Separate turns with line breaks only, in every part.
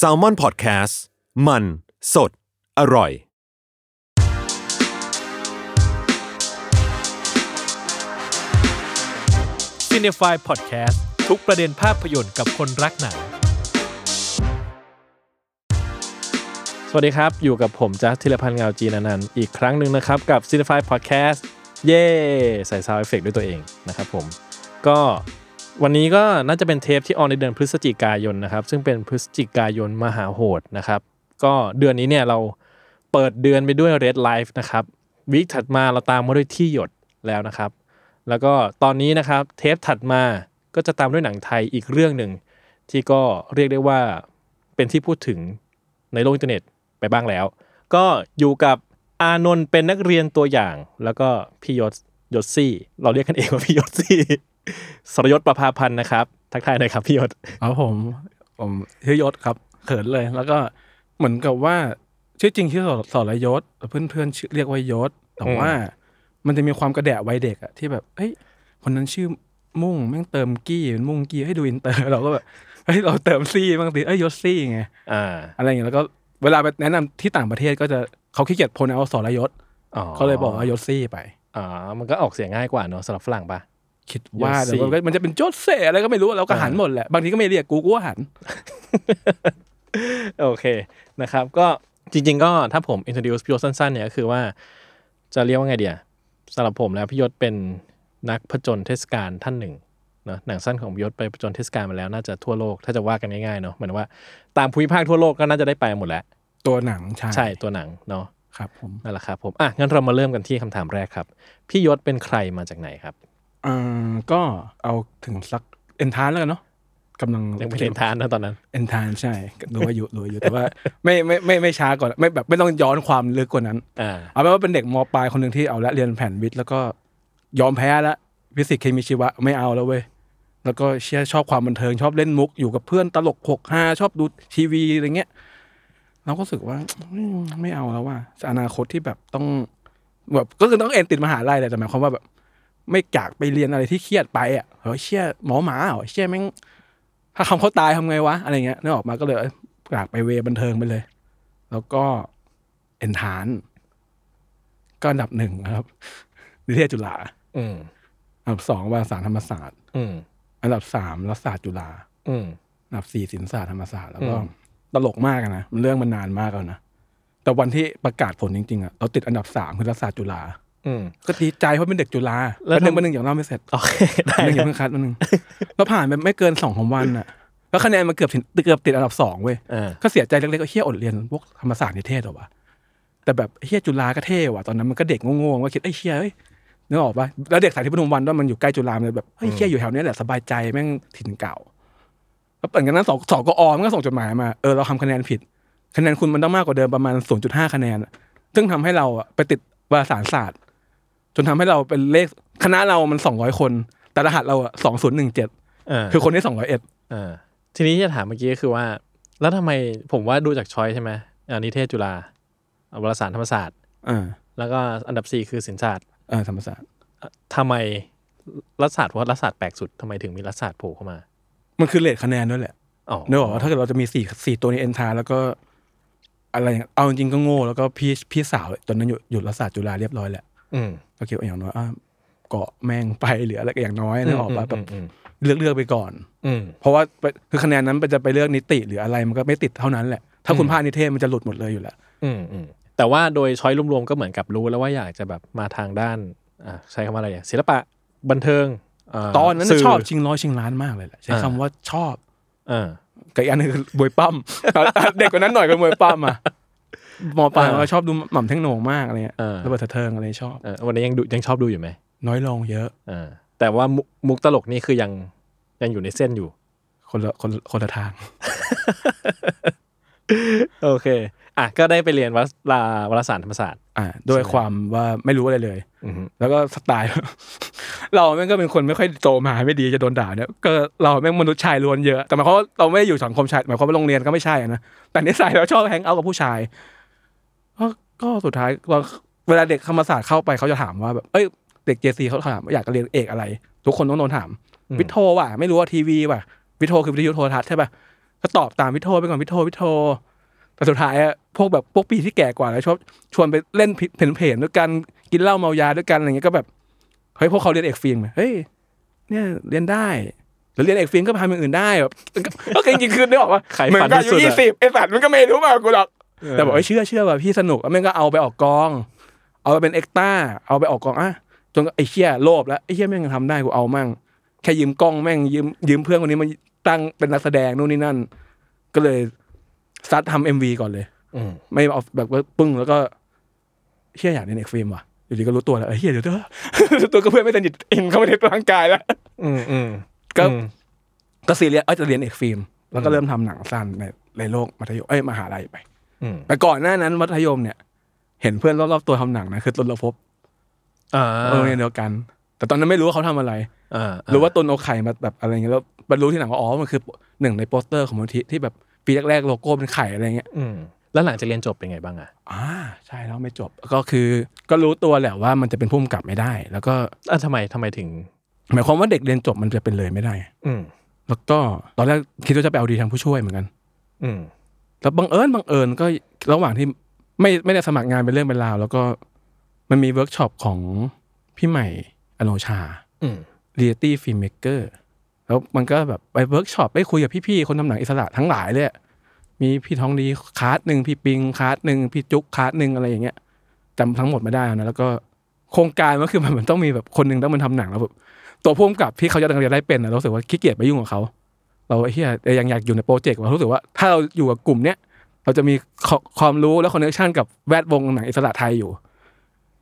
s a l m o n PODCAST มันสดอร่อย
c i n e f y Podcast ทุกประเด็นภาพยนตร์กับคนรักหนัง สวัสดีครับ อยู่กับผมจัสธิรพันธ์เงาจีนันนันท์อีกครั้งหนึ่งนะครับ กับ c i n e f y Podcast เย่ใส่ซาวเอฟเฟกด้วยตัวเองนะครับผม ก็วันนี้ก็น่าจะเป็นเทปที่ออนในเดือนพฤศจิกายนนะครับ ซึ่งเป็นพฤศจิกายนมหาโหดนะครับ ก็เดือนนี้เนี่ยเราเปิดเดือนไปด้วย Red Life นะครับวีคถัดมาเราตามมาด้วยที่หยดแล้วนะครับ แล้วก็ตอนนี้นะครับเทปถัดมาก็จะตามด้วยหนังไทยอีกเรื่องหนึ่ง ที่ก็เรียกได้ว่าเป็นที่พูดถึงในโลกอินเทอร์เน็ตไปบ้างแล้ว ก็อยู่กับอานนท์เป็นนักเรียนตัวอย่าง แล้วก็พี่ยศยศซี่ เราเรียกกันเองว่าพี่ยศซี่ สรยศประภาพันธ์นะครับ ทักทายหน่อยครับพี่ยศ
ครับผมผมชื่อยศครับเขินเลย แล้วก็เหมือนกับว่าชื่อจริงชื่อสอสอระยศแต่เพื่อนเพื่อนๆชื่อเรียกว่ายศ แต่ว่ามันจะมีความกระแดะวัยเด็กอะที่แบบเฮ้ยคนนั้นชื่อมุ่งแม่งเติมกี้เป็นมุ่งกี้ให้ดูอินเตอร์ เราก็แบบเฮ้ยเราเติมซี่บางทีเอ้ยยศซี่ไง
อ่า
อะไรอย่างเงี้ยแล้วก็เวลาไปแนะนำที่ต่างประเทศก็จะเขาขี้เกียจพลเอาสอระยศเขาเลยบอกว่ายศซี่ไป
อ๋อมันก็ออกเสียงง่ายกว่าเนอะสำหรับฝรั่งปะ
คิดว่าแต่
Yossi
ว่ามันจะเป็นโจทย์เสอะไรก็ไม่รู้เราก็หันหมดแหละบางทีก็ไม่เรียกกูกูก็หัน
โอเคนะครับก็จริงๆก็ถ้าผม introduce พี่ยศสั้นๆเนี่ยก็คือว่าจะเรียกว่าไงเดียสำหรับผมแล้วพี่ยศเป็นนักผจญเทศกาลท่านหนึ่งเนาะหนังสั้นของพี่ยศไปผจญเทศกาลมาแล้วน่าจะทั่วโลกถ้าจะว่ากันง่ายๆเนาะเหมือนว่าตามภูมิภาคทั่วโลกก็น่าจะได้ไปหมดแล้ว
ตัวหนังชาย
ใช่ตัวหนังเนาะ
ครับผม
นั่นแหละครับผมอ่ะงั้นเรามาเริ่มกันที่คำถามแรกครับ พี่ยศเป็นใครมาจากไหนครับ
อ่าก็เอาถึงสักเอ็นทานแล้วกันเนาะกำลัง
ยังไม่เรียนทานนะตอนนั้น
เอ็นทานใช่รู้ว่าอยู่รู้ว่าอยู่แต่ว่าไม่ไม่ไม่ไม่ช้าก่อนไม่แบบไม่ต้องย้อนความลึกกว่านั้น
อ่า
เอาเป็นว่าเป็นเด็กมปลายคนหนึ่งที่เอาละเรียนแผ่นวิทย์แล้วก็ยอมแพ้ละฟิสิกส์เคมีชีวะไม่เอาแล้วเว้ยแล้วก็เชื่อชอบความบันเทิงชอบเล่นมุกอยู่กับเพื่อนตลกหกฮาชอบดูทีวีอะไรเงี้ยเราก็รู้สึกว่าอืมไม่เอาแล้วว่าอนาคตที่แบบต้องแบบก็คือต้องเอ็นติดมหาลัยแหละแต่หมายความว่าแบบ ไม่อยากไปเรียนอะไรที่เครียดไปอ่ะเฮ้ยเชี่ยหมอหมาเหรอเชี่ยแม่งถ้าคำเขาตายทำไงวะอะไรเงี้ยนึกออกมาก็เลยเอ้ยอยากไปเวย์บันเทิงไปเลย แล้วก็เอ็นทาน ก็อันดับหนึ่งนะครับ นิเทศจุฬา
อืม
อันดับสองวารสารธรรมศาสตร์
อืม
อันดับสามรัฐศาสตร์จุฬา
อืม
อันดับสี่ศิลปศาสตร์ธรรมศาสตร์แล้วก็
อืม
ตลกมากอะนะมันเรื่องมันนานมากแล้วนะแต่วันที่ประกาศผลจริงๆอ่ะเราติดอันดับสามคือรัฐศาสตร์จุฬา
อืม
ก็ดีใจเพราะเป็นเด็กจุฬา
แล้ว
แป๊บนึง
ทำ
แป๊บนึงอย่างเล่าไม่เสร็จ
โอเค ได้
แป๊บนึงอย่างเพิ่งคัด แป๊บนึงก็ผ่านไปไม่เกินสองของวันอ่ะแล้วคะแนนมันเกือบถึงเกือบติดอันดับสองเว้ย
อ่า
ก็เสียใจเล็กๆก็เฮี้ยอดเรียนพวกธรรมศาสตร์นิเทศเหรอวะแต่แบบเฮี้ยจุฬาก็เท่ว่ะตอนนั้นมันก็เด็กโง่ๆว่าคิดไอ้ยเฮี้ยเอ้ยนึกออกปะแล้วเด็กสายที่พนมวันด้วยมันอยู่ใกล้จุฬามันเลยแบบเฮ้ยเฮี้ยอยู่แถวเนี้ยแหละสบายใจแม่งถิ่นเก่าแล้วเปิดกันนั้นสองสองกอมันก็ส่งจดหมายมาเออเราทำคะแนนผิด คะแนนคุณมันต้องมากกว่าเดิมประมาณ 0.5 คะแนนอะซึ่งทำให้เราอะไปติดวารสารศาสตร์ จนทำให้เราเป็นเลขคณะเรามัน 200 คน แต่รหัสเราอะ2017
อ่า
คือคนที่201
อ่าทีนี้ที่จะถามเมื่อกี้ก็คือว่า แล้วทำไมผมว่าดูจากช้อยใช่ไหมอ่านิเทศจุฬาวารสารธรรมศาสตร์
อ่า
แล้วก็อันดับ 4 คือศิลปศาสตร์
เออธรรมศาสตร์
ทำไมรัฐศาสตร์เพราะว่ารัฐศาสตร์แปลกสุดทำไมถึงมีรัฐศาสตร์โผล่เข้ามา
มันคือเลทคะแนนด้วยแหละ
อ๋อ
เนกอะว่าถ้าเกิดเราจะมีสี่สี่ตัวในเอนทาแล้วก็ อะไรอย่างเอาจริงๆก็โง่แล้วก็พี่พี่สาวตอนนั้นอยู่อยู่รัฐศาสตร์จุฬาเรียบร้อยแหละ
อืม
ก็คิดว่าอย่างน้อยอ่ะเกาะแม่งไปหรืออะไรก็อย่างน้อยนึกออกปะแบบ
อืม
เลือกเลือกไปก่อน
อืม
เพราะว่าไปคือคะแนนนั้นมันจะไปเลือกนิติหรืออะไรมันก็ไม่ติดเท่านั้นแหละ ถ้าคุณ
อืม
พลาดนิเทศมันจะหลุดหมดเลยอยู่แล้ว
อืมอืมแต่ว่าโดยช้อยรวมๆก็เหมือนกับรู้แล้วว่าอยากจะแบบมาทางด้านอ่าใช้คำว่าอะไรอ่ะศิลปะบันเทิงา
ตอนนั้น
สื่
ชอบชิงร้อยชิงล้านมากเลยแหละใช้
อ่า
คำว่าชอบ
อ่า
กับอีกอันหนึงคือมวยปั้ม เด็กกว่านั้นหน่อยก็มวยปั้มอ่ะหมอปลา
อ่า
ก็ชอบดูหม่ำเท่งโหนงมากอะไรเงี้ย
อ่า
ระเบิดเถิดเทิงอะไรชอบ
เออวันนี้ยังดูยังชอบดูอยู่ไหม
น้อยลงเยอะ
อ่าแต่ว่ามุกมุกตลกนี่คือยังยังอยู่ในเส้นอยู่
คนละคนคนละทาง
โอเค อ่ะ ก็ได้ไปเรียนวารสลาวารสารธรรมศาสตร์
อ่าด้วย
ใช่
ความว่าไม่รู้อะไรเลย
อือฮึ
แล้วก็สไตล์ เราแม่งก็เป็นคนไม่ค่อยโตมาไม่ดีจะโดนด่าเนี่ยก็เราแม่งมนุษย์ชายล้วนเยอะ แต่หมายความว่าเราไม่ได้อยู่สังคมชายหมายความว่าโรงเรียนก็ไม่ใช่อะนะแต่นิสัยเราชอบแฮงเอาท์กับผู้ชายก็ก็สุดท้ายเราเวลาเด็กธรรมศาสตร์เข้าไปเขาจะถามว่าแบบเอ้ยเด็กเจซีเขาถามว่าอยากเรียนเอกอะไร ทุกคนต้องโดนถาม วิทโทว่ะไม่รู้ว่าทีวีว่ะวิทโทคือวิทยุโทรทัศน์ใช่ป่ะก็ตอบตามวิทโทไปก่อนวิทโทวิทโทแต่สุดท้ายอะพวกแบบพวกปีที่แก่กว่าแล้วชอบชวนไปเล่นผิดเพลนๆด้วยกันกินเหล้าเมายาด้วยกันอะไรเงี้ยก็แบบเฮ้ยพวกเขาเรียนเอกฟิล์มไหมเฮ้ยเนี่ยเรียนได้หรือเรียนเอกฟิล์มก็ไปทำอย่างอื่นได้แบบ ก็ก็จริงๆคือได้บอกว่า
ขาย
เหมือ
ฝัน
นกันอา
ที่สุด
ยุยี่
อะ
สิบไอ้ฝันมันก็ไม่รู้มากกว่ากูหรอก
เออ
แต่บอกไอ้ยเชื่อเชื่อว่าพี่สนุกแล้วแม่งก็เอาไปออกกอง เอาไปเป็นเอ็กต้าเอาไปออกกองอ่ะจนไอ้เชี่ยโลภแล้วไอ้เชี่ยแม่งทำได้กูเอามั่ง แค่ยืมกล้องแม่งยืมยืมเพื่อนคนนี้มาตั้งเป็นนักแสดงนู่นนี่นั่น ก็เลยซัดทำเอ็มวีก่อนเลย
อืม
ไม่เอาแบบว่าปึ้งแล้วก็เชี่ยอยากเล่นเอกฟิล์มว่ะอยู่ดีก็รู้ตัวแล้วเอ้ยเฮียเดี๋ยวเถอะ ตัวก็เพื่อนไม่สนิทเองเข้าไปในร่างกายแล้ว
อืมอืม
ก็
อืม
ก็ซีเรียสเอ้ยจะเรียนเอกฟิล์มแล้วก็เริ่มทำหนังสั้นในในโลกมัธยมเอ้ยมหาลัยไป
อืม
แต่ก่อนหน้านั้นมัธยมเนี่ย เห็นเพื่อนรอบๆตัวทำหนังนะคือตุนระภพ
อ่า
โรงเรียนเดียวกัน แต่ตอนนั้นไม่รู้ว่าเขาทำอะไร
อ่า
รู้ว่าตุนเอาไข่มาแบบอะไรเงี้ยแล้วมันรู้ที่หลังว่าอ๋อมันคือหนึ่งในโปสเตอร์ของมูลที่ที่แบบปีแรกๆโลโก้เป็นไข่อะไรเงี้ย
อืมแล้วหลังจากเรียนจบเป็นไงบ้างอ่ะ
อ่าใช่แล้วไม่จบก็คือก็รู้ตัวแหละว่ามันจะเป็นพุ่มกลับไม่ได้ แล้วก็
อ่ะทำไมทำไมถึง
หมายความว่าเด็กเรียนจบมันจะเป็นเลยไม่ได้
อืม
แล้วก็ตอนแรกคิดว่าจะไปเอาดีทางผู้ช่วยเหมือนกัน
อืม
แล้วบังเอิญบังเอิญก็ระหว่างที่ไม่ไม่ได้สมัครงานเป็นเรื่องเป็นราวแล้วก็มันมีเวิร์กช็อปของพี่ใหม่อโนชา
อืม
r e a l i t y Filmmaker แล้วมันก็แบบไปเวิร์กช็อปไปคุยกับพี่ๆคนทำหนังอิสระทั้งหลายเลยอะมีพี่ทองดีคาร์ดหนึ่งพี่ปิงคาร์ดหนึ่งพี่จุ๊กคาร์ดหนึ่งอะไรอย่างเงี้ยจำทั้งหมดไม่ได้แล้วนะแล้วก็โครงการก็คือมันมันต้องมีแบบคนหนึ่งต้องมันทำหนังแล้วแบบตัวพ่วงกับที่เขาจะดังจะได้เป็นนะเรารู้สึกว่าขี้เกียจไปยุ่งกับเขา เราไอ้เฮียเรายังอยากอยู่ในโปรเจกต์ว่ารู้สึกว่าถ้าเราอยู่กับกลุ่มเนี้ยเราจะมีขความรู้และคอนเนคชั่นกับแวดวงหนังอิสระไทยอยู่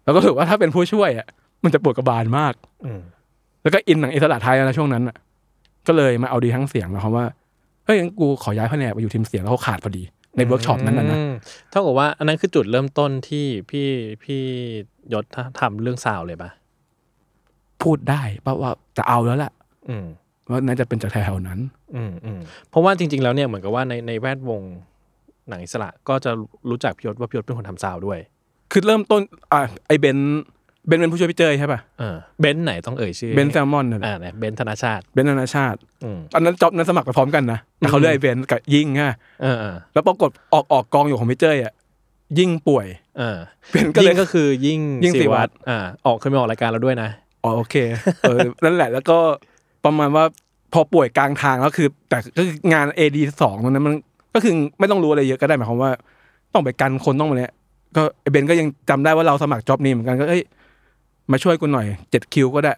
แล้วก็รู้สึกว่าถ้าเป็นผู้ช่วยอ่ะมันจะปวดกระบาลมาก
อืม
แล้วก็อินหนังอิสระไทยแล้วนะช่วงนั้นอ่ะ ก็เลยมาเอาดีทั้งเสียงนะคราบว่า เฮ้ยงั้นกูขอย้ายแผนกไปอยู่ทีมเสียงแล้วเขาขาดพอดี ในเวิร์กช็อปนั้นน่ะนะ
มเท่ากับว่าอันนั้นคือจุดเริ่มต้นที่พี่พี่ยศทำเรื่องซาวเลยป่ะ
พูดได้ป่ะว่าจะเอาแล้วล่ะ
อืม
ว่าน่าจะเป็นจากแถวๆนั้น
อืมอืมเพราะว่าจริง ๆ แล้วเนี่ยเหมือนกับว่าในในแวดวงหนังอิสระก็จะรู้จักพิยศว่าพิยศเป็นคนทำซาวด์ด้วย
คือเริ่มต้นอ่ะไอเบนซ์เบนซ์เป็นผู้ช่วยพี่เจยใช่ป่ะ
เออเบนซ์ไหนต้องเอ่ยชื่อ
เบนซ์แซลมอนนั่นแหละ
อ่าเนี่ยเบนซ์ธนาชาติ
เบนซ์นานาชาติ
อืม
ตอนนั้นจ็อบนั้นสมัครไปพร้อมกันนะแต่เขาเลือกไอเบนซ์กับยิ่งฮะ
เออเออ
แล้วปรากฏออกออกกองอยู่ของพี่เจยอ่ะยิ่งป่วย
เออ
เบนซ์ก็เล
ยิ่
ย
งก็คือยิ่ง
ยิ่งศิวัตร
อ่าออกเคยมาออกรายการเราด้วยนะ
อ๋อโอเคเออ นั่นแหละแล้วก็ประมาณว่าพอป่วยกลางทางแล้วคือ แต่ก็คืองาน AD สองตรงนั้นมันก็คือไม่ต้องรู้อะไรเยอะก็ได้หมายความว่า ต้องไปกันคนต้องมาเนี่ยก็ไอ้เบนก็ยังจำได้ว่าเราสมัครจ็อบนี้เหมือนกันก็เอ้ยมาช่วยกูหน่อยเจ็ดคิวก็ได้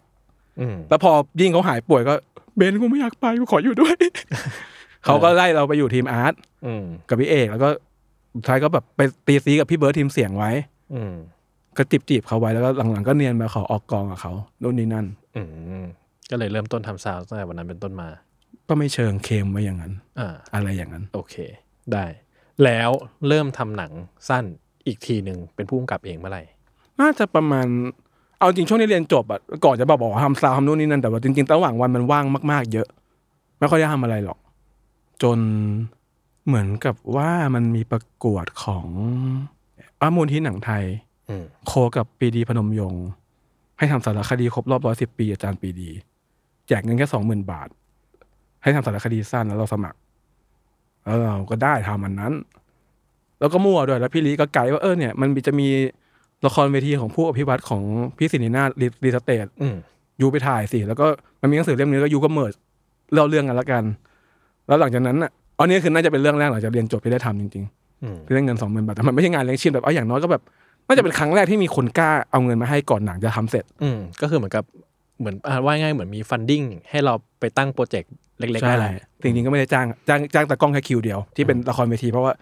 อืม
แล้วพอยิ่งเขาหายป่วยก็เบนกูไม่อยากไปกูขออยู่ด้วย เขาก็ไล่เราไปอยู่ทีมอาร์ต
อืม
กับพี่เอกแล้วก็สุดท้ายก็แบบไปตีซีกับพี่เบิร์ดทีมเสียงไว้
อืม
ก็จีบจีบๆเขาไว้แล้วก็หลังๆก็เนียนมาขอออกกองกับเขาโน่นนี่นั่น
อืมก็เลยเริ่มต้นทำซาวด์ตั้งแต่วันนั้นเป็นต้นมา
ก็ไม่เชิงเคมไว้อย่างนั้น
อ่า
อะไรอย่างนั้น
โอเค ได้ แล้วเริ่มทำหนังสั้นอีกทีหนึ่งเป็นผู้กำกับเองเมื่อไหร่
น่าจะประมาณเอาจริงช่วงที่เรียนจบอะก่อนจะบอกบอกว่าทำซาวทำนู่นนี่นั่นแต่ว่าจริงๆระหว่างวันมันว่างมากๆ เยอะ ไม่ค่อยได้ทำอะไรหรอก จนเหมือนกับว่ามันมีประกวดของอามูลที่หนังไทย
อืม
โคกับปีดีพนมยงค์ให้ทำสารคดีครบรอบร้อยสิบปีอาจารย์ปีดี แจกเงินแค่สองหมื่นบาท ให้ทำสารคดีสั้นแล้วเราสมัคร แล้วเราก็ได้ทำอันนั้น แล้วก็มั่วด้วยแล้วพี่ลีก็ไกด์ว่าเออเนี่ยมันมีจะมีละครเวทีของผู้อภิวัตของพี่สินีนารีรีสเตท
อืม
ยูไปถ่ายสิแล้วก็มันมีหนังสือเล่มนึงก็ยูก็เมิร์ดเล่าเรื่องกันละกัน แล้วหลังจากนั้นอ่ะอันนี้คือน่าจะเป็นเรื่องแรกหลังจากเรียนจบที่ได้ทำจริงๆ
อืม
เรื่องเงินสองหมื่นบาทแต่มันไม่ใช่งานเลี้ยงชีพแบบเอาอย่างน้อยก็แบบน่าจะเป็นครั้งแรกที่มีคนกล้าเอาเงินมาให้ก่อนหนังจะทำเสร็จ
อืมก็คือเหมือนกับเหมือนอ่าว่าง่ายเหมือนมีฟันดิ้งให้เราไปตั้งโปรเจกต์เล็กๆ
ใช่
ได้
จริงๆก็ไม่ได้จ้างจ้างจ้างแต่กล้องแค่คิวเดียวที่เป็นละครเวทีเพราะว่า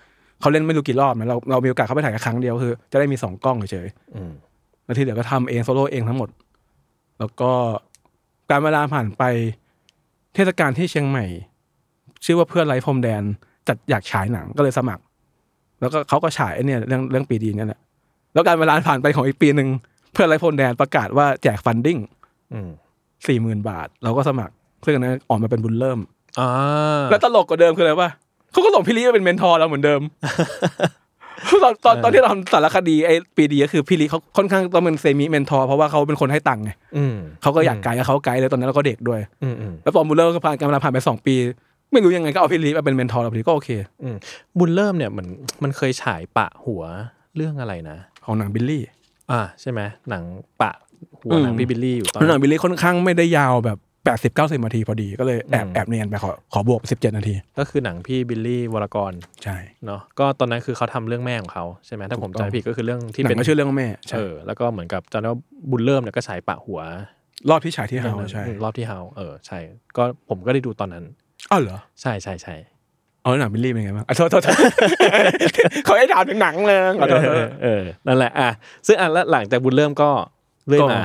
เขาเล่นไม่รู้กี่รอบนะเราเรามีโอกาสเข้าไปถ่ายแค่ครั้งเดียวคือ จะได้มีสองกล้องเฉย
อืม
ๆแล้วที่เหลือก็ทำเองโซโล่เองทั้งหมด แล้วก็การเวลาผ่านไปเทศกาลที่เชียงใหม่ ชื่อว่าเพื่อนไร้พรมแดนจัดอยากฉายหนังก็เลยสมัคร แล้วก็เขาก็ฉายไอ้เนี่ยเรื่องเรื่องปีดีเนี่ยแหละแล้วการเวลาผ่านไปของอีกปีหนึ่งเพื่อนไร้พรมแดนประกาศว่าแจกฟันดิ้ง
อืม
สี่หมื่นบาท เราก็สมัครซึ่งอันนั้นออกมาเป็นบุญเริ่ม
อ่า
แล้วตลกกว่าเดิมคืออะไรวะเขาก็หลงพี่ลีมาเป็นเมนทอร์เราเหมือนเดิม ตอนตอนตอนที่เราทำสารคดีไอ้ปีดีก็คือพี่ลีเขาค่อนข้างต้องเป็นเซมิเมนทอร์เพราะว่าเขาเป็นคนให้ตังค์ไง
อืม
เขาก็อยากไกด์แล้วเขาไกด์เลยตอนนั้นเราก็เด็กด้วย
อืมอืม
แล้วตอนบูลเลอร์ก็ผ่านการเวลาผ่านไปสองปี ไม่รู้ยังไงก็เอาพี่ลีมาเป็นเมนทอร์เราพอดีก็โอเค
อืมบุญเริ่มเนี่ยเหมือนมันเคยฉายปะหัวเรื่องอะไรนะ
ของหนังบิลลี่
อ่าใช่ไหมหนังปะหัว
อืม
หนังพี่บิลลี่อยู่ตอน
หนั
นั้
ง
น
บิลลี่ค่อนข้างไม่ได้ยาวแบบแปดสิบเก้าสิบนาทีพอดีก็เลยแอบ
อืม
แอบเนียนไปขอขอบวกสิบเจ็ดนาที
ก็คือหนังพี่บิลลี่วรกร
ใช่
เนาะก็ตอนนั้นคือเขาทำเรื่องแม่ของเขาใช่ไหมถ้าผมจำไม่ผิดก็คือเ
หนังก็ชื่อเรื่องว่าแม่
เอ
ใช่
อแล้วก็เหมือนกับจำได้ว่าบุญเริ่มเนี่ยก็ฉายปะหัว
รอบที่ฉายที่เฮาใช่
อืมรอบที่เฮาเออใช่ ก็ผมก็ได้ดูตอนนั้น
อ้าวเหรอ
ใช่ใช่ใช่
อ๋อหนังบิลลี่เป็นไงบ้างอ่ะโทษโทษโท ษ เขาให้ถามถึงหนังเลยขอโทษขอโทษ
เออนั่นแหละอ่ะซึ่งอันละหลังจากบุญเริ่มก็เรื่อย
ก็
มา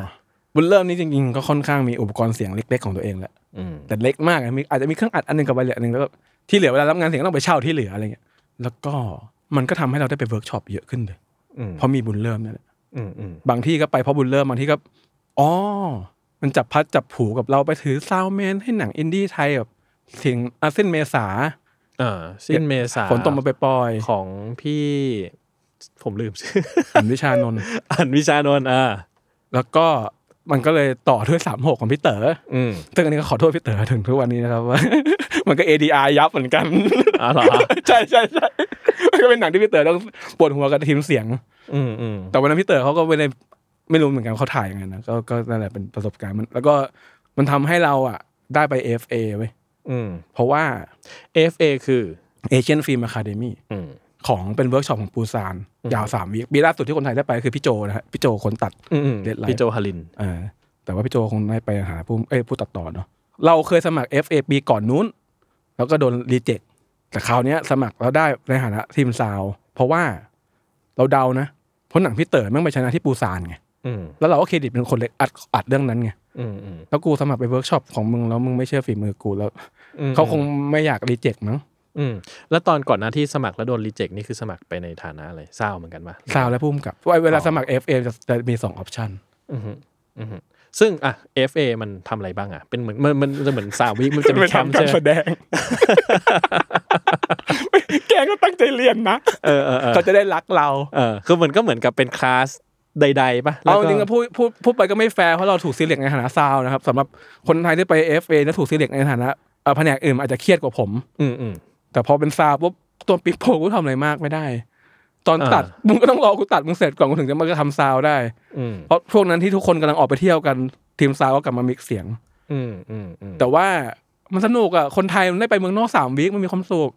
บุญเริ่มนี่จริงๆ ก็ค่อนข้างมีอุปกรณ์เสียงเล็ก ๆ ของตัวเองแหละ
อืม
แต่เล็กมากอะมีอาจจะมีเครื่องอัดอันหนึงกับไวเลสอันหนึงแล้วก็ที่เหลือเวลารับงานเสียงก็ต้องไปเช่าที่เหลืออะไรเงี้ยแล้วก็มันก็ทำให้เราได้ไปเวิร์กช็อปเยอะขึ้นเลย
อืม
เพราะมีบุญเริ่มเนี่ยแหละ
อืมอืม
บางที่ก็ไปเพราะบุญเริ่มบางที่ก็อ๋อมันจับพัดจับผูกับเราไปถือซาวแมนให้หนังอินดี้ไทยแบบเสียงอาเส้นเมษา
อ่าสิ้นเมษา
ฝนตกมาไปปล่อย
ของพี่ ผมลืมชื่อ
อันวิชานนท์
อันวิชานนท์อ่า
แล้วก็มันก็เลยต่อด้วย สามหกของพี่เต๋อ
อืม
ซึ่งอันนี้ก็ขอโทษพี่เต๋อถึงทุกวันนี้นะครับ ว่า มันก็ ADR ยับเหมือนกัน
อ๋อเหรอ
ใช่ใช่ใช่มันก็เป็นหนังที่พี่เต๋อต้องปวดหัวกับทีมเสียง
อืมอืม
แต่วันนั้นพี่เต๋อเขาก็ไม่ได้ไม่รู้เหมือนกันเขาถ่ายยังไงนะก็ก็นั่นแหละเป็นประสบการณ์มันแล้วก็มันทำให้เราอ่ะได้ไป FA เว้ย
อืม
เพราะว่า
FA คือ
Asian Film Academy
อืม
ของเป็นเวิร์กช็อปของปูซานยาวสามวิปีล่าสุดที่คนไทยได้ไปคือพี่โจนะฮะพี่โจคนตัด
อืมอืม
Deadline
พี่โจฮาริน
เออแต่ว่าพี่โจคงได้ไปหาผู้เอ้ยผู้ตัดต่อเนาะเราเคยสมัคร FA ปีก่อนนู้น แล้วก็โดนรีเจ็คแต่คราวเนี้ยสมัครแล้วได้ในฐานะทีมซาวด์เพราะว่าเราเดานะเพราะหนังพี่เต๋อแม่งไปชนะที่ปูซานไง
อืม
แล้วเราก็เครดิตเป็นคนเล็กอัดอัดเรื่องนั้นไง
อืมอืม
แล้วกูสมัครไปเวิร์กช็อปของมึงแล้วมึงไม่เชื่อฝีมือกูแล้ว
อืม
เขาคงไม่อยากรีเจ็คมั้ง
อืมแล้วตอนก่อนหน้าที่สมัครแล้วโดนรีเจ็คนี่คือสมัครไปในฐานะอะไรเศร้าเหมือนกันปะ
ซาวด์และพุ่มกับเพราะเวลาสมัคร FA จะจะมีสองออปชัน
อืมฮึอืมฮึซึ่งอ่ะ FA มันทำอะไรบ้างอ่ะ เป็นเหมือนมันมันมันจะเหมือนสาม วิมันจะมีแคมป์ใช่ไหม
ง แกก็ตั้งใจเรียนนะ
เออเออเออ
เขาจะได้รักเรา
เออคือมันก็เหมือนกับเป็นคลาสใดๆปะแล้ว
เอา
ก็
จริงๆก็พูดพูดพูดไปก็ไม่แฟร์เพราะเราถูกซีเล็กในฐานะซาวน์นะครับสำหรับคนไทยที่ไป FA แล้วถูกซีเล็กในฐานะเอ่อแผนกอื่นอาจจะเครียดกว่าผม
อืมอืม
แต่พอเป็นซาวน์ปุ๊บตัวปิ๊กโพกูทำอะไรมากไม่ได้ ตอน
อ่า
ตัดมึงก็ต้องรอกูตัดมึงเสร็จก่อนกูถึงจะมาทำซาวน์ได้
อืม
เพราะช่วงนั้นที่ทุกคนกำลังออกไปเที่ยวกันทีมซาวน์ก็กลับมามิกซ์เสียง
อืมอืมอืม
แต่ว่ามันสนุกอ่ะคนไทยมันได้ไปเมืองนอกสามวีคมันมีความสุข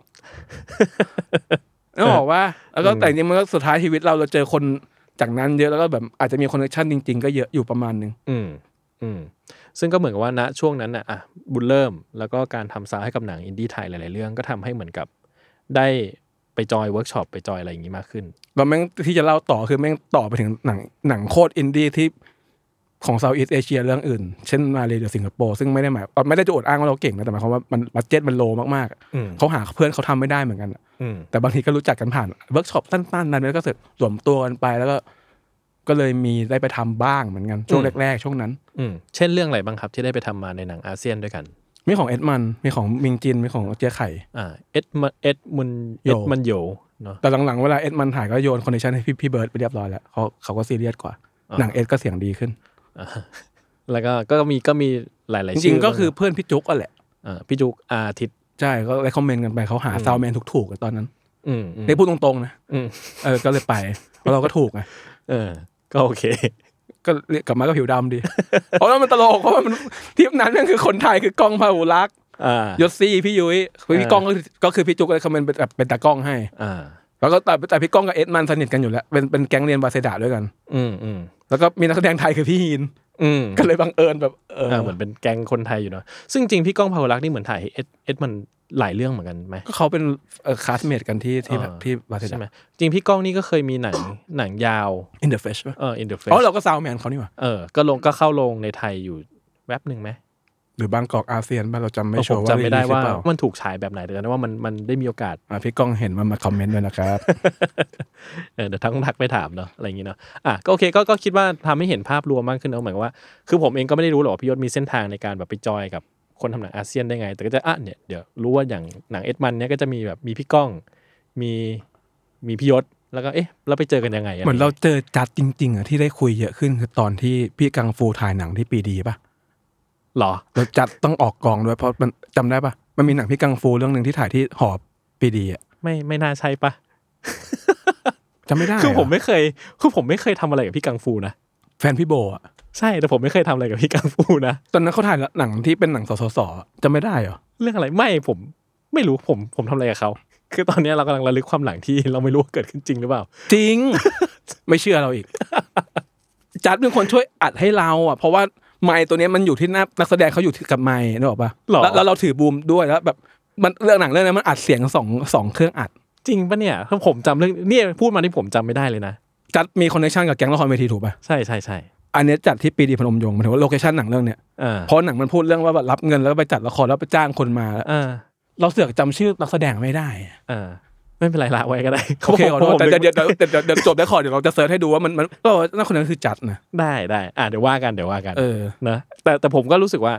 นึกออกว่าแล้วก็แต่จริงๆมันก็สุดท้ายชีวิตเราเราเจอคนจากนั้นเยอะแล้วก็แบบอาจจะมีคอนเนคชั่นจริง ๆ ก็เยอะอยู่ประมาณหนึ่ง
อืมอืมซึ่งก็เหมือนกับว่าณช่วงนั้นน่ะอ่ะบุญเริ่มแล้วก็การทำซาวด์ให้กับหนังอินดี้ไทยหลายๆเรื่องก็ทำให้เหมือนกับได้ไปจอยเวิร์กช็อปไปจอยอะไรอย่างนี้มากขึ้น
เราแม่งที่จะเล่าต่อคือแม่งต่อไปถึงหนังหนังโคตรอินดี้ที่ของเซาท์อีสเอเชียเรื่องอื่น เช่นมาเลเซียหรือสิงคโปร์ซึ่งไม่ได้หมายไม่ได้จะอวดอ้างว่าเราเก่งนะแต่หมายความว่ามันบัตเจ็ตมันโลมาก
อืม
ๆเขาหาเพื่อนเขาทำไม่ได้เหมือนกันอะ
อืม
แต่บางทีก็รู้จักกันผ่านเวิร์กช็อปสั้นๆนั้นแล้วก็เสร็จรวมตัวกันไปแล้วก็ ก็เลยมีได้ไปทำบ้างเหมือนกันช่วงแรกๆ ช่วงนั้น
อืมเช่นเรื่องอะไรบ้างครับที่ได้ไปทำมาในหนังอาเซียนด้วยกัน
มีของเอ็ดมันมีของมิงจินมีของเจ๊ไข่
อ่าเอ็ดมันเอ็ดมุน
โย
เอ็ดมันโยเนาะ
แต่หลังๆเวลาเอ็ดมันถ่ายก็โยนคอนดิชันให้พี่พี่เบิร์ดไปเรียบร้อยแล้วเขาเขาก็ซีเรียสกว่า
อ่า
หนังเอ็ดก็เสียงดีขึ้น
อ่าแล้วก็ก็มีก็มีหลาย
จ
ๆชื่อ
ริงๆก็คือเพื่อนพี่จุ๊กอ่ะแหละ
อ่าพี่จุกอาทิตย์
ใช่ก็เลยคอมเมนต์กันไปเขาหา
อืม
ซาวแมนถูกๆกันตอนนั้น
อืมอืม
ได้พูดตรงๆนะ
อืม
เออก็เลยไปเพราะเราก็ถูกไง
เออ ก็โอเค
ก็เรียกกลับมาก็ผิวดำดี เพราะว่ามันตลกเพราะว่ามันทีมนั้นนั่นคือคนไทยคือกล้องพาหุรักษ์
อ่าย
ศซี่พี่ยุ้ยพี่ก้องก็คือก็คือพี่จุกก็เลยคอมเมนต์เป็นแบบเป็นตากล้องให้
อ่า
แล้วก็แต่แต่พี่ก้องกับเอ็ดมันสนิทกันอยู่แล้วเป็นเป็นแก๊งเรียนบาเซดาด้วยกัน
อืมอืม
แล้วก็มีนักแสดงไทยคือพี่ฮีน
อืม
ก็เลยบังเอิญแบบเออ
อ่าเหมือนเป็นแก๊งคนไทยอยู่เนาะซึ่งจริงพี่ก้องพาวรักษ์นี่เหมือนถ่ายเอ็ดเอ็ดมันหลายเรื่องเหมือนกันไหม
ก็เขาเป็นเออคลาสเมทกันที่ที่แบบ
อ่า
ที่บาเซ
ใช่
ดา
ไหมจริงพี่ก้องนี่ก็เคยมีหนังหนังยาว
อินเดอะเฟชป่ะ
เอออินเดอะเฟ
อ๋อเราก็ซาวแมนเขานี่หว่า
เออก็ลงก็เข้าลงในไทยอยู่แว็บหนึ่งไหม
หรือบางกอกอาเซียนบ้างเราจำไม่
ผ
ชัว
ม
ร์ว่า
จำไม่ได้
รีลีสห
ว่า
รือเปล่
มันถูกฉายแบบไหนแต่ว่ามันมันได้มีโอกาส
อ่ะพี่ก้องเห็นมันมาคอมเมนต์ด้วยนะครับ
เออเดี๋ยวทั้งทักไปถามเนาะอะไรอย่างงี้เนาะอ่ะก็โอเคก็ก็คิดว่าทำให้เห็นภาพรวมมากขึ้นเอาหมายความว่า คือผมเองก็ไม่ได้รู้หรอกว่าพี่ยศมีเส้นทางในการแบบไปจอยกับคนทำหนังอาเซียนได้ไง แต่ก็จะอ่ะเนี่ยเดี๋ยวรู้ว่าอย่างหนังเอ็ดมันเนี่ยก็จะมีแบบมีพี่ก้องมีมีพี่ยศแล้วก็เอ๊ะเราไปเจอกันยังไงะไย่งงี้ย
เหมือนเราเจอจัดจริงๆอ่ะที่ได้คุยเยอะขึ้นคือตอนที่พี่กังฟูถ่ายหนังที่ปีดีป่ะ
หรอ
เราจัดต้องออกกองด้วยเพราะมันจำได้ป่ะมันมีหนังพี่กังฟูเรื่องหนึ่งที่ถ่ายที่หอปีดีอ่ะ
ไม่ไม่น่าใช่ปะ
จำไม่ได้
คือผม
เหร
ไม่เคยคือผมไม่เคยทำอะไรกับพี่กังฟูนะ
แฟนพี่โบอ่ะ
ใช่แต่ผมไม่เคยทำอะไรกับพี่กังฟูนะ
ตอนนั้นเขาถ่ายหนังที่เป็นหนังสสสอ่ะจำไม่ได้เหรอ
เรื่องอะไรไม่ผมไม่รู้ผมผมทำอะไรกับเขาคือตอนเนี้ยเรากำลังระลึกความหลังที่เราไม่รู้ว่าเกิดขึ้นจริงหรือเปล่า
จริง ไม่เชื่อเราอีก จัดเป็นคนช่วยอัดให้เราอ่ะ เพราะว่าไมค์ตัวเนี้ยมันอยู่ที่หน้านักแสดงเขาอยู่ที่กับไมค์นึกออกป่ะ
หรอ
แล้วแล้วเราถือบูมด้วยแล้วแบบมันเรื่องหนังเรื่องนั้นมันอัดเสียงสองสองเครื่องอัด
จริงปะเนี่ยถ้าผมจำเรื่องเนี่ยพูดมาที่ผมจำไม่ได้เลยนะ
จัดมีคอนเนคชันกับแก๊งละครเวทีถูกป่ะ
ใช่ใช่ใช่
อันเนี้ยจัดที่ปีดีพนมยงค์หมายถึงว่าโลเคชันหนังเรื่องเนี้ย
อ่า
เพราะหนังมันพูดเรื่องว่าแบบรับเงินแล้วไปจัดละครแล้วไปจ้างคนมา
อ่า
เราเสือกจำชื่อนักแสดงไม่ได้
อ่าไม่เป็นไรละไว้ก็ ได้
โอเคขอโทษ
ผ
แต่
ม
เดี๋ยว
นึก
เดี๋ยวเดี๋ยวเดี๋ยวเดี๋ยวจบได้ขอเดี๋ยวเราจะเสิร์ชให้ดูว่ามันมันก็นั่นคนนั้นคือจัดนะ
ได้ได้อ่าเดี๋ยวว่ากันเดี๋ยวว่ากัน
เออ
นะแต่แต่ผมก็รู้สึกว่า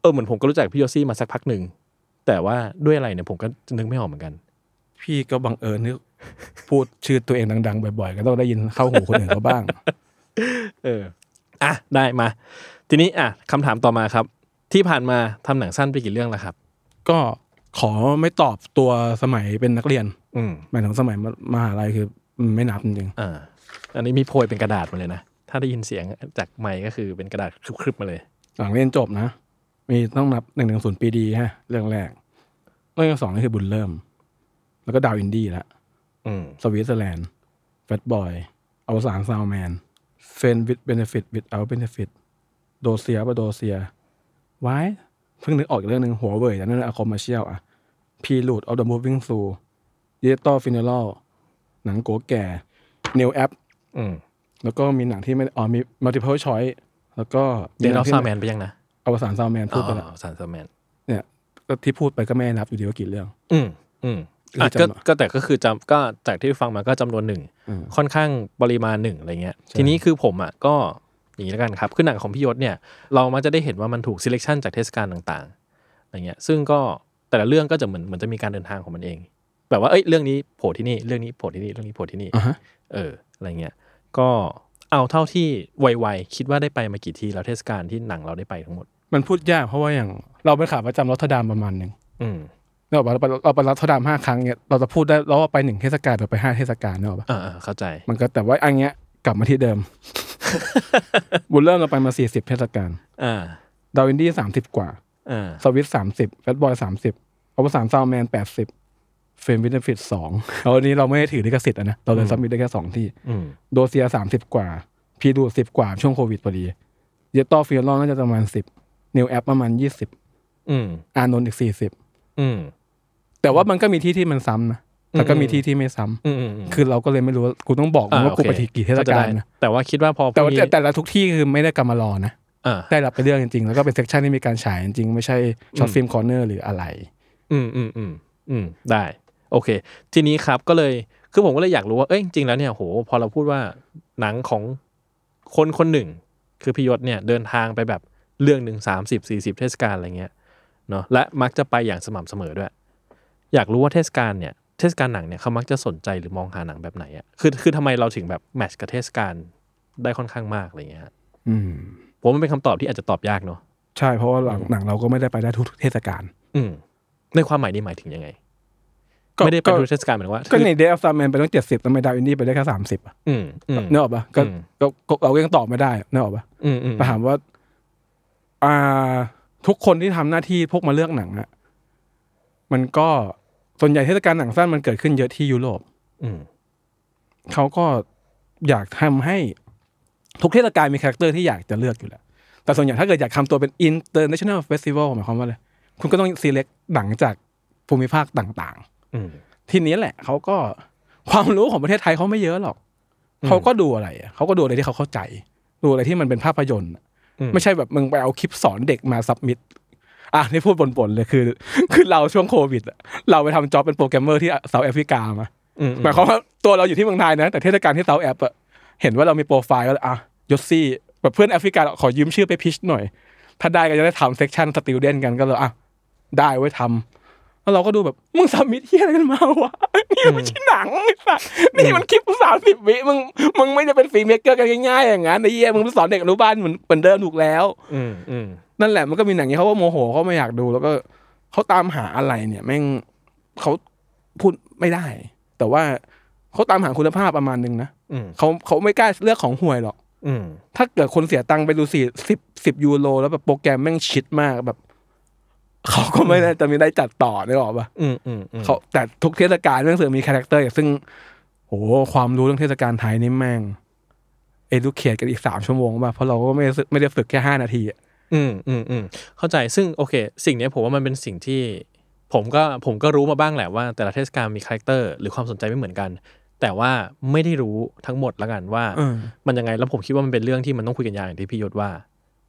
เออเหมือนผมก็รู้จักพี่โยซี่มาสักพักหนึ่งแต่ว่าด้วยอะไรเนี่ยผมก็นึกไม่ออกเหมือนกัน
พี่ก็บังเอิญที่พูดชื่อตัวเองดัง ๆ บ่อยๆ ก็ต้องได้ยินเข้าหูคนอื่นเขาบ้าง
เอออ่ะได้มา ทีนี้อ่ะคำถามต่อมาครับ ที่ผ่านมาทำหนังสั้นไปกี่เรื่องแล้วครับ
ก็ขอไม่ตอบตัวสมัยเป็นนักเรียน
อืม
หมายถึงสมัยมหาลัยคือไม่นับจริง
อ่าอันนี้มีโพยเป็นกระดาษมาเลยนะ ถ้าได้ยินเสียงจากไมค์ก็คือเป็นกระดาษครึบๆมาเลย
ๆหลังเรียนจบนะ มีต้องนับหนึ่งหนึ่งศูนย์ปีดีฮะ เรื่องแรก เรื่องที่สองนี่คือบุญเริ่ม แล้วก็ดาวอินดี้ละ
อืม
สวิตเซอร์แลนด์แฟตบอยอวสานซาวแมนเฟนวิดเบเนฟิตวิดเอาเบเนฟิตโดเซียปะโดเซียไว้เพิ่งนึกออกอีกเรื่องหนึ่งหัวเว่ยแต่นั่นอะคอมเมอร์เชียลอะพีลูดออฟเดอะมูฟวิ่งซูดิจิตอลฟินเนลหนังโกแก่เนวแอป
อืม
แล้วก็มีหนังที่ไม่อ๋อมี multiple choice แล้วก็
เดนอฟ
ที่
ซาแมนไปยังนะ
อวสานซาวแมนพูดไปแล้ว
อ๋อสารซาแมน
เนี่ยก็ที่พูดไปก็ไม่นับอยู่ดีว่ากี่เรื่อง
อืมอืมอ่ะ
คือจำ
ก็
หน่อย
ก็แต่ก็คือจำก็จากที่ฟังมาก็จำนวนหนึ่ง
อืม
ค่อนข้างปริมาณหนึ่งอะไรเงี้ย ทีนี้คือผมอ่ะก็อย่างนี้แล้วกันครับ คือหนังของพี่ยศเนี่ย เรามักจะได้เห็นว่ามันถูก selection จากเทศกาลต่างๆอะไรเงี้ย ซึ่งก็แต่ละเรื่องก็จะเหมือนเหมือนจะมีการเดินทางของมันเอง แบบว่าเอ้ยเรื่องนี้โผล่ที่นี่เรื่องนี้โผล่ที่นี่เรื่องนี้โผล่ที่นี่
อ่าฮะ
เอออะไรเงี้ย ก็เอาเท่าที่ไวๆคิดว่าได้ไปมากี่ทีแล้วเทศกาลที่หนังเราได้ไปทั้งหมด
มันพูดยากเพราะว่าอย่างเราเป็นขาประจำรัฐดามประมาณหนึ่ง
อืม
เราไปเราไปรัฐดามห้าครั้งเนี่ยเราจะพูดได้เราว่าไปหนึ่งเทศกาลหรือไปห้าเทศกาลเนกอะปะ
อ่าๆเข้าใจ
มันก็แต่ว่าอันเนี้ยกลับมาที่เดิ ม บุญเริ่มเราไปมาสี่สิบเทศกาล
อ่า
ดาวินดี้สามสิบกว่า
อ่า
สวิตสามสิบแฟตบอยสามสิบอวสานซาวแมนแปดสิบเฟรมวินฟิตสอง เอาอันนี้เราไม่ได้ถือลิขสิทธิ์อะนะเราเลยซับมิตได้แค่สองที่
อืม
โดเซียสามสิบกว่า พีดูสิบกว่าช่วงโควิดพอดี เยตโต้ฟิลลอนน่าจะประมาณสิบนิวแอปประมาณยี่สิบ
อืม
อานนท์อีกสี่สิบ
อืม
แต่ว่ามันก็มีที่ที่มันซ้ำนะแต่ก็มีที่ที่ไม่ซ้ำ
อืมอืมอืม
คือเราก็เลยไม่รู้ว่ากูต้องบอกมึงว่า
โอ
กู
เค
ไปที่กี่เทศกาล
เข้ใจ
นะ
ได้แต่ว่าคิดว่าพอพ
แต่
รุ่ง
ว่า
นี้
แต่แต่ละทุกที่คือไม่ได้กำมารอนะ
อ่า
ได้รับไปเรื่องจริงๆ แล้วก็เป็นเซกชันที่มีการฉายจริงๆ ไม่ใช่ช็อตฟิล์มคอร์เนอร์หรืออะไร
อืมอืมอืมอืมได้ โอเค ทีนี้ครับก็เลยคือผมก็เลยอยากรู้ว่าเอ้ยจริงๆแล้วเนี่ยโหพอเราพูดว่าหนังของคนคนหนึ่ง คือพิยศเนี่ยเดินทางไปแบบเรื่องหนึ่งสามสิบสี่สิบเทศกาลอะไรเงี้ยเนาะและมักจะไปอย่างสม่ำเสมอด้วย อยากรู้ว่าเทศกาลเนี่ยเทศกาลหนังเนี่ยเขามักจะสนใจหรือมองหาหนังแบบไหนอะคือคือทำไมเราถึงแบบแมทช์กับเทศกาลได้ค่อนข้างมากอะไรเงี้ยฮะ
อืม
ผมว่ามันเป็นคำตอบที่อาจจะตอบยากเนาะ
ใช่เพราะว่าหลังหนังเราก็ไม่ได้ไปได้ทุกเทศกาล
อืมในความหมายนี้หมายถึงยังไง
ก็
ไม่ได้ไป
ก็
ดูเทศกาลเหมือนว่า
ก็ในเดฟซามแมนไปต้องเจ็ดสิบทำไมดาวอินดี้ไปได้แค่สามสิบอะ
อืมอืม
เนกออกปะก็
อืม
ก็ก็เราก็ยังตอบไม่ได้เนกออกปะ
อืมอืม
แต่ถามว่า อ่า ทุกคนที่ทำหน้าที่พวกมาเลือกหนังอะมันก็ส่วนใหญ่เทศกาลหนังสั้นมันเกิดขึ้นเยอะที่ยุโรป
อืม
เขาก็อยากทำให้ ทุกเทศกาลมีคาแรคเตอร์ที่อยากจะเลือกอยู่แล้ว แต่ส่วนใหญ่ถ้าเกิดอยากทำตัวเป็น international festival หมายความว่าอะไรคุณก็ต้อง select หนังจากภูมิภาคต่าง
อืม
ๆ ทีนี้แหละเขาก็ความรู้ของประเทศไทยเขาไม่เยอะหรอกเขาก็ดูอะไรอะเขาก็ดูอะไรที่เขาเข้าใจ ดูอะไรที่มันเป็นภาพยนตร์อะ
อืม
ไม่ใช่แบบมึงไปเอาคลิปสอนเด็กมาสับมิด อ่ะนี่พูดบ่นๆเลยคือ คือเราช่วงโควิดอะเราไปทำจ็อบเป็นโปรแกรมเมอร์ที่เซาท์แอฟริกามา
อืม
หมายความว่าตัวเราอยู่ที่เมืองไทยนะ แต่เทศกาลที่เซาท์แอปอะเห็นว่าเรามีโปรไฟล์ก็เลยอ่ะยศซี่แบบเพื่อนแอฟริกาขอยืมชื่อไปพิชหน่อย ถ้าได้ก็จะได้ทำเซ็กชันสติลเดนกันก็เลยอ่ะได้ไว้ยทำแล้วเราก็ดูแบบมึงสมิธเฮียอะไรกันมาวะนี่มันไม่ใช่หนังไอ้สัสนี่มันคลิปสามสิบวิมึงมึงไม่จะเป็นฟิล์มเมกเกอร์กันง่ายๆอย่างนั้นไอ้เหี้ยมึงไปสอนเด็กอนุบาลเหมือนเหมือนเดิมถูกแล้ว
อืมอืม
นั่นแหละมันก็มีหนังนี้เขาก็โมโหเขาไม่อยากดู แล้วก็เขาตามหาอะไรเนี่ยแม่งเขาพูดไม่ได้ แต่ว่าเขาตามหาคุณภาพประมาณหนึงนะ
อืม
เขาเขาไม่กล้าเลือกของห่วยหรอก
อืม
ถ้าเกิดคนเสียตังค์ไปดูสี่สิบสิบยูโรแล้วแบบโปรแกรมแม่งชิดมากแบบเขาก็ไม่ได้จะมีได้จัดต่อได้หรอกปะ
อืมอืมอืม
เขาแต่ทุกเทศกาลแม่งเสือมีคาแรคเตอร์อย่างซึ่งโอ้ความรู้เรื่องเทศกาลไทยนี่แม่งเอดูเคทกันอีกสามชั่วโมงป่ะเพราะเราก็ไม่ได้ฝึกไม่ได้ฝึกแค่ห้านาทีอะ
อืมอืมอืมเข้าใจซึ่งโอเค สิ่งเนี้ยผมว่ามันเป็นสิ่งที่ ผมก็ผมก็รู้มาบ้างแหละว่า แต่ละเทศกาลมีคาแรคเตอร์หรือความสนใจไม่เหมือนกัน แต่ว่าไม่ได้รู้ทั้งหมดละกันว่า
เออ
มันยังไงแล้วผมคิดว่ามันเป็นเรื่องที่มันต้องคุยกันยาวอย่างที่พี่ยศว่า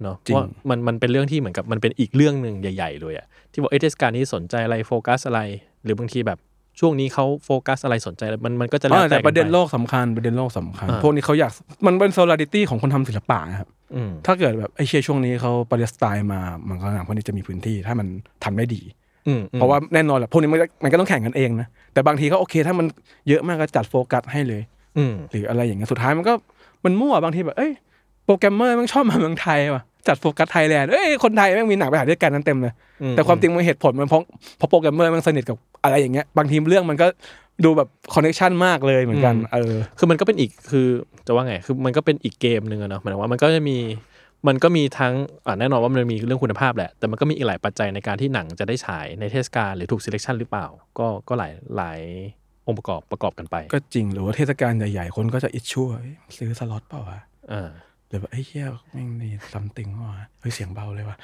เนาะ
จริง
ว่ามันมันเป็นเรื่องที่เหมือนกับมันเป็นอีกเรื่องหนึ่งใหญ่ๆเลยอะที่บอกเอยเทศกาลนี้สนใจอะไรโฟกัสอะไร หรือบางทีแบบช่วงนี้เขาโฟกัสอะไรสนใจอะไรมันมันก็จะแล้ว
อ่า
แต่
แต่
กัไ
ประเด็นโลกสำคัญประเด็นโลกสำคัญ
อ่า
พวกนี้เขาอยากมันเป็นโซลาริตี้ของคนทำศิลปะนะครับ
อืม
ถ้าเกิดแบบไอเชียช่วงนี้เขาปาเลสไตน์มามันก็หนังพวกนี้จะมีพื้นที่ถ้ามันทำได้ดี
อืมอืม
เพราะว่าแน่นอนแหละพวกนี้มันก็มันก็ต้องแข่งกันเองนะแต่บางทีก็โอเค ถ้ามันเยอะมากก็จัดโฟกัสให้เลย
อืม
หรืออะไรอย่างเงี้ยสุดท้ายมันก็มันมั่วบางทีแบบเอ้ยโปรแกรมเมอร์มันชอบมาเมืองไทยว่ะจัดโฟกัสไทยแลนด์เอ้ยคนไทยแม่งมีหนังไปหาด้วยกันนั้นเต็มเลย
อื
แต่ความจริงมันเหตุผลมันเพราะเพราะโปรแกรมเมอร์มันสนิทกับอะไรอย่างเงี้ยบางทีเรื่องมันก็ดูแบบคอนเนคชันมากเลยเหมือนกันเออ
คือมันก็เป็นอีกคือจะว่าไงคือมันก็เป็นอีกเกมหนึ่งอะเนาะหมายถึงว่ามันก็จะมีมันก็มีทั้งอ่ะแน่นอนว่ามันมีเรื่องคุณภาพแหละ แต่มันก็มีอีกหลายปัจจัยในการที่หนังจะได้ฉายในเทศกาลหรือถูก selection หรือเปล่า ก็ก็หลายหลายองค์ประกอบประกอบกันไป
ก็จริงหรือว่าเทศกาลใหญ่ๆ คนก็จะอิชชั่วซื้อสล็อตเปล่าวะ
อ่า
หรือแบบไอ้เหี้ยแม่งนี่ซัมติงวะเฮ้ยเสียงเบาเลยวะ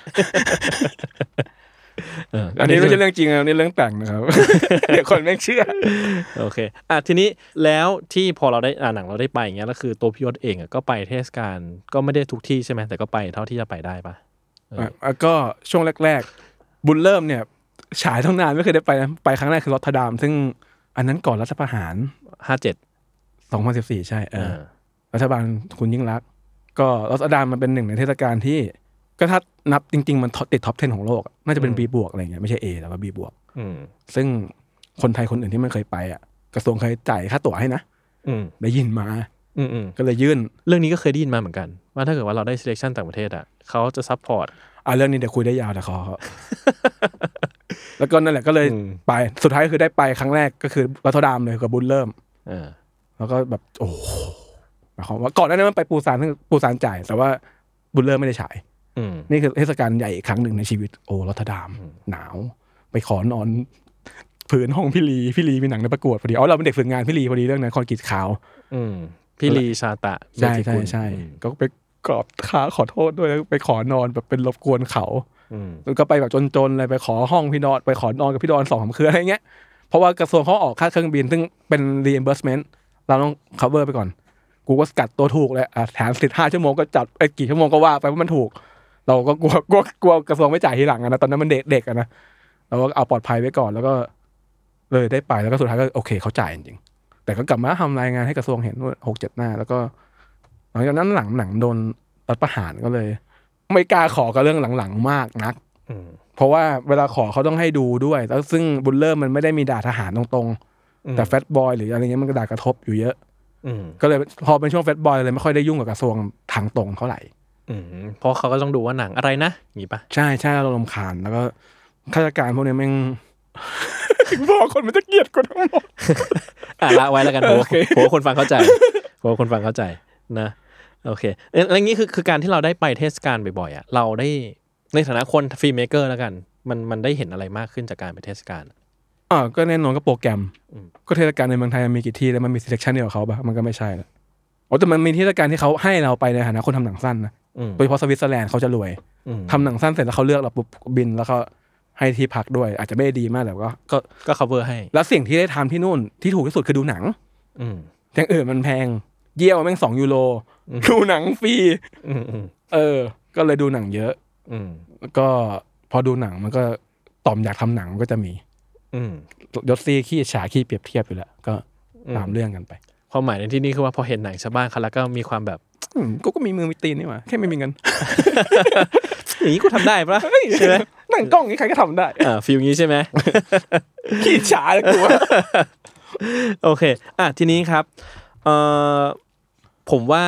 เออ
อั
อั
น
น
นี้
นี้
ไม่
ไม่
ใช่
ใช่
เรื่องจริงนะอันนี้เรื่องแต่งนะครับ เดี๋ยวคนแม่งเชื่อ
โอเคอ่ะทีนี้แล้วที่พอเราได้อ่าหนังเราได้ไปอย่างเงี้ยแล้วคือตัวพี่ยศเองอ่ะก็ไปเทศกาลก็ไม่ได้ทุกที่ใช่ไหมแต่ก็ไปเท่าที่จะไปได้ปะ เออ
อ่ะก็ช่วงแรก ๆ บุญเริ่มเนี่ย ฉายตั้งนานไม่เคยได้ไปนะไปครั้งแรกคือรอตเทอร์ดาม ซึ่งอันนั้นก่อนรัฐประหาร
ห้าเจ็ด
2014 ใช่เอ
อ่
อา รัฐบาลคุณยิ่งรักษณ์ก็รอตเทอร์ดามมันเป็นหนึ่งในเทศกาลที่ ก็ถ้านับจริง ๆ มันติดท็อป10ของโลกอะน่าจะเป็น B บวกอะไรเงี้ยไม่ใช่ A แต่ว่า B บวก
อืม
ซึ่งคนไทยคนอื่นที่ไม่เคยไปอ่ะกระทรวงเคยจ่ายค่าตั๋วให้นะ
อืม
ได้ยินมา
อืมอืม
ก็เลยยื่น
เรื่องนี้ก็เคยได้ยินมาเหมือนกัน ว่าถ้าเกิดว่าเราได้ selection ต่างประเทศอ่ะเขาจะ support
อ่ะเรื่องนี้เดี๋ยวคุยได้ยาวแต่ขอ แล้วก็นั่นแหละก็เลย
อืม
ไปสุดท้ายคือได้ไปครั้งแรกก็คือรัตดามเลยกับบุญเริ่ม
อ่า
แล้วก็แบบโอ้โหหมายความว่าก่อนหน้านั้นมันไปปูซานซึ่งปูซานจ่าย แต่ว่าบุญเริ่มไม่ได้ฉาย
อืม
นี่คือเทศกาลใหญ่อีกครั้งหนึ่งในชีวิตโอ้รัตดาม หนาว ไปขอนอนผืนห้องพี่ลีพี่ลีมีหนังในประกวดพอดีอ๋อเราเป็นเด็กฝึกงานพี่ลีพอดีเรื่องนั้นคอนกรีตขาว
อืมพี่ลีชาตะ
ใช่
เบญจ
ใช่
กุล
ใช่ก็ไปกรอบ ขาขอโทษด้วยแล้วไปขอนอนแบบเป็นรบกวนเขา
อืม
แล้วก็ไปแบบจนๆเลยไปขอห้องพี่ดอนไปขอนอนกับพี่ดอนสองสามคืนอะไรเงี้ยเพราะว่ากระทรวงเขาออกค่าเครื่องบิน ซึ่งเป็น reimbursement เราต้อง cover ไปก่อน กูก็กัดตัวถูกเลยอ่ะแถมสิทธิ์ห้าชั่วโมงก็จัดไอ้ยกี่ชั่วโมงก็ว่าไปเพราะมันถูก เราก็กลัวกลัวกลัวกระทรวงไม่จ่ายทีหลังอะนะตอนนั้นมันเด็กเด็กอะนะเราก็เอาปลอดภัยไว้ก่อนแล้วก็เลยได้ไปแล้วก็สุดท้ายก็โอเคเขาจ่ายจริงๆแต่ก็กลับมาทำรายงานให้กระทรวงเห็นว่าหกเจ็ดหน้า แล้วก็ หลังจากนั้นหลังหนังโดนรัฐประหารก็เลย ไม่กล้าขอกับเรื่องหลังๆมากนัก
อืม
เพราะว่าเวลาขอเขาต้องให้ดูด้วย แล้วซึ่งบุลเลอร์มันไม่ได้มีด่าทหารตรง
อืม
ๆ แต่แฟตบอยหรืออะไรเงี้ยมันก็ด่ากระทบอยู่เยอะ
อืม
ก็เลยพอเป็นช่วงแฟตบอยเลยไม่ค่อยได้ยุ่งกับกระทรวงทางตรงเท่าไหร่
อืมเพราะเขาก็ต้องดูว่าหนังอะไรนะอย่างงี้ปะ
ใช่ใช่เราลำคาญแล้วก็ข้าราชการพวกเนี้ยแม่ง ถึงบอกคนมันจะเกลียดกูทั้งหมด
อ่ะละไว้ แล้วกันผมว่าผมว่าคนฟังเข้าใจผมว่าคนฟังเข้าใจนะโอเคเอ้ยแล้วอย่างงี้คือคือการที่เราได้ไปเทศกาลบ่อยๆอ่ะเราได้ในฐานะคนฟรีเมเกอร์แล้วกัน มันมันได้เห็นอะไรมากขึ้นจากการไปเทศกาล
อ่าก็แน่นอนก็โปรแกรม
อืม
ก็เทศกาลในเมืองไทยมันมีกี่ที่แล้วมันมีเซเลคชันเดียวกับเขาปะมันก็ไม่ใช่ละอ๋อแต่มันมีเทศกาลที่เขาให้เราไปในฐานะคนทำหนังสั้นนะ
อืม
โดยเฉพาะสวิตเซอร์แลนด์เขาจะรวย
อืม
ทำหนังสั้นเสร็จแล้วเขาเลือกเราปุ๊บบินแล้วเขาให้ที่พักด้วย อาจจะไม่ได้ดีมากแต่ก็ก็
ก็ cover ให้
แล้วสิ่งที่ได้ทำที่นู่นที่ถูกที่สุดคือดูหนัง
อืม
อย่างอื่นมันแพง เยี่ยวแม่งสองยูโรดูหนังฟรี
อืมอืม
เออ ก็เลยดูหนังเยอะ
อืม
แล้วก็ พอดูหนังมันก็ต่อมอยากทำหนังมันก็จะมี
อืม
ยศซี่ขี้ฉาขี้เปรียบเทียบอยู่แล้วก็ตามเรื่องกันไป
ความหมายในที่นี่คือว่าพอเห็นหนังชาวบ้านเขาแล้วก็มีความแบบ
อืมกูก็มีมือมีตีนนี่หว่าแค่ไม่มีเงิน
อย่างนี้กูทำได้ปะใช่ไหม
หนังกล้องนี่ใครก็ทำได้
อ่าฟีลงี้ใช่ไหม
ขี้ฉาเลยกูว่า
โอเค อ่ะ ทีนี้ครับ เอ่อ ผมว่า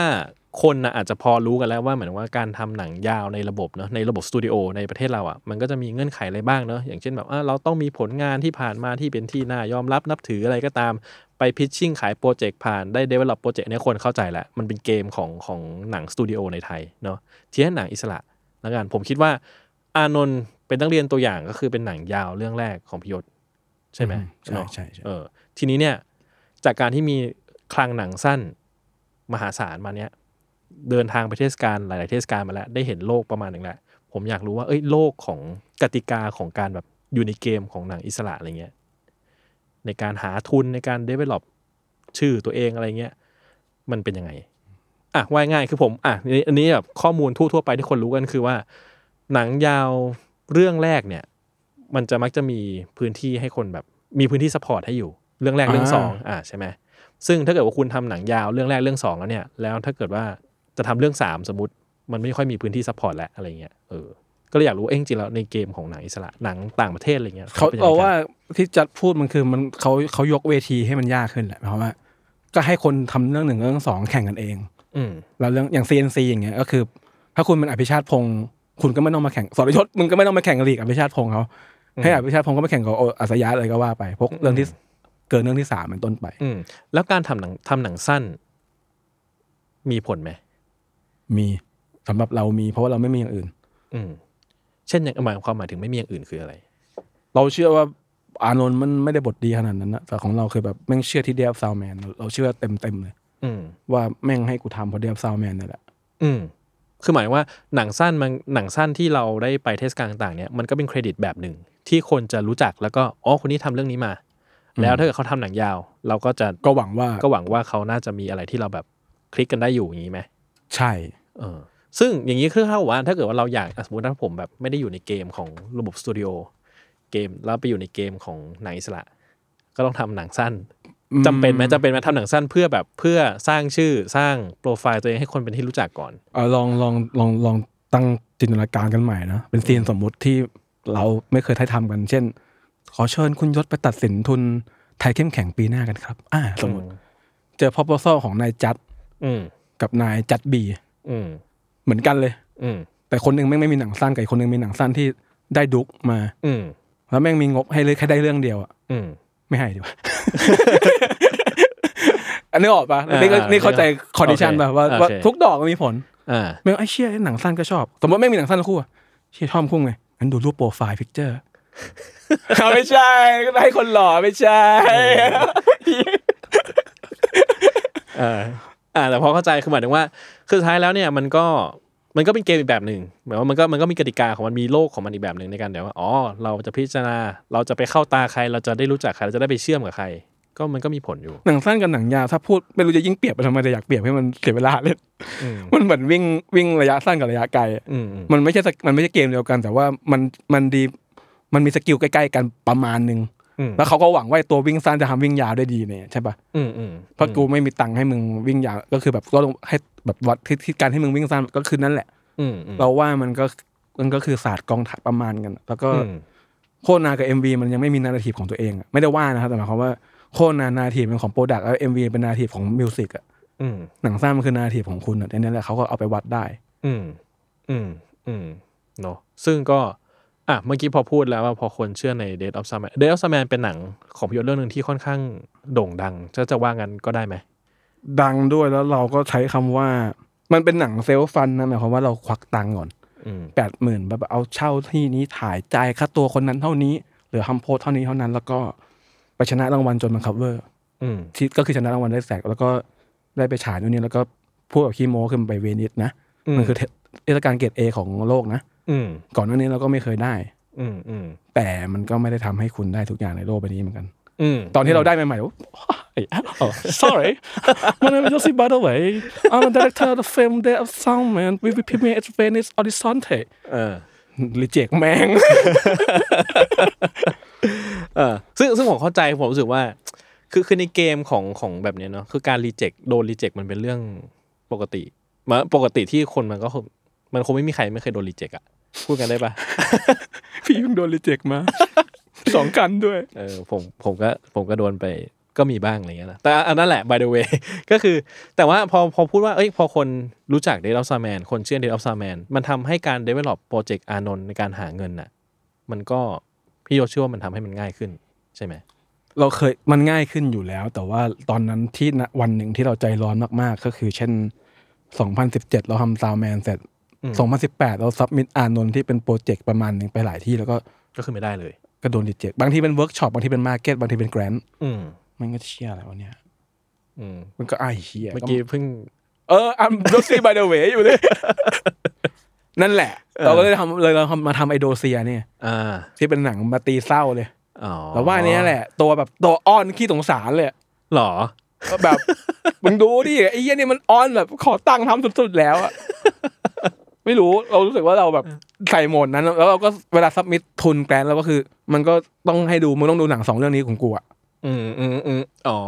คนนะอาจจะพอรู้กันแล้วว่าเหมือนว่าการทำหนังยาวในระบบเนาะ ในระบบสตูดิโอในประเทศเราอ่ะ มันก็จะมีเงื่อนไขอะไรบ้างเนาะ อย่างเช่นแบบอ่ะเราต้องมีผลงานที่ผ่านมาที่เป็นที่น่ายอมรับนับถืออะไรก็ตาม ไปพิชชิ่งขายโปรเจกต์ผ่านได้ develop โปรเจกต์เนี่ยคนเข้าใจแล้ว มันเป็นเกมของของหนังสตูดิโอในไทยเนาะทีนี้หนังอิสระละกันผมคิดว่า อานนท์เป็นนักเรียนตัวอย่างก็คือเป็นหนังยาวเรื่องแรกของพิยศใช่ไหม
อืมใช่
เนาะ
ใช่ใช่
เออ ทีนี้เนี่ยจากการที่มีคลังหนังสั้นมหาศาลมาเนี่ยเดินทางไปเทศกาลหลาย ๆ เทศกาลมาแล้ว ได้เห็นโลกประมาณหนึ่งแล้ว ผมอยากรู้ว่าเอ้ยโลกของกติกาของการแบบอยู่ในเกมของหนังอิสระอะไรเงี้ยในการหาทุนในการ develop ชื่อตัวเองอะไรเงี้ยมันเป็นยังไง อ่ะว่าง่ายคือผมอ่ะอันนี้อันนี้แบบข้อมูลทั่วๆไปที่คนรู้กันคือว่า หนังยาวเรื่องแรกเนี่ย มันจะมักจะมีพื้นที่ให้คนแบบมีพื้นที่สปอร์ตให้อยู่ เรื่องแรกเรื่องสองอ่ะใช่ไหมซึ่งถ้าเกิดว่าคุณทำหนังยาวเรื่องแรกเรื่องสองแล้วเนี่ย แล้วถ้าเกิดว่าจะทำเรื่องสามสมมติมันไม่ค่อยมีพื้นที่สปอร์ตแล้วอะไรเงี้ยเออก็เลยอยากรู้ว่าเอ้ยจริงๆแล้วในเกมของหนังอิสระหนังต่างประเทศอะไรเงี้ย
เขา
ป็นยังไง
เรา
กัน
ว่าที่จัดพูดมันคือมันเขาเขายกเวทีให้มันยากขึ้นแหละเพราะว่า ก็ให้คนทำเรื่องหนึ่งเรื่องสองแข่งกันเอง
อืม
แล้วเรื่องอย่าง CNC อย่างเงี้ยก็คือ ถ้าคุณเป็นอภิชาติพงศ์คุณก็ไม่ต้องมาแข่งสรยศมึงก็ไม่ต้องมาแข่งกับลีกอภิชาติพงศ์เขาให้อภิชาติพงศ์ก็ไปแข่งกับโออัศยะเลยก็ว่าไปพวกเรื่องที่เกินเรื่องที่สามเป็นต้นไป
อืม แล้วการทำหนังทำหนังสั้น มีผลไหม
มีสำหรับเรามีเพราะว่าเราไม่มีอย่างอื่น
อืม เช่นอย่างหมายความหมายถึงไม่มีอย่างอื่นคืออะไร
เราเชื่อว่าอานนท์มันไม่ได้บทดีขนาดนั้นนะแต่ของเราคือแบบแม่งเชื่อที่เดียบซาวแมนเราเชื่อเต็มเต็มๆเลย
อืม
ว่าแม่งให้กูทำเพราะเดียบซาวแมนนี่แหละ
อืม คือหมายว่าหนังสั้นมันหนังสั้นที่เราได้ไปเทศกาลต่างๆเนี่ยมันก็เป็นเครดิตแบบหนึ่ง ที่คนจะรู้จักแล้วก็อ๋อคนนี้ทำเรื่องนี้มา แล้วถ้าเกิดเขาทำหนังยาว เราก็จะ
ก็หวังว่า
ก็หวังว่าเขาน่าจะมีอะไรที่เราแบบคลิกกันได้อยู่อย่างนี้ไหม
ใช่
เออซึ่งอย่างนี้คือเท่ากับว่าถ้าเกิดว่าเราอยากอ่ะสมมติถ้าผมแบบไม่ได้อยู่ในเกมของระบบสตูดิโอเกมแล้วไปอยู่ในเกมของหนังอิสระ ก็ต้องทำหนังสั้น
อืม
จำเป็นไหมจำเป็นไหมทำหนังสั้นเพื่อแบบเพื่อสร้างชื่อสร้างโปรไฟล์ตัวเองให้คนเป็นที่รู้จักก่อน
เออลองลองลองลองตั้งจินตนาการกันใหม่นะ เป็นซีนสมมุติที่เราไม่เคยได้ทำกัน เช่น ขอเชิญคุณยศไปตัดสินทุนไทยเข้มแข็งปีหน้ากันครับ อ่า สมมติ เจอพอปซอของนายจัด
อืม
กับนายจัดบี
อืม
เหมือนกันเลย
อืม
แต่คนหนึงแม่งไม่มีหนังสั้นกับอีกคนหนึงมีหนังสั้นที่ได้ดุกมา
อืม
แล้วแม่งมีงบให้เลยแค่ได้เรื่องเดียวอะ
อืม
ไม่ให้ ดีกว่า อันนี้ออกปะนี่ก็
อ่า
นี่เข้าใจคอนดิชัน
โอเค
ป่ะว่า
โอ
ว่า
เค
ทุกดอกมันมีผล
อ่า
ไม่งไอ้เชี่ยหนังสั้นก็ชอบ สมมติไม่งมีหนังสั้นคู่อะเชี่ยชอบคู่ไงงั้นดูรูปโปรไฟล์พิกเจอร์ ไม่ใช่ก็ให้คนหล่อไม่ใช่
เอออ่าแต่พอเข้าใจคือหมายถึงว่าคือสุดท้ายแล้วเนี่ยมันก็มันก็เป็นเกมอีกแบบหนึ่งหมายว่ามันก็มันก็มีกติกาของมันมีโลกของมันอีกแบบหนึ่งในการเดี๋ยวว่าอ๋อเราจะพิจารณาเราจะไปเข้าตาใคร เราจะได้รู้จักใครเราจะได้ไปเชื่อมกับใคร ก็มันก็มีผลอยู่
หนังสั้นกับหนังยาวถ้าพูดไม่รู้จะยิ่งเปรียบไปทำไมแต่อยากเปรียบให้มันเสียเวลาเล่น
อืม
มันเหมือนวิ่งวิ่งระยะสั้นกับระยะไกลอะ
อืมอืม
มันไม่ใช่สกมันไม่ใช่เกมเดียวกัน แต่ว่ามันมันดีมันมีสกิลใกล้ๆกันประมาณหนึ่ง
อืม
แล้วเขาก็หวังว่าไอ้ตัววิ่งสั้นจะทำวิ่งยาวได้ดีเนี่ยใช่ปะ
อืมอืม
เพราะกูไม่มีตังค์ให้มึงวิ่งยาวก็คือแบบก็ต้องให้แบบวัดที่ที่การให้มึงวิ่งสั้นก็คือนั่นแหละ
อืมอืม
เราว่ามันก็มันก็คือศาสตร์กองถ่ายประมาณกัน แล้วก็
อืม
โคนากับ MV มันยังไม่มีนาทีฟของตัวเองอะไม่ได้ว่านะครับแต่หมายความว่าโคนานาทีฟเป็นของโปรดักต์แล้วเอ็มวีเป็นนาทีฟของมิวสิกอะ
อืม
หนังสั้นมันคือนาทีฟของคุณอะในนั้นแหละเขาก็เอาไปวัดได้
อืมอืมอืมเนอะซึ่งก็อ่ะเมื่อกี้พอพูดแล้วว่าพอคนเชื่อใน Dead of Summer Dead of Summer เป็นหนังของพิยศเรื่องหนึ่งที่ค่อนข้างโด่งดังจะจะว่างั้นก็ได้ไหม
ดังด้วยแล้วเราก็ใช้คำว่า มันเป็นหนังเซลฟ์ฟันนะหมายความว่าเราควักตังค์ก่อน
อืม
แปดหมื่นแบบเอาเช่าที่นี้ถ่ายจ่ายค่าตัวคนนั้นเท่านี้หรือทำโพสเท่านี้เท่านั้น แล้วก็ไปชนะรางวัลจนมันคัฟเวอร์
อืม
ที่ก็คือชนะรางวัลได้แสกแล้วก็ได้ไปฉายนู่นนี่แล้วก็พูดกับคีโมขึ้นไปเวนิสนะ
อืม
มันคือเทเทศกาลเกรดเอของโลกนะ
อืม
ก่อนหน้านี้เราก็ไม่เคยได้
อืมอืม
แต่มันก็ไม่ได้ทำให้คุณได้ทุกอย่างในโลกใบนี้เหมือนกัน
อืม
ตอนที่เราได้ใหม่ๆโอ้ sorry my name is Josie by the way I'm the director of the film Day of Sound Man we will premiere at Venice Horizonte
เออ
รีเจกแมง
เออซึ่งซึ่งผมเข้าใจผมรู้สึกว่า คือคือในเกมของของแบบเนี้ยเนาะคือการรีเจ็คโดนรีเจ็คมันเป็นเรื่องปกติมาปกติที่คนมันก็คงมันคงไม่มีใครไม่เคยโดนรีเจ็คอะพูดกันได้ปะ
พี่เพิ่งโดนรีเจกมา สองกันด้วย
เออผมผมก็ผมก็โดนไปก็มีบ้างอะไรเงี้ยนะแต่อันนั้นแหละ by the way ก็คือ แต่ว่าพอพอพูดว่าเอ้ยพอคนรู้จัก d a t of s a m a n คนเชื่อ d a t of s a m a n มันทำให้การ develop project อานนท์ในการหาเงินน่ะ มันก็พี่โยเชื่อว่ามันทำให้มันง่ายขึ้นใช่ไหม
เราเคยมันง่ายขึ้นอยู่แล้ว แต่ว่าตอนนั้นที่ณวันหนึ่งที่เราใจร้อนมากๆ ก็คือเช่น 2017 เราทำซาวแมนเสร็จ 2018 เราซับมิดอานนท์ที่เป็นโปรเจกต์ประมาณหนึ่งไปหลายที่แล้วก็
ก็คือไม่ได้เลย
ก็โดนรีเจกบางทีเป็นเวิร์กช็อปบางทีเป็นมาร์เก็ตบางทีเป็นแกรนด์
อืม
มันก็เชี่ยอะไรวะเนี่ย
อืม
มันก็ไอ้เชี่ย
เมื่อกี้เพิ่ง
เอออัมโดซีบายเดอะเวอยู่เลย นั่นแหละ เราก็เลยทำเลยเราทำมาทำไอโดเซียเนี่ย
อ่า
ที่เป็นหนังมาตีเศร้าเลย
อ๋อ
เราว่าอันเนี้ยแหละ ตัวแบบตัวอ้อนขี้สงสารเลยอะ
หรอ
ก็แบบ มึงดูดิไอ้เหี้ยนี่มันออนแบบขอตังค์ทำสุดๆแล้วอะ ไม่รู้เรารู้สึกว่าเราแบบใส่โหมดนั้น แล้วเราก็เวลาซับมิดทุนแกรนเราก็คือ มันก็ต้องให้ดูมึงต้องดูหนังสองเรื่องนี้ของกูอะ
อืมอืมอืมอ๋อ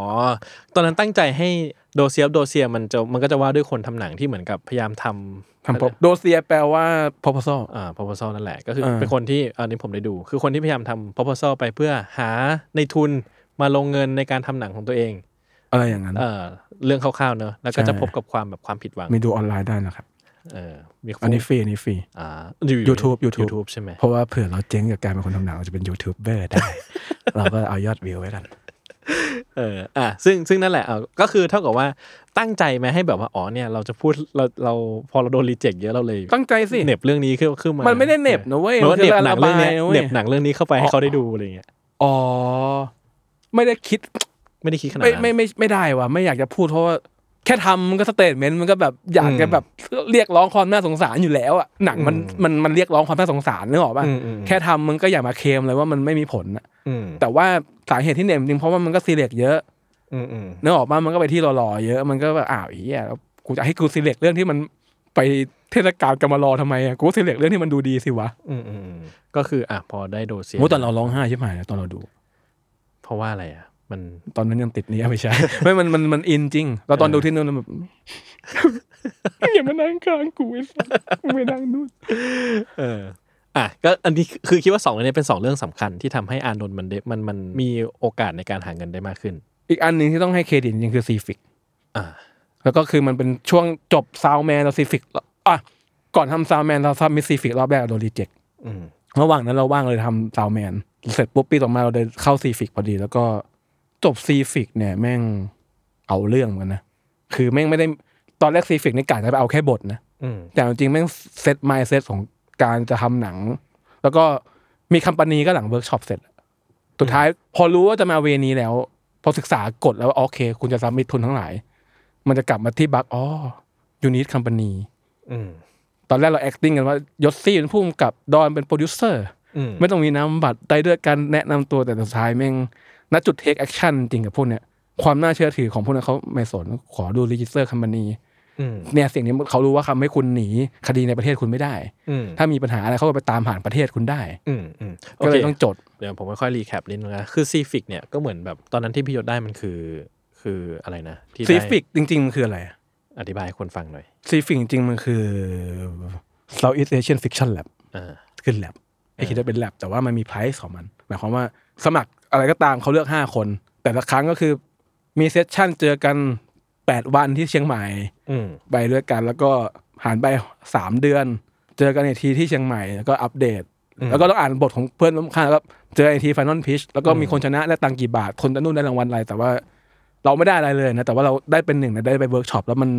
ตอนนั้นตั้งใจให้โดเซียบโดเซียมันจะมันก็จะว่าด้วยคนทำหนังที่เหมือนกับพยายามทำ
ทำปบโดเซียแปลว่า proposal
อ่า proposal นั่นแหละก็คืออา เป็นคนที่อันนี้ผมได้ดู คือคนที่พยายามทำ proposal ไปเพื่อหาในทุนมาลงเงินในการทำหนังของตัวเอง
อะไรอย่างนั้น
เอ่อเรื่องคร่าวๆเนอะแล้วก็
ใช่
จะพบกับความแบบความผิดหวัง
มีดูออนไลน์ได้นะครับ
เออมี
อันนี้ฟรีอันนี้ฟรี
อ่า
YouTube YouTube
YouTube ใช่ไหม
เพราะว่าเผื่อเราเจ๊งกับการเป็นคนทำหนังเราจะเป็นยูทูบเบอร์ได้ เราก็เอายอดวิวไว้กัน
เอออ่ะซึ่งซึ่งนั่นแหละอ่ะก็คือเท่ากับว่าตั้งใจไหมให้แบบว่าอ๋อเนี่ยเราจะพูดเราเราพอเราโดนรีเจ็คเยอะเราเลย
ตั้งใจสิ
เหน็บเรื่องนี้ขึ้นขึ้นมา
มันไม่ได้เหน็บนะเว้ย
หมือว่าเหน็บหนังเรื่องเนี้ย
มันคือการระบายนะเว้ย
เหน็บหนังเรื่องนี้เข้าไปให้เขาได้ดูอะไรเงี้ย
อ๋อไม่ได้คิด
ไม่ได้คิดขนาด
ไม่
นั้น
ไม่ไม่ไม่ได้ว่ะไม่อยากจะพูดเพราะว่าแค่ทำมันก็สเตทเมนต์มันก็แบบอยากจะแบบเรียกร้องความน่าสงสารอยู่แล้วอ่ะหนังมัน
อืม
มันมันเรียกร้องความน่าสงสารนึกออกป่ะ
อืมอืม
แค่ทำมันก็อย่ามาเคลมเลยว่ามันไม่มีผลน่ะ
อืม
แต่ว่าสาเหตุที่เหน็มจริงเพราะว่ามันก็ซีเล็กเยอะ
อืมอืม
นึกออกป่ะมันก็ไปที่หล่อๆเยอะมันก็แบบอ้าวอีอ่ะกูจะให้กูซีเล็กเรื่องที่มันไปเทศกาลกรรมารอทำไมอ่ะกูซีเล็กเรื่องที่มันดูดีสิวะ
อืมอืมอืมก็คืออ่ะพอได้โดเซีย
โมตอนเราร้องไห้ใช่ไหมตอนเราดู
เพราะว่าอะไรอ่ะ มัน
ตอนนั้นยังติดนี้ไม่ ใช่ ไม่มันมันมันอินจริง เราตอนดูที่นู่นมันแบบ อย่ามานั่งกลางกูไอ้สัสมึงไปนั่งนู่น
เออ อ่ะก็อันนี้คือคิดว่าสองเรื่องนี้เป็นสองเรื่องสำคัญที่ทำให้อานนท์มันเดมันมันมีโอกาสในการหาเงินได้มากขึ้น
อีกอันหนึ่งที่ต้องให้เครดิตจริงๆคือซีฟิก
อ่า
แล้วก็คือมันเป็นช่วงจบซาวแมนเราซีฟิกอ่ะก่อนทำซาวแมนเราซับมิซีฟิกรอบแรกเราโดนรีเจ็ค
อืม
ระหว่างนั้นเราว่างเลยทำซาวแมนเสร็จปุ๊บปีต่อมาเราเดินเข้าซีฟิกพอดี แล้วก็จบซีฟิกเนี่ยแม่งเอาเรื่องเหมือนกันนะคือแม่งไม่ได้ตอนแรกซีฟิกนี่กะจะไปเอาแค่บทนะ
อืม
แต่จริงๆแม่งเซตไมล์เซตของการจะทำหนัง แล้วก็มีคัมปานีก็หลังเวิร์กช็อปเสร็จสุดท้ายพอรู้ว่าจะมาเวนี้แล้ว พอศึกษากฎแล้วว่าโอเค คุณจะซัมมิททุนทั้งหลาย มันจะกลับมาที่บักอ๋อยูนิตคัมปานี
อืม
ตอนแรกเรา acting กันว่ายศซี่เป็นผู้กำกับดอนเป็นโปรดิวเซอร์
อืม
ไม่ต้องมีนามบัตรได้ด้วยกันแนะนำตัวแต่สุดท้ายแม่งณจุดเทคแอคชั่นจริงกับพวกเนี้ยความน่าเชื่อถือของพวกนั้นเขาไม่สนขอดูรีจิสเตอร์คัมปานี
อืม
เนี่ยสิ่งนี้เขารู้ว่าทำให้คุณหนีคดีในประเทศคุณไม่ได้
อืม
ถ้ามีปัญหาอะไรเขาก็ไปตามผ่านประเทศคุณได้
อืมอืมโอ
ก็
เค
เลยต้องจด
เดี๋ยวผมค่อยๆรีแคปนิดนึงนะคือซีฟิกเนี่ยก็เหมือนแบบตอนนั้นที่พี่ยศได้มันคือ คืออะไรนะ ที่ได้
ซีฟิกจริง ๆ มันคืออะไร
อธิบายให้คนฟังหน่อย
ซีฟิกจริง ๆ มันคือ Southeast Asian Fiction Lab
อ่า
ขึ้น lab ไอ้คิดว่าเป็น lab แต่ว่ามันมี price ของมัน หมายความว่าสมัครอะไรก็ตามเขาเลือก 5 คน แต่ละครั้งก็คือมีเซสชั่นเจอกัน 8 วันที่เชียงใหม่
อืม
ไปด้วยกัน แล้วก็ผ่านไป 3 เดือน เจอกันอีกทีที่เชียงใหม่แล้วก็อัปเดต แล้วก็ต้องอ่านบทของเพื่อนร่วมค่ายแล้วก็เจอไอกทีไฟนอลพิชแล้วก็มีคนชนะได้ตังค์กี่บาท คนนู้นได้รางวัลอะไร แต่ว่าเราไม่ได้อะไรเลยนะ แต่ว่าเราได้เป็นหนึ่งนะได้ไปเวิร์กช็อปแล้วมัน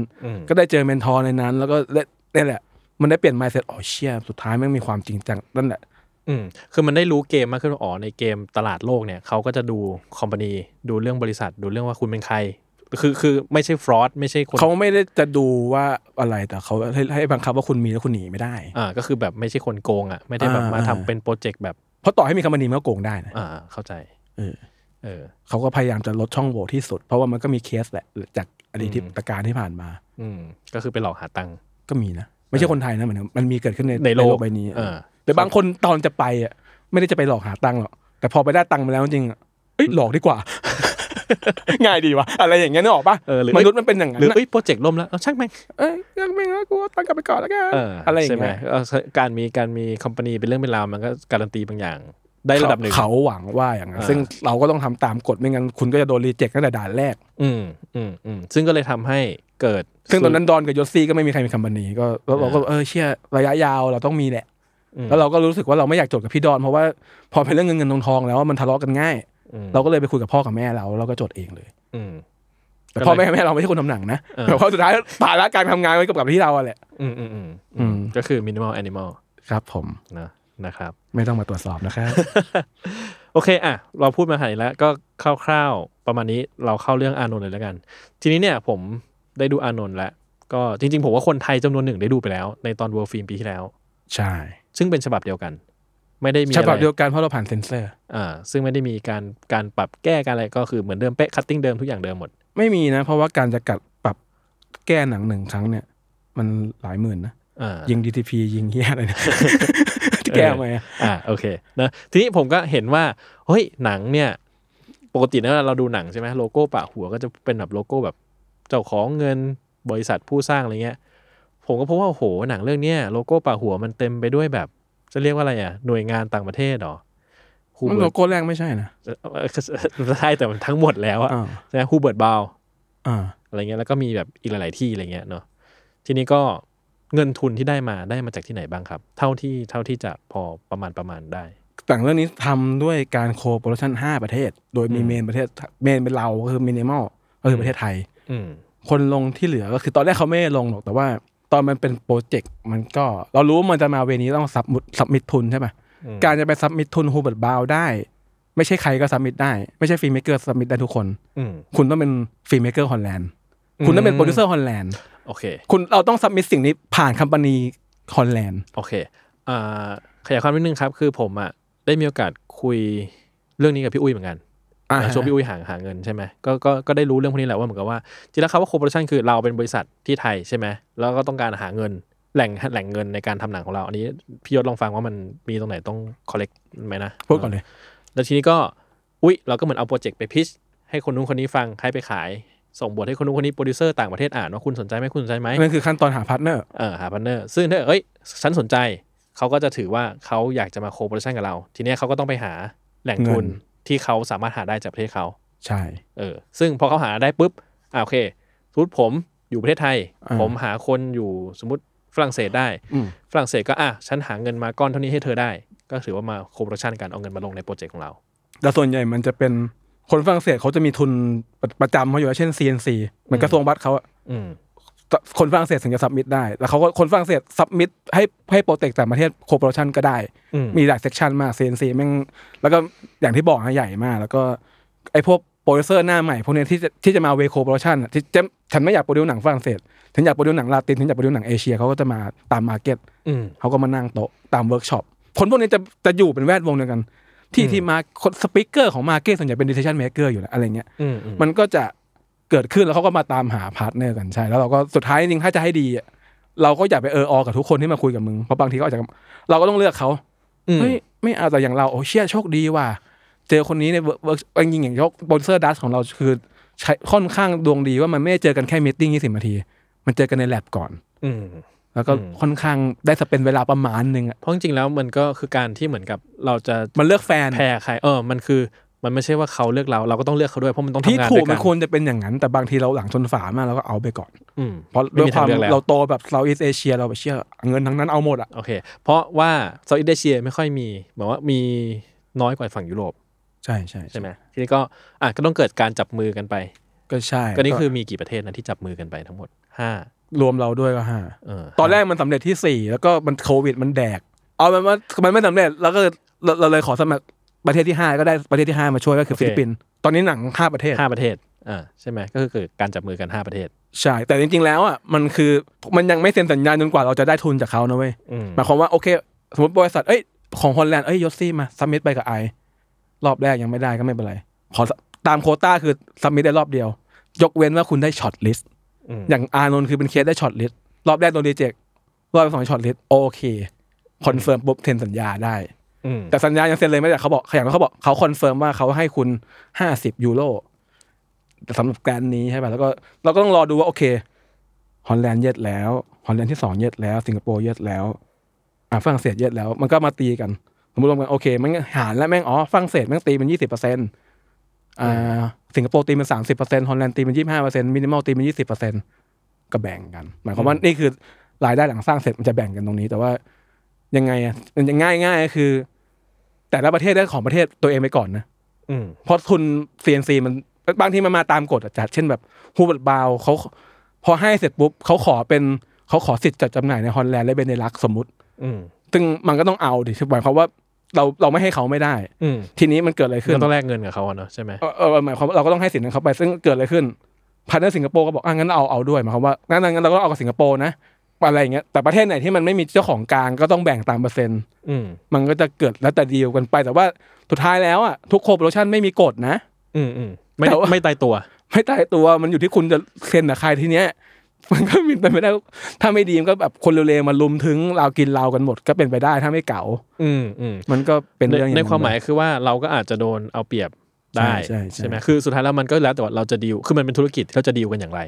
ก็ได้เจอเมนทอร์ในนั้น แล้วก็ได้นี่แหละ มันได้เปลี่ยน mindset อ๋อเชี่ยสุดท้ายแม่งมีความจริงจังนั่นแหละ
อืมคือมันได้รู้เกมมากขึ้นว่าอ๋อในเกมตลาดโลกเนี่ยเขาก็จะดูคอมพานีดูเรื่องบริษัทดูเรื่องว่าคุณเป็นใคร คือคือไม่ใช่ฟรอดไม่ใช่คน
เขาไม่ได้จะดูว่าอะไรแต่เขาให้ให้บังคับว่าคุณมีแล้วคุณหนีไม่ได้
อ่าก็คือแบบไม่ใช่คนโกงอ่ะไม่ได้แบบ
อ่าม
มาทำ
อ่า
เป็นโปรเจกต์แบบ
เพราะต่อให้มีคำนีมันก็โกงได้นะ
อ่าเข้าใจ
เออ
เออ
เขาก็พยายามจะลดช่องโหว่ที่สุด เพราะว่ามันก็มีเคสแหละจากอดีตที่ตการที่ผ่านมา
อืมก็คือไปหลอกหาตังค์
ก็มีนะ ไม่ใช่คนไทยนะเหมือนกันมันมีเกิดขึ้นใน
ในโลก
ใบนี้
เออ
หรือบางคนตอนจะไปอ่ะไม่ได้จะไปหลอกหาตังค์หรอกแต่พอไปได้ตังค์มาแล้วจริงๆอะเอ้ยหลอกดีกว่า ง่ายดีว่ะอะไรอย่างเงี้ยนึกออกปะ
เออหรือ
มนุษย์มันเป็นอย่างนั้น
หรือ
น่ะ
เอ้ยโปรเจกต์ล่มแล้วเอาช่างแม่ง
เอ้ยยังไม่นะกูเอาตังค์กลับไปก่อนแล้วกัน
เอออ
อะไรอย่า
ใช่
ง
ไหม
เงี้ย
เออการมีการมีคอมพานีเป็นเรื่องเป็นราวมันก็การันตีบางอย่าง ได้ระดับหนึ่ง
เขาหวังว่าอย่างนั้น
อ่า
ซึ่งเราก็ต้องทำตามกฎไม่งั้นคุณก็จะโดนรีเจ็คตั้งแต่ด่านแรก
อืมอืมอืมซึ่งก็เลยทำให้เกิด
ซึ่งตอนนั้นดอนกับยศซี่ก็ไม่มีใครมีคำบันนีก็แล้วเราก็
อ่า
เออเชี่ยระยะยาวเราต้องมีแหละ
อืม
แล้วเราก็รู้สึกว่าเราไม่อยากจดกับพี่ดอน เพราะว่าพอเป็นเรื่องเงินเงินทองทองแล้วมันทะเลาะกันง่าย
อืม
เราก็เลยไปคุยกับพ่อกับแม่เราเราก็จดเองเลย
อืม
แต่พ่อแม่แม่เราไม่ใช่คนทำหนังนะ
เออ
แต่ว่าสุดท้ายภาระการทำงานไว้กับกับที่เราอะแหละ
อืมอืมอืม
อืม
ก็คือ minimal animal
ครับ ผม
นะนะครับ
ไม่ต้องมาตรวจสอบ นะครับ
โอเคอ่ะเราพูดมาขนาดนี้แล้วก็คร่าวๆประมาณนี้เราเข้าเรื่องอานนท์เลยแล้วกัน ทีนี้เนี่ยผมได้ดูอานนท์แล้ว ก็จริงๆ ผมว่าคนไทยจำนวนหนึ่งได้ดูไปแล้ว ในตอนเวิร์ฟิล์มปีที่แล้ว
ใช่
ซึ่งเป็นฉบับเดียวกัน ไม่ได้มี
ฉ
อะไร
บับเดียวกันเพราะเราผ่านเซ็นเซอร์
อ่าซึ่งไม่ได้มีการการปรับแก้การอะไรก็คือเหมือนเดิมเป๊ะคัตติ้งเดิมทุกอย่างเดิมหมด
ไม่มีนะ เพราะว่าการจะกัดปรับแก้หนังหนึ่งครั้งเนี่ย มันหลายหมื่นนะ
อ่าย
ยิง DTP ยิงเฮียอะไร นะ ที่แก้มาอะ
อ่าโอเคนะทีนี้ผมก็เห็นว่าเฮ้ยหนังเนี่ย ปกติแล้วเราดูหนังใช่ไหมโลโก้ปะหัวก็จะเป็นแบบโลโก้แบบเจ้าของเงินบริษัทผู้สร้างอะไรเงี้ย ผมก็พบว่าโอ้โหหนังเรื่องเนี้ยโลโก้ปะหัวมันเต็มไปด้วยแบบ จะเรียกว่าอะไรอ่ะหน่วยงานต่างประเทศเหรอฮู
มัน
เบิ
โล
ร์ต
โก้แรกไม่ใช่นะ
ใช่แต่มันทั้งหมดแล้วอะ
อ่า
ใช่ไหมฮูเบิร์ตบาว
อ่า
อะไรเงี้ยแล้วก็มีแบบอีกหลาย ๆ ที่อะไรเงี้ยเนาะทีนี้ก็เงินทุนที่ได้มาได้มาจากที่ไหนบ้างครับ เท่าที่เท่าที่จะพอประมาณประมาณได้
หนังเรื่องนี้ทำด้วยการโคโปรดักชัน5 ประเทศ โดยมี
อืม
เมนประเทศเมนเป็นเราก็คือมินิมอลก็คือประเทศไทย
อืม
คนลงที่เหลือก็คือตอนแรกเขาไม่ได้ลงหรอกแต่ว่า ตอนมันเป็นโปรเจกต์มันก็เรารู้ว่ามันจะมาเวนี้ต้องสับมุดสับมิดทุนใช่ปะ
อืม
การจะไปสับมิดทุนฮูเบิร์ตบาวได้ ไม่ใช่ใครก็สับมิดได้ ไม่ใช่ฟิล์มเมกเกอร์สับมิดได้ทุกคน
อืม
คุณต้องเป็นฟิล์มเมกเกอร์ฮอลแลนด์คุณต้องเป็นโปรดิวเซอร์ฮอลแลนด์
โอเค
คุณเราต้องสับมิดสิ่งนี้ผ่านคัมปานีฮอลแลนด์
โอเคอ่าขยายความนิดนึงครับ คือผมอ่ะได้มีโอกาสคุยเรื่องนี้กับพี่อุ้ยเหมือนกัน
อ่า
ชวนพี่อุ้ยหาหาเงินใช่ไหมก็ก็ก็ได้รู้เรื่องพวกนี้แหละว่าเหมือนกับว่าจริงแล้วคำว่าโคปอเรชันคือเราเป็นบริษัทที่ไทยใช่ไหมแล้วก็ต้องการหาเงินแหล่งแหล่งเงินในการทำหนังของเรา อันนี้พี่ยศลองฟังว่ามันมีตรงไหนต้อง collect ไหมนะ
พูดก่อนเลย
แล้วทีนี้ก็ อุ๊ย เราก็เหมือนเอาโปรเจกต์ไปพิชให้คนนู้นคนนี้ฟัง ให้ไปขาย ส่งบทให้คนนู้นคนนี้โปรดิวเซอร์ต่างประเทศอ่านว่าคุณสนใจไหมคุณสนใจไหม
นั่นคือขั้นตอนหาพาร์ทเนอร์
เออหาพันเนอร์ ซึ่งถ้าเอ้ย ฉันสนใจ เขาก็จะถือว่าเขาอยากจะมาโคโปรดิชั่นกับเรา ทีเนี้ยเขาก็ต้องไปหาแหล่งทุน
เงิน
ที่เขาสามารถหาได้จากประเทศเขา
ใช่
เออ ซึ่งพอเขาหาได้ปุ๊บ อ่าโอเคสมมติผมอยู่ประเทศไทย
อ่า
ผมหาคนอยู่สมมติฝรั่งเศสได้
อืม
ฝรั่งเศสก็อ่ะ ฉันหาเงินมาก้อนเท่านี้ให้เธอได้ ก็ถือว่ามาโคโปรดิชั่นกันเอาเงินมาลงในโปรเจกต์ของเรา
แต่ส่วนใหญ่มันจะเป็นคนฝรั่งเศสเขาจะมีทุนประประจำเขาอยู่แล้วเช่น CNC เหมือนกระทรวงวัดเขาอะ
อืม
คนฝรั่งเศสถึงจะสับมิดได้ แล้วเขาก็คนฝรั่งเศสสับมิดให้ให้โปรเจกต์แต่างประเทศโค p o ร a ชันก็ได้
อืม
มีหลายเซกชันมาก CNC แม่งแล้วก็อย่างที่บอกฮะใหญ่มาก แล้วก็ไอ้พวกโปรดิวเซอร์หน้าใหม่พวกเนี้ยที่จะที่จะมาเวโคโปรดักชันที่จะฉันไม่อยากโปรดิวหนังฝรั่งเศสฉันอยากโปรดิวหนังลาตินฉันอยากโปรดิวหนังเอเชียเขาก็จะมาตามมาร์เก็ต
อืม
เขาก็มานั่งโต๊ะตามเวิร์กช็อป คนพวกนี้จะจะอยู่เป็นแวดวงเดียวกัน ที่
อืม
ที่มาคนสปิเกอร์ของมาเก็ตส่วนใหญ่เป็นดิส i ชันเมเกอร์อยู่แล้วอะไรเงี้ย
อืม
มันก็จะเกิดขึ้นแล้วเขาก็มาตามหาพาร์ทเนอร์กันใช่ แล้วเราก็สุดท้ายจริงๆถ้าจะให้ดีอะเราก็อย่าไปเออออกับทุกคนที่มาคุยกับมึง เพราะบางทีเขาอาจจะเราก็ต้องเลือกเขา
อืม
เฮ้ยไม่เอาแต่อย่างเราโอ้เชี่ยโชคดีว่ะเจอคนนี้ในเวิร์กจริงๆอย่างยกโปรดิวเซอร์ดัสของเราคือใช้ค่อนข้างดวงดีว่ามันไม่ได้เจอกันแค่มีติ้งยี่สิบนาที มันเจอกันในแลบก่อน
อืม
แล้วก็
อืม
ค่อนข้างได้สเปนเวลาประมาณหนึ่งอะ
เพราะจริงๆแล้วมันก็คือการที่เหมือนกับเราจะ
มันเลือกแฟน
แพ้ใคร เออ มันคือมันไม่ใช่ว่าเขาเลือกเรา เราก็ต้องเลือกเขาด้วยเพราะมันต้องทำ
ที่
งาน
ถู
ด้
ก
วย
มั
กัน น
ควรจะเป็นอย่างนั้น แต่บางทีเราหลังชนฝามากเราก็เอาไปก่อน
อืม
เพราะ
ไม่
ด้วย
มีทาว
คาง ม
เลือกแล้ว
เราโตแบบเซาท์อีสเอเชียเราแบบเชื่อเงินทั้งนั้นเอาหมดอ่ะ
โอเค เพราะว่าเซาท์อินเดเชียไม่ค่อยมีเหมือนว่ามีน้อยกว่าฝั่งยุโรป
ใช่ใช่
ใช่ไหมทีนี้ก็อ่ะก็ต้องเกิดการจับมือกันไป
ก็ใช่
ก็นี่คือมีกี่ประเทศนะที่จับมือกันไปทั้งหมดห้าร
วมเราด้วยก็ห้า
เออ
ตอนแรกมันสำเร็จที่สี่แล้วก็มันโควิดมันแดก เอามันว่ามันไม่สำเร็จแล้วก็เราเราเลยขอสมัครประเทศที่ห้าก็ได้ประเทศที่ห้ามาช่วยก็คือฟิลิปปินส์ตอนนี้หนังห้าประเทศ
ห้าประเทศอ่าใช่ไหมก็คือเกิดการจับมือกันห้าประเทศ
ใช่แต่จริง ๆ แล้วอ่ะมันคือมันยังไม่เซ็นสัญญาจนกว่าเราจะได้ทุนจากเขานะเว้ย
อืม
หมายความว่าโอเค สมมติบริษัทเอ้ยของฮอลแลนด์เอ้ยยอสซี่มาซัมมิตไปกับไอรอบแรกยังไม่ได้ก็ไม่เป็นไรขอตามโควต้าคือซัมมิตได้รอบเดียว ยกเว้นว่าคุณได้ช็อตลิสต์
อืม
อย่างอานนท์คือเป็นเคสได้ช็อตลิสต์รอบแรกโดนดีเจกรอบที่สองช็อตลิสต์โอเค คอนเฟิร์มปุ๊บเซ็นสัญญาได้
อืม
แต่สัญญายังเซ็นเลยไม่ได้เขาบอกขยันเขาบอกเขาคอนเฟิร์มว่าเขาให้คุณห้าสิบยูโรสำหรับแกรนด์นี้ใช่ป่ะแล้วก็เราก็ต้องรอดูว่าโอเคฮอลแลนด์เย็ดแล้วฮอลแลนด์ที่สองเย็ดแล้ว สิงคโปร์เย็ดแล้ว อ่าฝรั่งเศสเย็ดแล้ว มันก็มาตีกันสมมติรวมกันโอเค มันหารแล้วแม่งอ๋อฝรั่งเศสแม่งตีเป็นยี่สิบเปอร์เซ็นต์อ่าสิงคโปร์ตีเป็นสามสิบเปอร์เซ็นต์ฮอลแลนด์ตีเป็นยี่สิบห้าเปอร์เซ็นต์มินิมอลตีเป็นยี่สิบเปอร์เซ็นต์ก็แบ่งกัน หมายความว่านี่คือรายได้หลังสร้างเสร็จมันจะแบ่งกันตรงนี้ แต่ว่ายังไงอ่ะมันจะง่ายง่ายๆก็คือ แต่ละประเทศได้ของประเทศตัวเองไปก่อนนะ
อืม
เพราะทุน CNC มันบางทีมันมาตามกฎอะจัดเช่นแบบฮูเบิร์ตบาวเขาพอให้เสร็จปุ๊บเขาขอเป็นเขาขอสิทธิ์จัดจำหน่ายในฮอลแลนด์และเบเนลักซ์สมมติ
อืม
ซึ่งมันก็ต้องเอาดิหมายความว่าเราเราไม่ให้เขาไม่ได้
อืม
ทีนี้มันเกิดอะไร
คื
ขึ้
อน ต้องแลกเงินกับเขาอะเนาะใช่ไหม
เออเออหมายความว่าเราก็ต้องให้สิทธิ์นั้นเขาไป ซึ่งเกิดอะไรขึ้นพาร์ทเนอร์สิงคโปร์ก็บอกอ่ะงั้นเอาเอาด้วยหมายความว่างั้นงั้นเราก็เอากับสิงคโปร์นะอะไรอย่างเงี้ยแต่ประเทศไหนที่มันไม่มีเจ้าของกลางก็ต้องแบ่งตามเปอร์เซ็นต์
อืม
มันก็จะเกิดแล้วแต่ดีลกันไป แต่ว่าสุดท้ายแล้วอ่ะทุกโคปอเรชันไม่มีกฎนะ
อืมอืมไม่
แต่ว่า
ไม่ตายตัว
ไม่ตายตัวมันอยู่ที่คุณจะเซ็นกับใครทีเนี้ย มันก็มีไปไม่ได้ ถ้าไม่ดีมันก็แบบคนเร็วๆมาลุมถึงเรากินเรากันหมดก็เป็นไปได้ถ้าไม่เก่า
อืมอืม
มันก็เป็น
ใน
เรื่ององ
ในความหมายคือว่าเราก็อาจจะโดนเอาเปรียบได้
ใช่ใช่ใช่
ไหมคือสุดท้ายแล้วมันก็แล้วแต่ว่าเราจะดีลคือมันเป็นธุรกิจที่เราจะดีลกันอย่างไร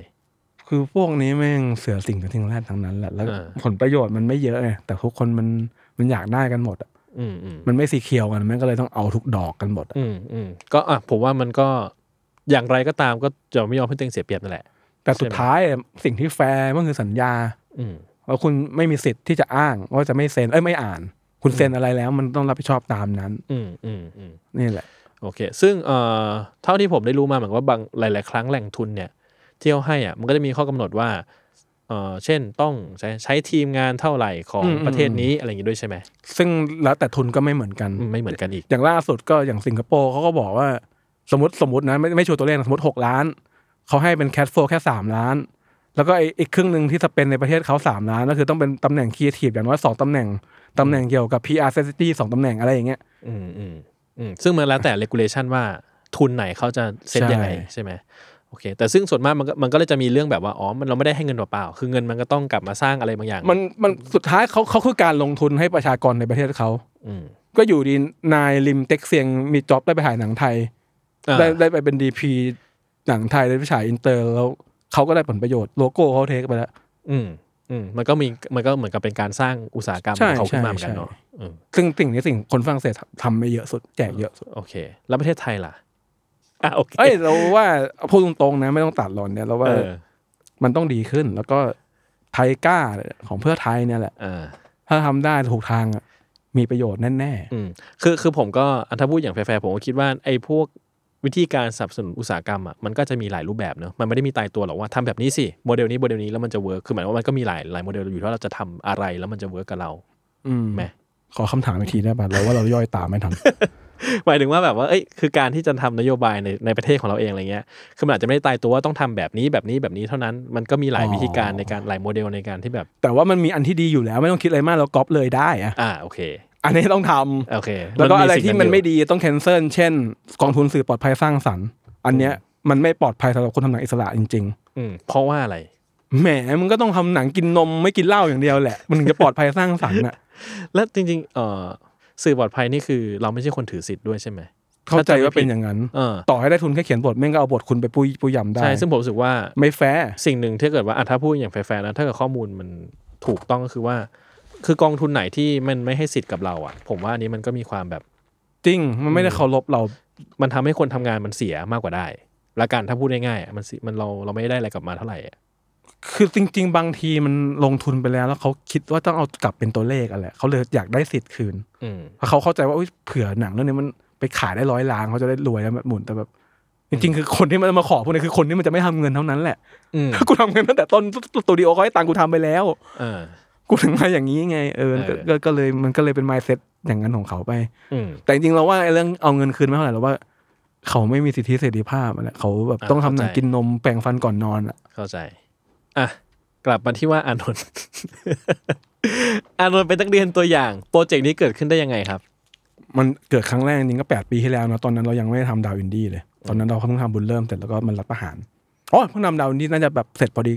คือพวกนี้แม่งเสือสิ่งกับทิ้งแรกทั้งนั้นแหละแล้ว
อ่า
ผลประโยชน์มันไม่เยอะไงแต่ทุกคนมันมันอยากได้กันหมดอะ
อืมอืม
มันไม่สีเขียวกันแม่งก็เลยต้องเอาทุกดอกกันหมดอะ
อืมอืมก็อ่ะผมว่ามันก็อย่างไรก็ตามก็จะไม่ยอมให้ตัวเองเสียเปรียบนั่นแหละ
แต่สุดท้ายอะสิ่งที่แฟร์มันคือสัญญา
อืม
ว่าคุณไม่มีสิทธิ์ที่จะอ้างว่าจะไม่เซ็นเอ้ยไม่อ่าน คุณเซ็นอะไรแล้ว มันต้องรับผิดชอบตามนั้น
อืมอืมอืม
นี่แหละ
โอเค ซึ่งเอ่อเท่าที่ผมได้รู้มาเหมือนว่าบางหลาย ๆ ครั้งแหล่งทุนเนี่ยที่เขาให้อ่ะมันก็จะมีข้อกำหนดว่าเออเช่นต้องใช้ใช้ทีมงานเท่าไหร่ของ
อืมอืม
ประเทศนี้อะไรอย่างงี้ด้วยใช่ไหม
ซึ่งแล้วแต่ทุนก็ไม่เหมือนกัน
อืมไม่เหมือนกันอีก
อย่างล่าสุดก็อย่างสิงคโปร์เขาก็บอกว่า สมมติสมมตินะไม่ไม่ชัวร์ตัวเลขนะสมมติหกล้านเขาให้เป็นแคชโฟแค่สามล้าน แล้วก็ไอ้อีกครึ่งหนึ่งที่สเปนในประเทศเขาสามล้านก็คือต้องเป็นตำแหน่งครีเอทีฟอย่างน้อยสองตำแหน่งตำแหน่งเกี่ยวกับ PR s e n s i t y สองตำแหน่งอะไรอย่างเงี้ย
อืมอืมอืมซึ่งมันแล้วแต่ regulation ว่าทุนไหนเขาจะเซ็น
ใช่
ยังไงใช่ไหมโอเค แต่ซึ่งส่วนมากมันก็มันก็เลยจะมีเรื่องแบบว่าอ๋อมันเราไม่ได้ให้เงินเปล่าๆคือเงินมันก็ต้องกลับมาสร้างอะไรบางอย่าง
มันมันสุดท้ายเขาเขาคือการลงทุนให้ประชากรในประเทศเขา
อืม
ก็อยู่ดีนายริมเต็กเซียงมีจ็อบได้ไปถ่ายหนังไทย
อ่า
ได้ได้ไปเป็นดีพีหนังไทยได้ไปฉายอินเตอร์แล้วเขาก็ได้ผลประโยชน์โลโก้เขาเทคไปแล้ว
อืมอืมมันก็มีมันก็เหมือนกับเป็นการสร้างอุตสาหกรรมข
ใช่
องเขาขึ้นมาเห
ใช่
มือนกันเนาะอืม
ซึ่งสิ่งนี้สิ่งคนฝรั่งเศสทำไม่เยอะสุดแจกเยอะสุด
โอเค แล้วประเทศไทยล่ะอ่ะโอเค
เอ้ยเราว่าพูดตรงๆนะไม่ต้องตัดหรอนเนี่ยเราว่า
เออ
มันต้องดีขึ้น แล้วก็ไทยกล้าของเพื่อไทยเนี่ยแหละ
อ่า
ถ้าทำได้ถูกทางอะมีประโยชน์แน่
อืมคือคือผมก็อ่ะถ้าพูดอย่างแฟร์ๆผมก็คิดว่าไอ้พวกวิธีการสนับสนุนอุตสาหกรรมอ่ะมันก็จะมีหลายรูปแบบเนอะมันไม่ได้มีตายตัวหรอกว่าทำแบบนี้สิโมเดลนี้โมเดลนี้แล้วมันจะเวิร์คคือหมายความว่ามันก็มีหลายหลายโมเดลอยู่ที่ว่าเราจะทำอะไรแล้วมันจะเวิร์คกับเรา
ๆอืม
แหม
ขอคำถามอีกทีได้ป่ะเราว่าเราย่อยตามไม่ทัน
หมายถึงว่าแบบว่าเอ้ยคือการที่จะทำนโยบายในในประเทศของเราเองอะไรเงี้ยคือมันอาจจะไม่ได้ตายตัวว่าต้องทำแบบนี้แบบนี้แบบนี้เท่านั้นมันก็มีหลายวิธีการในการหลายโมเดลในการที่แบบ
แต่ว่ามันมีอันที่ดีอยู่แล้วไม่ต้องคิดอะไรมากเราก๊อปเลยได้อะ
อ่าโอเค
อันนี้ต้องทำ
โอเค
แล้วก็อะไร
สิ่ง
ที่มั
อ
น
ยู่
ไม่ดีต้องแคนเซิลเช่น กองทุนสื่อปลอดภัยสร้างสรรค์ อันเนี้ยมันไม่ปลอดภัยสำหรับคนทำหนังอิสระจริง
อืมเพราะว่าอะไร
ๆ แหมมันก็ต้องทำหนังกินนมไม่กินเหล้าอย่างเดียวแหละ มันถึงจะปลอดภัยสร้างสรรค์น่ะ
และจริงๆเอ่อสื่อปลอดภัยนี่คือเราไม่ใช่คนถือสิทธิ์ด้วยใช่ไหม
เข้าใจว่าเป็นอย่างนั้น
เออ
ต่อให้ได้ทุนแค่เขียนบทแม่งก็เอาบทคุณไปปุยปุยยำได้
ใช่ซึ่งผมรู้สึกว่า
ไม่แฟร์
สิ่งหนึ่งที่เกิดว่าอ่ะถ้าพูดอย่างแฟร์ๆนะถ้าเกิดข้อมูลมันถูกต้องก็คือว่า คือกองทุนไหนที่มันไม่ให้สิทธิ์กับเราอ่ะ ผมว่าอันนี้มันก็มีความแบบ
จริงมันไม่ได้เคารพเรา
มันทำให้คนทำงานมันเสียมากกว่าได้ และการถ้าพูดง่ายๆอ่ะมันสิมันเราเราไม่ได้อะไรกลับมาเท่าไหร่อ่ะ
คือจริง ๆ บางทีมันลงทุนไปแล้วแล้วเขาคิดว่าต้องเอากลับเป็นตัวเลขอะไรเขาเลยอยากได้สิทธิ์คืน
อืม
เพราะเขาเข้าใจว่าอุ๊ยเผื่อหนังเรื่องนี้มันไปขายได้ร้อยล้านเขาจะได้รวยแล้วแบบหมุนแต่แบบจริงๆคือคนที่มันมาขอพวกนี้คือคนที่มันจะไม่ทำเงินเท่านั้นแหละ
อืม
กูทำเงินตั้งแต่ต้นสตูดิโอเขาให้ตังค์กูทำไปแล้ว
อ่า
กูถึงมาอย่างนี้ไงเออ
เออ
ก็ก็เลยมันก็เลยเป็น mindset อย่างนั้นของเขาไป
อืม
แต่จริงๆเราว่าไอ้เรื่องเอาเงินคืนไม่เท่าไหร่เราว่า เขาไม่มีสิทธิเสรีภาพอะนะเขาแบบ
อ่ะ
ต้องทำหนัง
เข้าใจ
กินนมแปรงฟันก่อนนอนอะ
เข้าใจ อ่ะ กลับมาที่ว่าอานนท์ อานนท์เป็นนักเรียนตัวอย่างโปรเจกต์นี้เกิดขึ้นได้ยังไงครับ
มันเกิดครั้งแรกจริงๆก็แปดปีที่แล้วนะตอนนั้นเรายังไม่ได้ทำดาวอินดี้เลย ตอนนั้นเราเพิ่งทำบุญเริ่มเสร็จแล้วก็มันรับประหารอ๋อเพิ่งทำดาวอินดี้น่าจะแบบเสร็จพอดี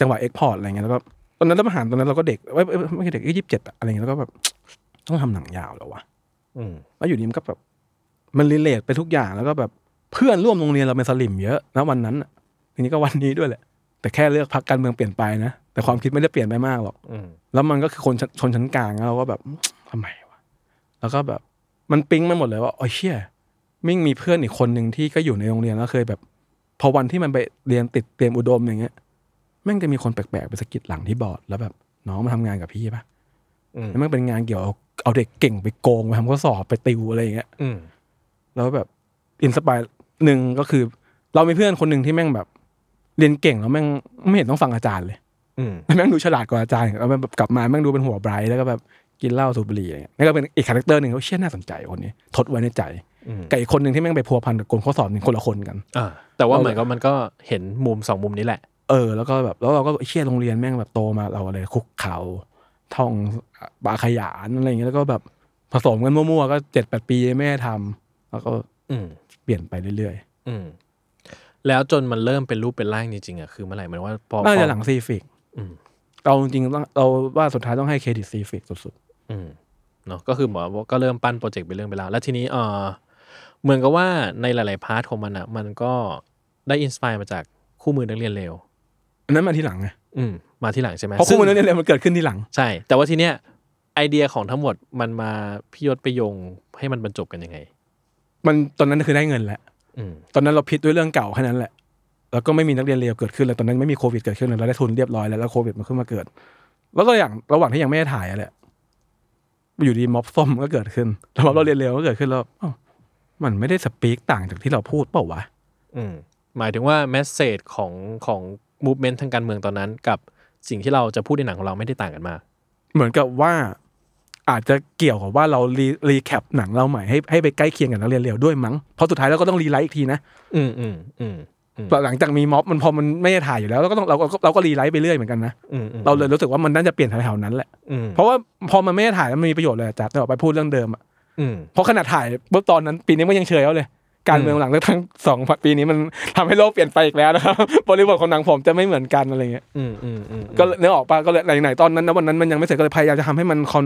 จังหวะเอ็กพอร์ตอะไรเงี้ยแล้วก็ ตอนนั้นรัฐประหารตอนนั้นเราก็เด็กเอ้ยเอ้ยไม่ใช่เด็กยี่สิบเจ็ดอะไรอย่างเงี้ยแล้วก็แบบ ต้องทำหนังยาวแล้ววะ
อืม
แล้วอยู่ดีมันก็แบบมันรีเลทไปทุกอย่างแล้วก็แบบเพื่อนร่วมโรงเรียนเราเป็นสลิมเยอะนะวันนั้นน่ะทีนี้ก็วันนี้ด้วยแหละ แต่แค่เลือกพักการเมืองเปลี่ยนไปนะแต่ความคิดไม่ได้เปลี่ยนไปมากหรอก
อืม
แล้วมันก็คือคนชั้นชนชั้นกลางแล้วเราก็แบบ ทำไมวะ แล้วก็แบบมันปิ๊งมันหมดเลยว่าโอ้ยเชี่ยมิ่งมีเพื่อนอีกคนหนึ่งที่ก็อยู่ในโรงเรียนแล้วเคยแบบ พอวันที่มันไปเรียนติดเตรียมอุดมอย่างเงี้ยแม่งจะมีคนแปลกๆไปสะกิดหลังที่บอร์ดแล้วแบบ น้องมาทำงานกับพี่ปะ
อืม
แล้วมันเป็นงานเกี่ยวเอาเอาเด็กเก่งไปโกงไปทำข้อสอบไปติวอะไรอย่างเงี้ย
อืม
แล้วแบบอินสปายหนึ่งก็คือ เรามีเพื่อนคนหนึ่งที่แม่งแบบ เรียนเก่งแล้วแม่งไม่เห็นต้องฟังอาจารย์เลย
อืม
แม่งดูฉลาดกว่าอาจารย์แล้วแม่งแบบกลับมาแม่งดูเป็นหัวไบรท์แล้วก็แบบกินเหล้าสูบบุหรี่อะไรเงี้ยนั่นก็เป็นอีกคาแรคเตอร์หนึ่งเขาเชื่อน่าสนใจคนนี้ ทดไว้ในใจ
อืม
กับอีกคนหนึ่งที่แม่งไปพัวพันกับกลข้อสอบนี่คนละคนกัน
อ่าแต่ว่าเหมือนก็มันก็เห็นมุมสองมุมนี้แหละ
เออแล้วก็แบบแล้วเราก็เชี่ยโรงเรียนแม่งแบบโตมาเราเลยคุกเขาท่องบาขยานอะไรอย่างเงี้ยแล้วก็แบบผสมกันมั่วๆก็เจ็ดแปดปีแม่ทำแล้วก็
อืม
เปลี่ยนไปเรื่อย
อืมแล้วจนมันเริ่มเป็นรูปเป็นร่างจริงๆอ่ะคือเมื่อไหร่เหมือนว่าพอ
ๆน่า
พอ
จะหลังซีฟิก
อืม
เราจริงๆต้องเราว่าสุดท้ายต้องให้เครดิตซีฟิกสุด
อืมเนาะก็คือเหมือนว่าก็เริ่มปั้นโปรเจกต์เป็นเรื่องเป็นราวแล้วทีนี้เออเหมือนกับว่าในหลาย ๆ พาร์ทของมันอ่ะ มันก็ได้อินสปายมาจากคู่มือนักเรียนเลว
ๆอันนั้นมาทีหลังไง
อืมมาที่หลังใช่ไหม
เพราะคู่มันเรียนเลยมันเกิดขึ้นทีหลัง
ใช่ แต่ว่าทีเนี้ยไอเดียของทั้งหมดมันมาพิยศไปโยงให้มันบรรจบกันยังไง
มันตอนนั้นคือได้เงินแล้ว
อืม
ตอนนั้นเราพิดด้วยเรื่องเก่าแค่นั้นแหละ แล้วก็ไม่มีนักเรียนเลวเกิดขึ้นเลยตอนนั้นไม่มีโควิดเกิดขึ้นเลยเราได้ทุนเรียบร้อยแล้วแล้วโควิดมันขึ้นมาเกิด แล้วก็อย่างระหว่างที่ยังไม่ได้ถ่ายอะแหละอยู่ดีม็อบส้มก็เกิดขึ้นแล้วม็อบเราเรียนเลวก็เกิดขึ้นแล้วอ้าวมันไม่ได้สปีกต่างจากที่เราพูดเปล่าวะ
อืมหมายถึงว่าแมสเซจของของมูฟเมนต์ทางการเมืองตอนนั้น กับสิ่งที่เราจะพูดในหนังของเราไม่ได้ต่างกันมาก
เหมือนกับว่า อาจจะเกี่ยวกับว่าเรารีรีแคปหนังเราใหม่ให้ให้ไปใกล้เคียงกับนักเรียนเลวด้วยมั้งเพราะสุดท้ายเราก็ต้องรีไลท์อีกทีนะ
อืมอืมอืมอืม
หลังจากมีม็อบมันพอมันไม่ได้ถ่ายอยู่แล้วเราก็ต้องเราก็เราก็รีไลท์ไปเรื่อยเหมือนกันนะ
อืมอืม
เราเลยรู้สึกว่ามันน่าจะเปลี่ยนแถวๆนั้นแหละ
อืม
เพราะว่าพอมันไม่ได้ถ่ายแล้วมันมีประโยชน์เลยอาจ้ะแต่ออกไปพูดเรื่องเดิมอะ
อืม
เพราะขนาดถ่ายปุ๊บตอนนั้นปีนี้มันยังเชยเขาเลย การเมืองหลังเลือกทั้งสองปีนี้มันทำให้โลกเปลี่ยนไปอีกแล้วนะครับ บริบทของหนังผมจะไม่เหมือนกันอะไรเงี้ย
อืมอืมอืมอืม
ก็เลยเนื้อออกปะก็เลยไหนๆตอนนั้นนะวันนั้นมันยังไม่เสร็จก็เลยพยายามจะทำให้มันคอน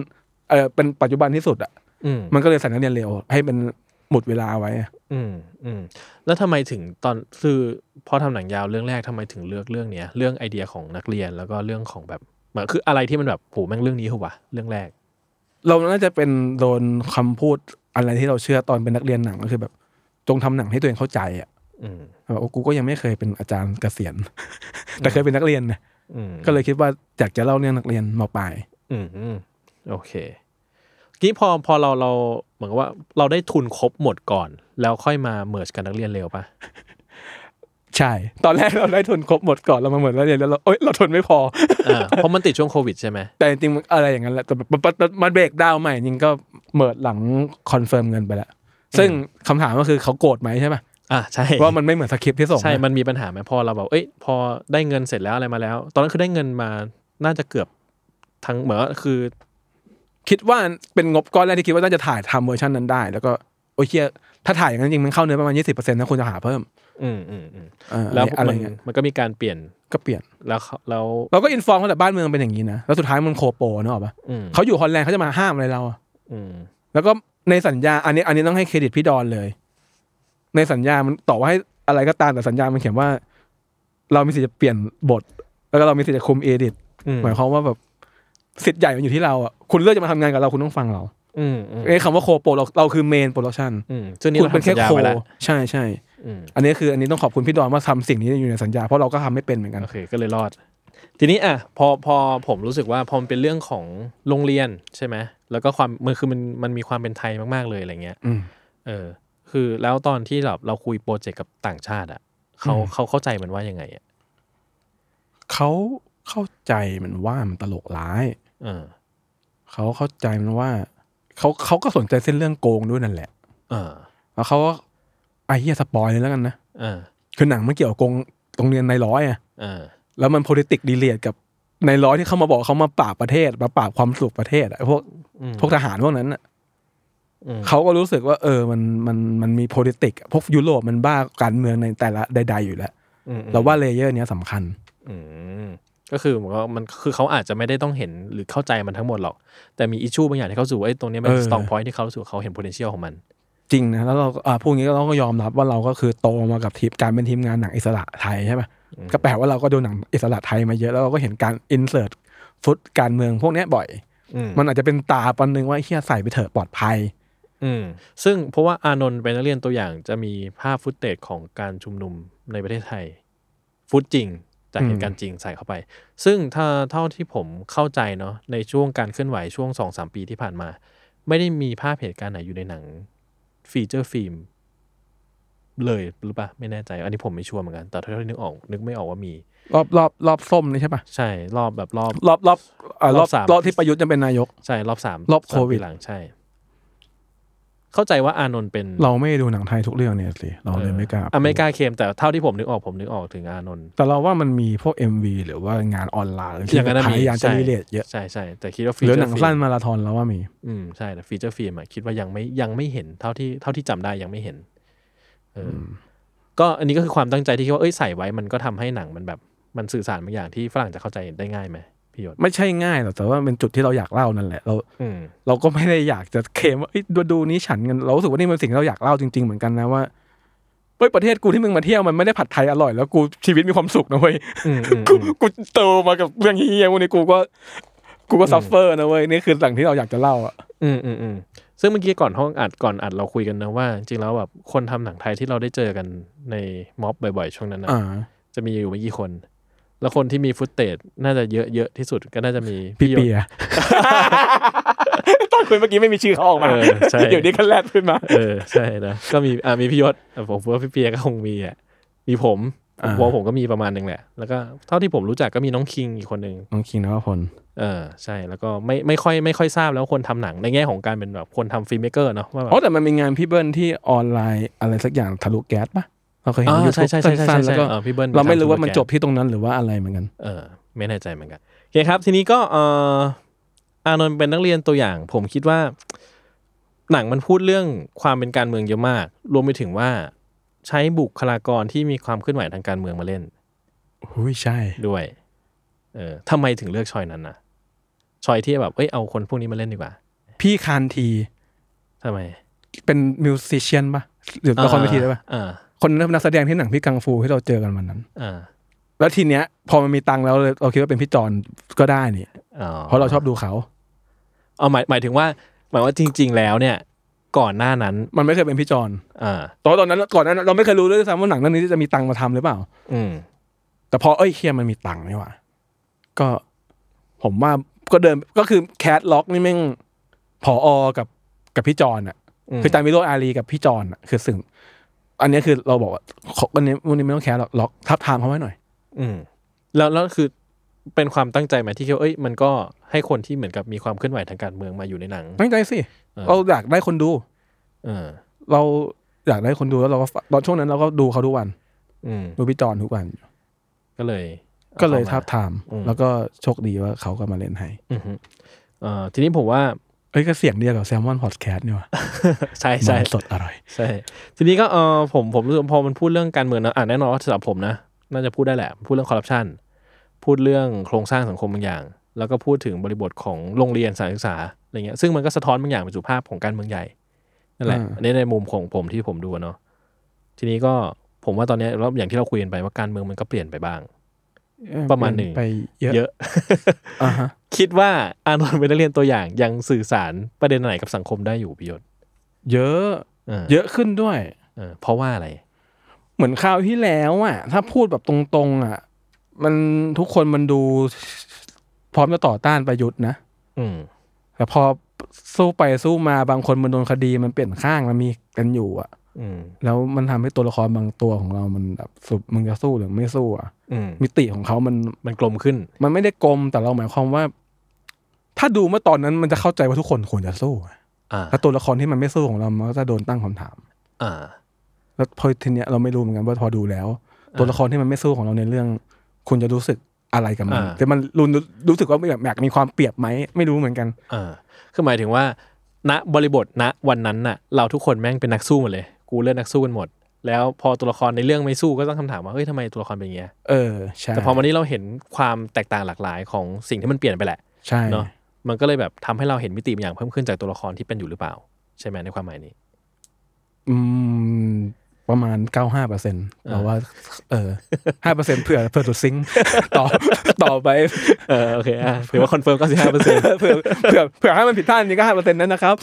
เออเป็นปัจจุบันที่สุดอ่ะ
อืม
มันก็เลยใส่นักเรียนเร็วให้มันหมดเวลาไว้อะ
อืมอืมแล้วทำไมถึงตอนคือพอทำหนังยาวเรื่องแรกทำไมถึงเลือกเรื่องเนี้ยเรื่องไอเดียของนักเรียนแล้วก็เรื่องของแบบเหมือนคืออะไรที่มันแบบโหแม่งเรื่องนี้เหรอวะเรื่องแรก
เราน่าจะเป็นโดนคำพูดอะไรที่เราเชื่อตอนเป็นนักเรียนหนังก็คือแบบ จงทำหนังให้ตัวเองเข้าใจอ่ะ
อืม
แบบโอ้กูก็ยังไม่เคยเป็นอาจารย์เกษียณ แต่เคยเป็นนักเรียนนะ
อืม
ก็เลยคิดว่าอยากจะเล่าเรื่องนักเรียนมปลาย
อืมอืมโอเคทีนี้พอพอเราเราเหมือนกับว่าเราได้ทุนครบหมดก่อน แล้วค่อยมาเมิร์กันนักเรียนเร็ว ปะ
ใช่ ตอนแรกเราได้ทุนครบหมดก่อนเรามาเหมือนนักเรียนแล้วเราเอ้ยเราทุนไม่พอ
เออเพราะมันติดช่วงโควิดใช่ไหม
แต่จริงๆมันอะไรอย่างนั้นแหละแต่มันมันมันมันเบรกดาวน์ใหม่จริงก็เหมิดหลังคอนเฟิร์มเงินไปแล้วซึ่งคำถามก็คือเขาโกรธไหมใช่ปะ
อ่ะใช่
ว่ามันไม่เหมือนสคริปต์ที่ส่ง
ใช่
มา
มันมีปัญหาไหมพอเราแบบเอ้ยพอได้เงินเสร็จแล้วอะไรมาแล้ว ตอนนั้นคือได้เงินมาน่าจะเกือบทั้งเหมือนว่าคือ
คิดว่าเป็นงบก้อนแรกที่คิดว่าน่าจะถ่ายทำเวอร์ชันนั้นได้ แล้วก็โอ้ยเชี่ยถ้าถ่ายอย่างนั้นจริงมันเข้าเนื้อประมาณยี่สิบเปอร์เซ็นต์นะคุณจะหาเพิ่ม
อืมอืมอืม
เออ
แล้ว
อะไร
มัน
เงี้ย
มันก็มีการเปลี่ยน
ก็เปลี่ยน
แล้วเขาแล้ว
เราก็อินฟอร์มเขาแต่บ้านเมืองเป็นอย่างนี้นะแล้วสุดท้ายมันโคโปเนกอะปะ
อืม
เขาอยู่ฮอลแลนด์เขาจะมาห้ามอะไรเราอะ
อืม
แล้วก็ในสัญญาอันนี้อันนี้ต้องให้เครดิตพี่ดอนเลย ในสัญญามันต่อว่าให้อะไรก็ตามแต่สัญญามันเขียนว่า เรามีสิทธิ์จะเปลี่ยนบท แล้วก็เรามีสิทธิ์จะคุมเอดิต
อืม
หมายความว่าแบบสิทธิ์ใหญ่มันอยู่ที่เราอ่ะคุณเลือกจะมาทำงานกับเราคุณต้องฟังเรา
อืมอืม
ไอ้คำว่าโคโปรเราเราคือเมนโปรดักชัน
อืมซึ่งนี่
คุณ
เรา
เป็น
ทำสั
แค่
ญญา
โค
ไว้แล้ว
ใช่ใช่
อืม
อันนี้คืออันนี้ต้องขอบคุณพี่ดอนว่าทำสิ่งนี้อยู่ในสัญญาเพราะเราก็ทำไม่เป็นเหมือนกัน
โอเคก็เลยรอด ทีนี้อ่ะพอพอผมรู้สึกว่าพอมันเป็นเรื่องของโรงเรียนใช่ไหมแล้วก็ความมันคือมันมันมีความเป็นไทยมากๆเลยอะไรเงี้ย
อืม
เออ คือแล้วตอนที่เราเราคุยโปรเจกต์กับต่างชาติอ่ะเขา
อืม
เขาเข้าใจมันว่ายังไงอ่ะ
เขาเข้าใจมันว่ามันตลกร้าย
เออ
เขาเข้าใจมันว่าเขาเขาก็สนใจเส้นเรื่องโกงด้วยนั่นแหละ
เออ
แล้วเขาก็ไอ้เหี้ยสปอยเลยแล้วกันนะ
เออ
คือหนังมันเกี่ยวกับโกงโรงเรียนในายร้อยอะ
เออ
แล้วมัน politic ดีเลียกับในายร้อยที่เขามาบอกเขามาปราบประเทศ มาปราบความสุขประเทศอะไอ้พวก
อืม
พวกทหารพวกนั้นอะ
อืม
เขาก็รู้สึกว่าเออมันมันมันมี politic อะพวกยุโรปมันบ้าการเมืองในแต่ละใด ๆ อยู่แล้ว
อืมอืม
เราว่าเลเยอร์เนี้ยสำคัญ
อืม ก็คือผมว่ามันคือเขาอาจจะไม่ได้ต้องเห็นหรือเข้าใจมันทั้งหมดหรอก แต่มีอิชชูบางอย่างที่เขาสู่ไอ้ยตรงเนี้ยมัน
เออ
สตองพอยที่เขารู้สูเขาเห็น potential ของมัน
จริงนะแล้วเราอ่าพวกนี้ก็เราก็ยอมรับว่าเราก็คือโตมากับทีมการเป็นทีมงานหนังอิสระไทยใช่ปะก็แปลว่าเราก็ดูหนังอิสระไทยมาเยอะแล้วเราก็เห็นการอินเสิร์ตฟุตการเมืองพวกเนี้ยบ่อย
อืม
มันอาจจะเป็นตาปันหนึ่งว่าเฮียใส่ไปเถอะปลอดภัย
อืมซึ่งเพราะว่าอานนท์เป็นนักเรียนตัวอย่างจะมีภาพฟุตเตจของการชุมนุมในประเทศไทย ฟุตจริงจาก
อืม
เหตุการณ์จริงใส่เข้าไป ซึ่งถ้าเท่าที่ผมเข้าใจเนาะในช่วงการเคลื่อนไหวช่วงสองสามปีที่ผ่านมา ไม่ได้มีภาพเหตุการณ์ไหนอยู่ในหนังฟีเจอร์ฟิล์มเลยหรือปะไม่แน่ใจอันนี้ผมไม่ชัวร์เหมือนกัน แต่เท่าที่นึกออกนึกไม่ออกว่ามี
รอบรอบรอบส้มนี่ใช่ปะ
ใช่รอบแบบรอบ
รอบรอบเอ่อร
ร
อ
อ
บบ
สาม
รอบที่ประยุทธ์จะเป็นนายก
ใช่รอบสาม
รอบ
สาม
โควิด
ปีหลังใช่ เข้าใจว่าอานนท์เป็น
เราไม่ดูหนังไทยทุกเรื่องเนี่ยสิเราเลยไม่กล้า
อ่ะไม่กล้าเคลมแต่เท่าที่ผมนึกออกผมนึกออกถึงอานนท์
แต่เราว่ามันมีพวก MV หรือว่างานออนไลน์ที่
อย่างนั้นนะ
พ
มี
ยายามจะ
ใช่
รีเลทเยอะ
ใช่ใช่แต่คิดว่า
หรือหนัง
ฟิ
สั้นมาราธอนเราว่ามี
อืมใช่แต่ฟีเจอร์ฟิล์มอะคิดว่ายังไม่ยังไม่เห็นเท่าที่เท่าที่จำได้ยังไม่เห็นเอออก็อันนี้ก็คือความตั้งใจที่คิดว่าเอ้ยใส่ไว้มันก็ทำให้หนังมันแบบ มันสื่อสารบางอย่างที่ฝรั่งจะเข้าใจได้ง่ายไหมพี่ยศ
ไม่ใช่ง่ายหรอกแต่ว่าเป็นจุดที่เราอยากเล่านั่นแหละเรา
อืม
เราก็ไม่ได้อยากจะเคลมว่าเอ้ยดูดูนี้ฉันกันเรารู้สึกว่านี่มันสิ่งที่เราอยากเล่าจริง ๆ เหมือนกันนะว่าเฮ้ยประเทศกูที่มึงมาเที่ยวมันไม่ได้ผัดไทยอร่อยแล้วกูชีวิตมีความสุขนะเว้ย
อืมอืม
กูกูโตมากับเรื่องเฮี้ยๆพวกนี้กูก็กูก็ซัฟเฟอร์นะเว้ยนี่คือสิ่งที่เราอยากจะเล่าอะ
อืมอืมอืมซึ่งเมื่อกี้ก่อนห้องอัดก่อนอัดเราคุยกันนะว่า จริงๆแล้วแบบคนทำหนังไทยที่เราได้เจอกันในม็อบบ่อยๆ ช่วงนั้นนะ
อ่า
จะมีอยู่ไม่กี่คน แล้วคนที่มีฟุตเตจน่าจะเยอะๆที่สุดก็น่าจะมี
พี่
โย
เปีย ตอนคุยเมื่อกี้ไม่มีชื่อเขาออกมา
เออใช่
เดี๋ยวนี้ก็แลดขึ้นมา
เออใช่นะก็มีอ่ามีพี่ยศอ่ะผมว่าพี่เปียก็คงมีอ่ะมีผม
อ่า
ผมว่าผมก็มีประมาณหนึ่งแหละ แล้วก็เท่าที่ผมรู้จักก็มีน้องคิงอีกคนหนึ่ง
น้องคิงนะว่าพล
เออใช่แล้วก็ไม่ไม่ค่อยไม่ค่อยทราบแล้วคนทำหนังในแง่ของการเป็นแบบคนทำฟิล์มเมกเกอร์เนาะว่าแบบ
อ๋อแต่มันมีงานพี่เบิ้ลที่ออนไลน์อะไรสักอย่างทะลุแก๊สปะเราเคยเห็น
อ่า
ยู
ใช่
ทูบ
ใช่ใช่ใช่
สั้นๆแล้วก็
ใช่เออพี่เบิ้ล
เราไม่รู้ว่ามันจบที่ตรงนั้นหรือว่าอะไรเหมือนกัน
เออไม่แน่ใจเหมือนกันโอเคครับ ทีนี้ก็เอ่ออานนท์เป็นนักเรียนตัวอย่าง ผมคิดว่า หนังมันพูดเรื่องความเป็นการเมืองเยอะมาก รวมไปถึงว่าใช้บุคลากรที่มีความเคลื่อนไหวทางการเมืองมาเล่น
หุ้ยใช่
ด้วยเออทำไมถึงเลือกชอยนั้นนะชอยที่แบบเอ้ยเอาคนพวกนี้มาเล่นดีกว่า
พี่คานที
ทำไม
เป็นมิวสิชเชียนปะหรือละครเวทีได้ปะ
อ่า
คนนั้นเป็นนักแสดงที่หนังพี่กังฟูที่เราเจอกันวันนั้น
อ่า
แล้วทีเนี้ย พอมันมีตังค์แล้วเลยเราคิดว่าเป็นพี่จอนก็ได้นี่
อ๋อ
เพราะเราชอบดูเขา
เอาหมายหมายถึงว่า หมายว่าจริง ๆ แล้วเนี่ย ก่อนหน้านั้น
มันไม่เคยเป็นพี่จอน
อ่า
ตอนตอนนั้นก่อนนั้นเราไม่เคยรู้ด้วยซ้ำว่าหนังเรื่องนี้จะมีตังค์มาทำหรือเปล่า
อืม
แต่พอเอ้ยเคียมันมีตังค์นี่หว่าก็ผมว่าก็เดินก็คือแคทล็อกนี่แม่งผออกับกับพี่จอนอะ
อืม
คือจามิโรจน์อารีกับพี่จอนน่ะคือสึ่งอันเนี้ยคือเราบอกว่าขอวันนี้วันนี้ไม่ต้องแคร์หรอกล็อกทับทามเขาไว้หน่อย
อืมแล้วแล้วคือเป็นความตั้งใจไหมที่คิดว่าเอ้ยมันก็ให้คนที่เหมือนกับมีความเคลื่อนไหวทางการเมืองมาอยู่ในหนัง
ตั้งใจสิ
เออ
เราอยากได้คนดู
เออ
เราอยากได้คนดูแล้วเราก็ตอนช่วงนั้นเราก็ดูเขาทุกวัน
อืม
ดูพี่จอนทุกวัน
ก็เลยอา
ก็เลย
ข้ามา
ทับทาม
อืม
แล้วก็โชคดีว่าเขาก็มาเล่นให้
อือฮึเอ่อทีนี้ผมว่า
เอ้ยก็เสียงเดียวกับแซลมอนพอดแคสต์นี่ว่ะ
ใช่ใช่
มันสดอร่อย
ใช่ ทีนี้ก็เออผมผมรู้สึกพอมันพูดเรื่องการเมืองนะอ่าแน่นอนว่าสำหรับผมนะน่าจะพูดได้แหละ พูดเรื่องคอร์รัปชันพูดเรื่องโครงสร้างสังคมบางอย่าง แล้วก็พูดถึงบริบทของโรงเรียนสถารศึกษาอะไรเงี้ยซึ่งมันก็สะท้อนบางอย่างไปสู่ภาพของการเมืองใหญ่นั่นแหละ
อ่า
อันนี้ในมุมของผมที่ผมดูอะเนาะทีนี้ก็ผมว่าตอนเนี้ยรอบอย่างที่เราคุยกันไปว่าการเมืองมันก็เปลี่ยนไปบ้าง ประมาณหนึ่ง
ไปเยอะ
เยอะ
อ่าฮะ
คิดว่าอานนท์เป็นนักเรียนตัวอย่างยังสื่อสารประเด็นไหนกับสังคมได้อยู่พิยศ
เยอะ
เออ
เยอะขึ้นด้วย
เออเพราะว่าอะไร
เหมือนคราวที่แล้วอ่ะ ถ้าพูดแบบตรงๆ อ่ะ มันทุกคนมันดู พร้อมจะต่อต้านประยุทธ์นะ
อืม
แต่พอสู้ไปสู้มาบางคนมันโดนคดีมันเปลี่ยนข้างมันมีกันอยู่อ่ะ
อืม
แล้วมันทำให้ตัวละครบางตัวของเรามันแบบสุดมึงจะสู้หรือไม่สู้อ่ะ
อืม
มิติของเขามัน
มันกลมขึ้น
มันไม่ได้กลมแต่เราหมายความว่า ถ้าดูเมื่อตอนนั้นมันจะเข้าใจว่าทุกคนควรจะสู้อะ
อ่า
ถ้าตัวละครที่มันไม่สู้ของเรามันก็จะโดนตั้งคำถาม
อ่า
แล้วพอทีเนี้ยเราไม่รู้เหมือนกันว่าพอดูแล้ว ตัวละครที่มันไม่สู้ของเราในเรื่อง คุณจะรู้สึกอะไรกับมัน
อ่า
แต่มันรู้รู้รู้สึกว่าแบบอยากมีความเปรียบไหมไม่รู้เหมือนกัน
อ่า คือหมายถึงว่า ณ บริบท ณ วันนั้นน่ะ เราทุกคนแม่งเป็นนักสู้หมดเลย กูเลือกนักสู้กันหมด แล้วพอตัวละครในเรื่องไม่สู้ก็ตั้งคำถามว่าเฮ้ยทำไมตัวละครเป็นอย่างเงี้ย
เออใช่
แต่พอวันนี้เราเห็นความแตกต่างหลากหลายของสิ่งที่มันเปลี่ยนไปแหละ
ใช่
เนาะมันก็เลยแบบทำให้เราเห็นมิติบางอย่างเพิ่มขึ้นจากตัวละครที่เป็นอยู่หรือเปล่า ใช่ไหมในความหมายนี้
อืมประมาณ 95เปอร์เซ็นต์เราว่า เออ5เปอร์เซ็นต์เผื่อเผื่อสุดซิงค์ ต่อต่อไป
เออโอเค อ่ะถือว่าคอนเฟิร์มเก้าสิบห้าเปอร์เซ็นต์
เผื่อเผื่อเผื่อให้มันผิดพลาดจริงก็5เปอร์เซ็นต์นั้นนะครับ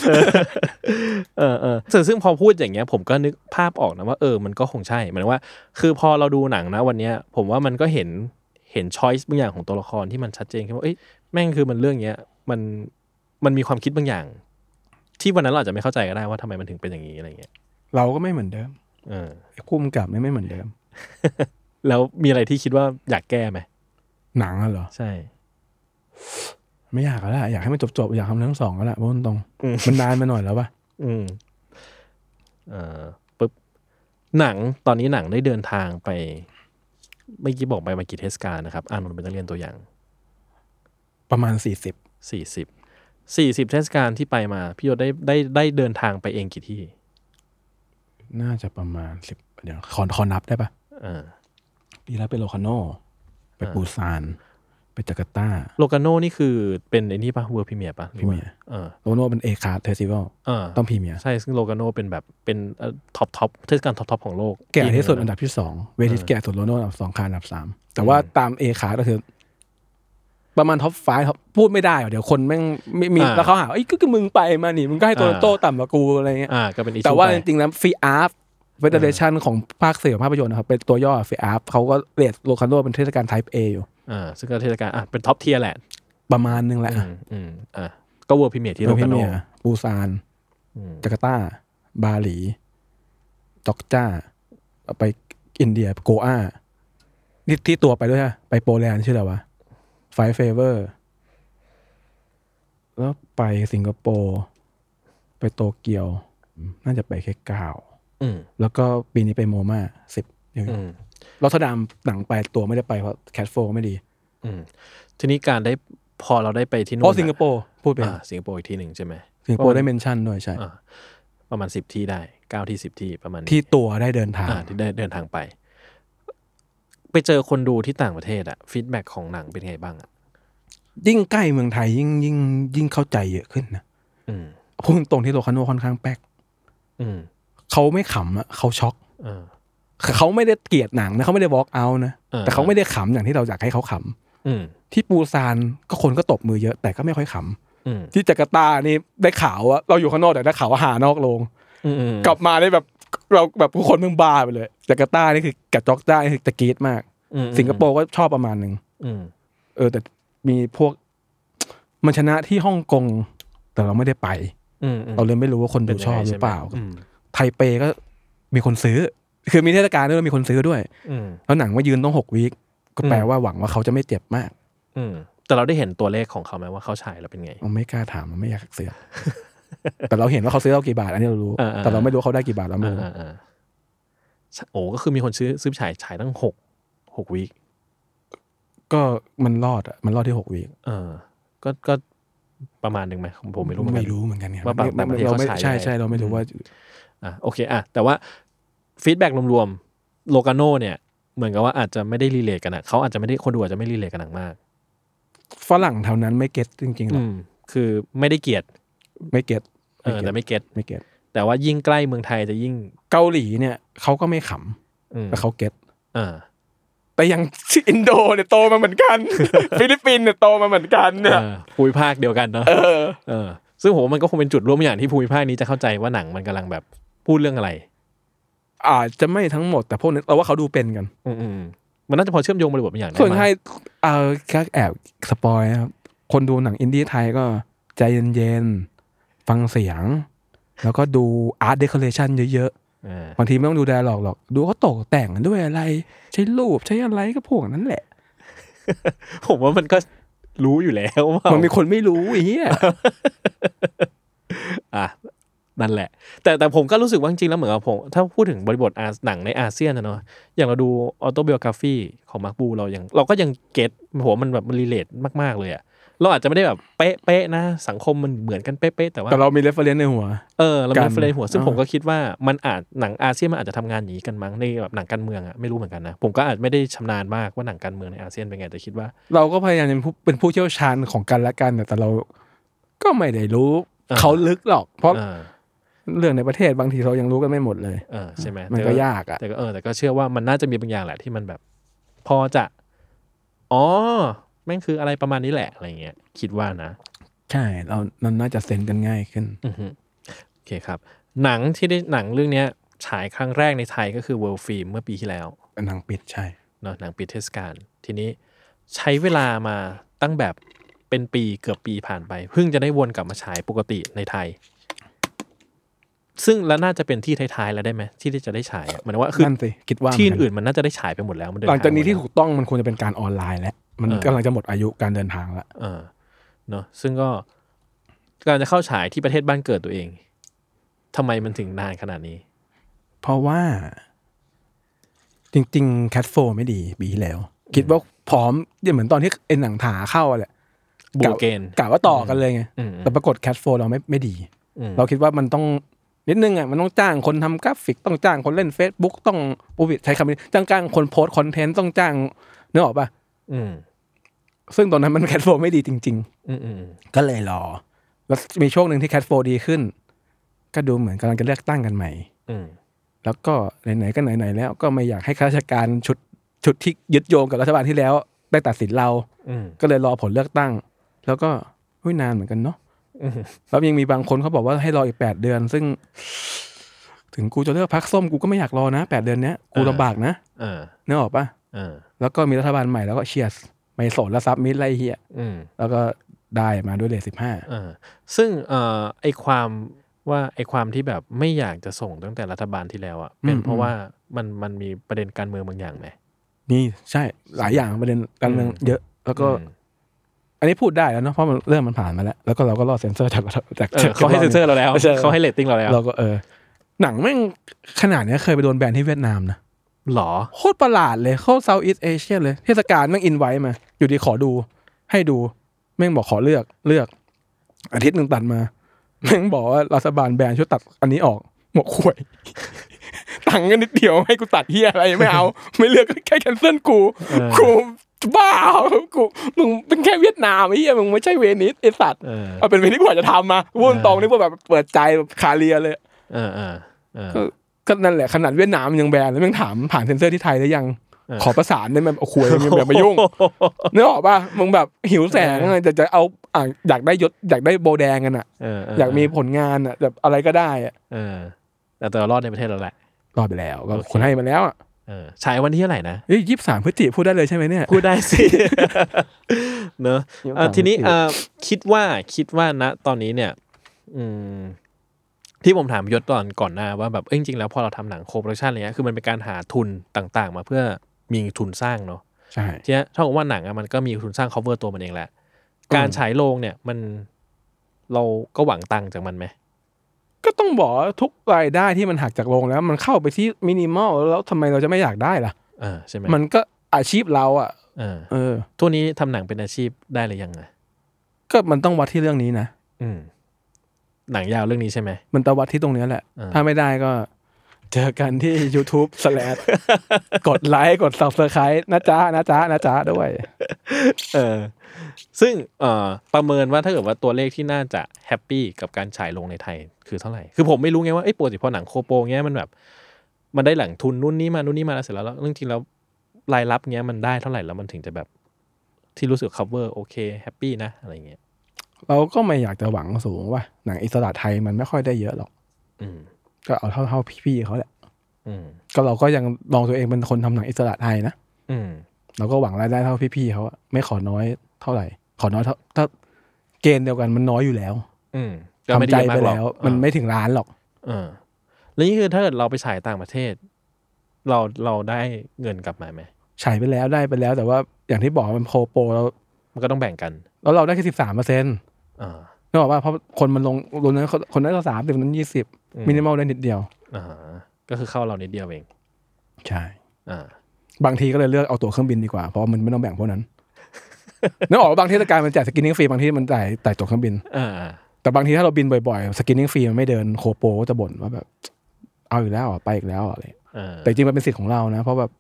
เออเออซึ่งซึ่งพอพูดอย่างเงี้ยผมก็นึกภาพออกนะว่าเออมันก็คงใช่หมายถึงว่า คือพอเราดูหนังนะวันเนี้ยผมว่ามันก็เห็นเห็นช้อยส์บางอย่างของตัวละครที่มันชัดเจนขึ้นว่าเอ้ยแม่งคือมันเรื่องเนี้ยมันมันมีความคิดบางอย่าง ที่วันนั้นเราอาจจะไม่เข้าใจก็ได้ว่าทำไมมันถึงเป็นอย่างนี้อะไรเงี้ย
เราก็ไม่เหมือนเดิม
เออ
คุ้มกับไม่ไม่เหมือนเดิม
แล้วมีอะไรที่คิดว่าอยากแก้ไหม
หนังอะเหรอ
ใช่
ไม่อยากแล้วล่ะอยากให้มันจบๆ อยากทำทั้งสองแล้วล่ะพูดตรงๆมันนานมาหน่อยแล้วป่ะ
อืมเออปึ๊บหนังตอนนี้หนังได้เดินทางไปไม่อกี้บอกไปมากี่เทศกาลนะครับ อ่านนท์เป็นนักเรียนตัวอย่าง
ประมาณ 40
สี่สิบสี่สิบเทศกาลที่ไปมาพี่โยศได้ได้ได้เดินทางไปเองกี่ที่
น่าจะประมาณ 10 เดี๋ยวขอขอนับได้ป่ะ
เออ
ปีแล้วไปโลคาโน ไปปูซาน ไปจาการ์ตา
โลกาโน่นี่คือเป็นไอ้นี่ปะเวอร์พิเมียปะหอว่า
Premiere
เออ
โลคาโนเป็นเอคาเทสิวัล
เออ
ต้องพรีเมียร์
ใช่ซึ่งโลกาโน่เป็นแบบเป็นท็อปท็อปเทศกาลท็อปท็อปของโลก
แก่ที่สุด
ปีห
อั
ง
น
เลยะ
ดับที่ 2 เวทีแก่สุดโลคาโนอันดับสองคาอันดับ 3 แต่ว่าตามเอคาก็คือ ประมาณท็อปไฟท็อปพูดไม่ได้หรอกเดี๋ยวคนแม่งมีมีแล้วเขาหาไอ้ยก็คือมึงไปมานี่มึงก็ให้โตโรนโตต่ำกว่ากูอะไรเงี้ย
อ่าก็เป็นอี
แต่ว่าจริงๆแล้วฟีอาร์ฟเฟเดเรชันของภาคสื่อภาพยนตร์นะครับเป็นตัวย่อฟีอาร์ฟเขาก็เรียกโลคันโดเป็นเทศกาล Type A อยู่
อ่าซึ่งก็เทศกาลอ่ะเป็นท็อปเทียร์แหละ
ประมาณนึงแหละ
อืมอืมอ่ะก็เวอร์พิเมียที่
โร
โล
พิ
กาโน่
เมียปูซาน
อืม
จาการ์ตา บาหลี จอกจ้า ไปอินเดียโกอานี่ที่ตัวไปด้วยฮะไปโปแลนด์ชื่ออะไรวะไฟเฟเวอร์แล้วไปสิงคโปร์ไปโตเกียว น่าจะไปแค่เก้า
อืม
แล้วก็ปีนี้ไปโมมาสิบอย่างเงี้
อื
ย
ม
ลอสเทอร์ดามหนังไปตัวไม่ได้ไปเพราะแคทโฟไม่ดี
อืมทีนี้การได้พอเราได้ไปที่
เพ
นู่น
ราะสิงคโปร์พูดไป
อ่าสิงคโปร์อีกที่หนึ่งใช่ไหม
สิงคโปร์ได้เมนชั่นด้วยใช่
อ่าประมาณสิบที่ได้เก้าที่สิบที่ประมาณนี้
ที่ตัวได้เดินทาง
อ่าที่ได้เดินทางไป ไปเจอคนดูที่ต่างประเทศอะฟีดแบ็ของหนังเป็นไงบ้างอะ
ยิ่งใกล้เมืองไทยยิ่งยิ่งยิ่งเข้าใจเยอะขึ้นนะ
อืม
พูดตรงที่โลคาโนค่อนข้างแป๊ก
อืม
เขาไม่ขำอะเขาช็อก
เออ
เขาไม่ได้เกลียดหนังนะเขาไม่ได้วอล์กเอานะ
เออ
แต่เขาไม่ได้ขำอย่างที่เราอยากให้เขาข
อืม
ำที่ปูซานก็คนก็ตบมือเยอะแต่ก็ไม่ค่อยข
อืม
ำที่จาการ์ตานี่ได้ข่าวว่าเราอยู่ข้างนอกแต่ได้ข่าวว่าหานอกโรง
อืมอืม
กลับมาได้แบบเราแบบผู้คนมึงบ้าไปเลยจาการ์ตานี่คือกับจ็อกจ้านี่คือตะกรีดมาก
อืม
สิงคโปร์ก็ชอบประมาณหนึ่ง
อืม
เออแต่มีพวก มันชนะที่ฮ่องกง แต่เราไม่ได้ไป
อืมอืม
เราเลยไม่รู้ว่าคนดูชอบ
นยัง
ห
ไง
รือเปล่า
ใช่ไมอืม
ไทเปก็มีคนซื้อ คือมีเทศกาลด้วยมีคนซื้อด้วย
อืม
แล้วหนังว่ายืนต้องหกวีคก็
อืม
แปลว่าหวังว่าเขาจะไม่เจ็บมาก
อืมแต่เราได้เห็นตัวเลขของเขาไหมว่าเขาฉายแล้วเป็นไง
เราไม่กล้าถามเราไม่อยาก เสือก แต่เราเห็นว่าเขาซื้อเรากี่บาท อันนี้เรารู้
อ่าๆ
แต่เราไม่รู้เขาได้กี่บาทเราไม่
อ่า
รู้
อ่าอ่าโอ้ก็คือมีคนซื้อซื้อฉายฉายตั้งหกหกวีค
ก็มันรอดอะมันรอดที่หกวีค
เออ ก็ก็ประมาณหนึ่งไหมผมไม่รู้เหมือนกัน
ไม่รู้เหมือนกันไง
ว่าบางแต่ประเทศ
เรา
เขา
ไม่
ฉาย
ใช่
ยังไง
ใช่เราไม่รู้ว่า
อ่ะโอเคอ่ะแต่ว่าฟีดแบ็กรวมๆโลกาโนเนี่ย เหมือนกับว่าอาจจะไม่ได้รีเลทกันอะเขาอาจจะไม่ได้คนดูอาจจะไม่รีเลทกันหนังมาก
ฝรั่งแถวนั้นไม่เก็ตจริงๆหร
อื
อก
มคือไม่ได้เกลียด
ไม่เก็ต
เออแต่ไม่เก็ต
ไม่เก็ต
แต่ว่ายิ่งใกล้เมืองไทยจะยิ่ง
เกาหลีเนี่ยเขาก็ไม่ข
อืม
ำแต่เขาเก็ต
อ่า
แต่อยัง อินโดเนี่ยโตมาเหมือนกัน ฟิลิปปินส์เนี่ยโตมาเหมือนกันเนี่ย
เออภูมิภาคเดียวกันเนาะ
เออ
เออซึ่งผมว่ามันก็คงเป็นจุดร่วมอย่างที่ภูมิภาคนี้จะเข้าใจว่าหนังมันกำลังแบบพูดเรื่องอะไร
อาจจะไม่ทั้งหมดแต่พวกนี้เราว่าเขาดูเป็นกัน
อืมอืมมันน่าจะพอเชื่อมโยงบริบทบางอย่างได้
ส่วน
มั้ง
ไทยเออแค่แอบสปอยนะครับ คนดูหนังอินดี้ไทยก็ใจเย็นๆ ฟังเสียง แล้วก็ดูอาร์ตเดคอเรชันเยอะ
อ่า
ๆ บางทีไม่ต้องดูแดร์หรอกหรอก ดูเขาตกแต่งด้วยอะไร ใช้รูปใช้อะไรก็พวกนั้นแหละ
ผมว่ามันก็รู้อยู่แล้วว่า
มันมีคนไม่รู้อีก
อ่ะนั่นแหละ แต่แต่ผมก็รู้สึกว่าจริงๆแล้วเหมือนกับผมถ้าพูดถึงบริบทอาหนังในอาเซียนนะเนาะอย่างเราดูออโตเบ o g กราฟีของมาร์คบูเรายังเราก็ยังเก็ตผมว่ามันแบบมันรีเลทมากๆเลยอะ เราอาจจะไม่ได้แบบเป๊ะๆนะ สังคมมันเหมือนกันเป๊ะๆแต่ว่า
แต่เรามีเรฟเฟอเรนซ์ในหัว
เออเรา
กั
มี
น
เฟรนหัวซึ่ง
อ่า
ผมก็คิดว่ามันอาจหนังอาเซียนมันอาจจะทำงานอย่างนี้กันมั้งในแบบหนังการเมืองอะไม่รู้เหมือนกันนะ ผมก็อาจไม่ได้ชำนาญมากว่าหนังการเมืองในอาเซียนเป็นไงแต่คิดว่า
เราก็พยายามเป็นผู้เป็นผู้เชี่ยวชาญของกันและกันเนี่ยแต่เราก็ไม่ได้รู้
อ่า
เขาลึกหรอก เพราะ
เออ
เรื่องในประเทศบางทีเรายังรู้กันไม่หมดเลย
เออใช่ไหม
มัน
แต่
ก็ยากอ่ะ
แต่ก็เออแต่ก็เชื่อว่ามันน่าจะมีบางอย่างแหละที่มันแบบ พอจะอ๋อแม่งคืออะไรประมาณนี้แหละอะไรเงี้ยคิดว่านะ
ใช่เรามันน่าจะเซ็นกันง่ายขึ้น
อือฮึโอเคครับ หนังที่ได้หนังเรื่องเนี้ยฉายครั้งแรกในไทยก็คือ World Film เมื่อปีที่แล้ว
เป็นหนังปิดใช่
เนาะหนังปิดเทศกาลทีนี้ใช้เวลามาตั้งแบบเป็นปีเกือบปีผ่านไป เพิ่งจะได้วนกลับมาฉายปกติในไทย ซึ่งแล้วน่าจะเป็นที่ท้ายๆแล้วได้ไหมที่ที่จะได้ฉายอะหมายถึงว่าคือ
นั่นสิคิดว่า
ที่
เหมือนกั
อื่นมันน่าจะได้ฉายไปหมดแล้วมันเดิ
หลังจากนี้ที่
ทมดแว
ถูกต้องมันควรจะเป็นการออนไลน์แล้ว มัน
เออ
กำลังจะหมดอายุการเดินทางละ
เออเนาะซึ่งก็การจะเข้าฉายที่ประเทศบ้านเกิดตัวเองทำไมมันถึงนานขนาดนี้
เพราะว่า จริง ๆ แคทโฟไม่ดีปีที่แล้ว คิดว่าพร้อมเนี่ยเหมือนตอนที่เอ็นหนังถาเข้าอะแหละ
บูเกน
กะว่าต่อกันเลยไง
อืมอืม
แต่ปรากฏแคทโฟเราไม่ไม่ดี
อืม
เราคิดว่ามันต้องนิดนึงอ่ะมันต้องจ้างคนทำกราฟิกต้องจ้างคนเล่น Facebook ต้องโอวิใช้คำนี้จ้างจ้างคนโพสต์คอนเทนต์ต้องจ้างเนื้อออกป่ะ
อืม
ซึ่งตอนนั้นมันแคทโฟไม่ดีจริง
อืมอืม
ๆ ก็เลยรอ แล้วมีช่วงหนึ่งที่แคทโฟดีขึ้น ก็ดูเหมือนกำลังจะเลือกตั้งกันใหม่
อืม
แล้วก็ไหนๆก็ไหนๆแล้วก็ไม่อยากให้ข้าราชการชุดชุดที่ยึดโยงกับรัฐบาลที่แล้ว ได้ตัดสินเรา
อืม
ก็เลยรอผลเลือกตั้ง แล้วก็หุ้ยนานเหมือนกันเนาะ
อืม
แล้วยังมีบางคนเขาบอกว่าให้รออีกแปดเดือน ซึ่ง ถึงกูจะเลือกพักส้มกูก็ไม่อยากรอนะแปดเดือนเนี้ยกู
เออ
ลำบากนะ
เออ
นึกออกปะ
เออ
แล้วก็มีรัฐบาลใหม่แล้วก็เชียร์ไม่สนแล้วซับมิดไรเฮีย
อืม
แล้วก็ได้มาด้วยเลทสิบห้า
เออซึ่งเอ่อไอความว่าไอความที่แบบไม่อยากจะส่งตั้งแต่รัฐบาลที่แล้วอะ่ะเป็นเพราะว่ามันมันมีประเด็นการเมืองบางอย่างไหม
นี่ใช่หลายอย่างประเด็นการเมือง
อืม
เยอะ แล้วก็
อืม
อันนี้พูดได้แล้วเนาะเพราะมันเรื่องมันผ่านมาแล้ว แล้วก็เราก็รอดเซ็นเซอร์จากรัฐจาก
เออเขาให้เซ็นเซอร์เราแล้วเขาให้เลตติ้งเราแล้ว
เราก็เออ หนังแม่งขนาดเนี้ยเคยไปโดนแบนที่เวียดนามนะ
หรอ
โคตรประหลาดเลยโคตรเซาท์อีสเอเชียเลยเทศกาลแม่งอินไว้มา อยู่ดีขอดู ให้ดู แม่งบอกขอเลือกเลือก อาทิตย์หนึ่งตัดมา แม่งบอกว่ารัฐบาลแบนช่วยตัดอันนี้ออกหมวกข่วย ตังค์กันนิดเดียวให้กูตัดเฮียอะไรไม่เอา ไม่เลือกแค่แคนเซิลกูกูบ้ากูมึงเป็นแค่เวียดนามไอ้เฮียมึงไม่ใช่เวนิสไอสัตว์
เออ
เอาเป็นเวนิสกูอาจจะทำมาพูดตรงนี่พวกแบบเปิดใจแบบคาเรียเลย
เออเออเออ
ก็ก็นั่นแหละขนาดเวียดนามยังแบนแล้วแม่งถามผ่านเซ็นเซอร์ที่ไทยได้ยัง
เออ
ขอประสานได้ไหม โอ้โหมึงอย่ามายุ่ง นึกออกป่ะมึงแบบหิวแสงอะจะจะเอาอ่ะอยากได้ยศอยากได้โบแดงกันอ่ะ
เเ
อยากมีผลงานอ่ะแบบอะไรก็ได้อ่ะ
เออแต่แต่เรารอดในประเทศเราแหละ
รอดไปแล้วก็
โอเค
คนให้มาแล้วอ่ะ
เออฉายวันที่เท่าไหร่นะ
ยี่สิบสามพฤศจิพูดได้เลยใช่ไหมเนี่ย
พูดได้สิ เนอะ
ยัง
เอ่อ
ต่าง
ทีนี้
ไม่ถูก
เอ่อคิดว่าคิดว่าณตอนนี้เนี่ย อืม ที่ผมถามยศตอนก่อนหน้าว่าแบบเอ้ยจริงๆแล้วพอเราทำหนังโคโปรดักชันอะไรเงี้ยคือมันเป็นการหาทุนต่างๆ มาเพื่อมีทุนสร้างเนาะ
ใช่
ทีนี้เท่ากับว่าหนังอะมันก็มีทุนสร้าง cover ตัวมันเองแหละ การฉายโรงเนี่ยมันเราก็หวังตังค์จากมันไหม
ก็ต้องบอกว่าทุกรายได้ที่มันหักจากโรงแล้วมันเข้าไปที่มินิมอลแล้วทำไมเราจะไม่อยากได้ล่ะ
เออใช่ไหม
มันก็อาชีพเราอ่ะ
เออ
เออ
ทุกวันนี้ทำหนังเป็นอาชีพได้หรือยังอะ
ก็มันต้องวัดที่เรื่องนี้นะ
อืม หนังยาวเรื่องนี้ใช่ไหม
มันต้องวัดที่ตรงเนี้ยแหละ
อ่า
ถ้าไม่ได้ก็เจอกันที่ YouTube ส แลดกดไลค์กด subscribe นะจ๊ะนะจ๊ะนะจ๊ะด้วย
เออซึ่งเอ่อประเมินว่าถ้าเกิดว่าตัวเลขที่น่าจะแฮปปี้กับการฉายลงในไทยคือเท่าไหร่ คือผมไม่รู้ไงว่าไอ้ยปกติพอหนังโคโปเงี้ยมันแบบ มันได้หลังทุนนู่นนี่มานู่นนี่มาแล้วเสร็จแล้วแล้วจริงๆแล้วรายรับเงี้ยมันได้เท่าไหร่แล้วมันถึงจะแบบที่รู้สึก cover โอเคแฮปปี้นะอะไรเงี้ย
เราก็ไม่อยากจะหวังสูงว่า หนังอิสระไทยมันไม่ค่อยได้เยอะหรอก
อืม
ก็เอาเท่าเท่าพี่ๆเขาแหละ
อืม
ก็เราก็ยังลองตัวเองเป็นคนทำหนังอิสระไทยนะ
อืม
เราก็หวังรายได้เท่าพี่ๆเขาอะไม่ขอน้อยเท่าไหร่ ขอน้อยเท่าถ้าเกณฑ์เดียวกันมันน้อยอยู่แล้ว
อืม
ทำใจไป
หรอ
แล้
ก
ว มันไม่ถึงล้านหรอก
เออแล้วนี่คือถ้าเกิดเราไปฉายต่างประเทศ เราเราได้เงินกลับมาไหม
ใช้ไปแล้วได้ไปแล้ว แต่ว่าอย่างที่บอกมันโคโปรแล้ว
มันก็ต้องแบ่งกัน
แล้วเราได้แค่สิบสามเปอร์เซ็นต์
อ่า
นึกออกป่ะเพราะคนมันลงลงนั้นคนนั้นสามสิบนั้นยี่สิบ
อืม
มินิมอลได้นิดเดียว
อ่าก็คือเข้าเรานิดเดียวเอง
ใช่
อ่า
บางทีก็เลยเลือกเอาตั๋วเครื่องบินดีกว่าเพราะมันไม่ต้องแบ่งพวกนั้น นึกออกว่าบางเทศกาลมันจ่ายสกินนิ่งฟรีบางที่มันจ่ายแต่ายตั๋วเครื่องบิน
อ่า
แต่บางทีถ้าเราบินบ่อยๆ สกินนิ่งฟรีมันไม่เดินโคโปก็จะบ่นว่าแบบ เอาอีกแล้วเหรอไปอีกแล้วเหรออะไร
อ่า
แต่จริงมันเป็นสิทธิ์ของเรานะ เพราะแบบ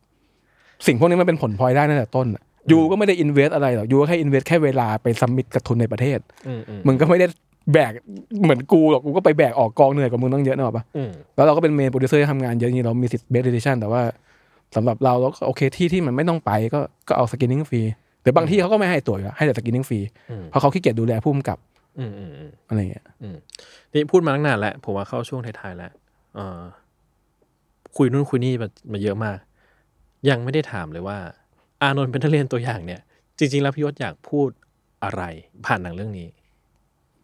สิ่งพวกนี้มันเป็นผลพลอยได้ตั้งแต่ต้นอะยูก็ไม่ได้อินเวสอะไรหรอกยูก็แค่อินเวสแค่เวลาไปซัมมิตกับทุนในประเทศ
อืมอืม
มึงก็ไม่ได้แบกเหมือนกูหรอกกูก็ไปแบกออกกองเหนื่อยกว่ามึงตั้งเยอะนะหรอกปะ
อืม
แล้วเราก็เป็นเมนโปรดิวเซอร์ที่ทำงานเยอะนี่เรามีสิทธิ์เบสเดชันแต่ว่าสำหรับเราเราก็โอเคที่ที่มันไม่ต้องไปก็ก็เอาสกินนิ่งฟรีแต่บางที่เขาก็ไม่ให้ตั๋วอยู่แล้วให้แต่สกินนิ่งฟรีเพราะเขาขี้เกียจดูแลผู้กำกับ
อืมอืมอืม
อะไรอย่างเงี้ย
นี่พูดมาตั้งนานแล้ว ผมว่าเข้าช่วงท้ายๆแล้วเอ่อคุยนู่นคุยนี่มามาเยอะมาก ยังไม่ได้ถามเลยว่า อานนท์เป็นนักเรียนตัวอย่างเนี่ย จริง ๆ แล้วพี่ยศอยากพูดอะไร ผ่านหนังเรื่องนี้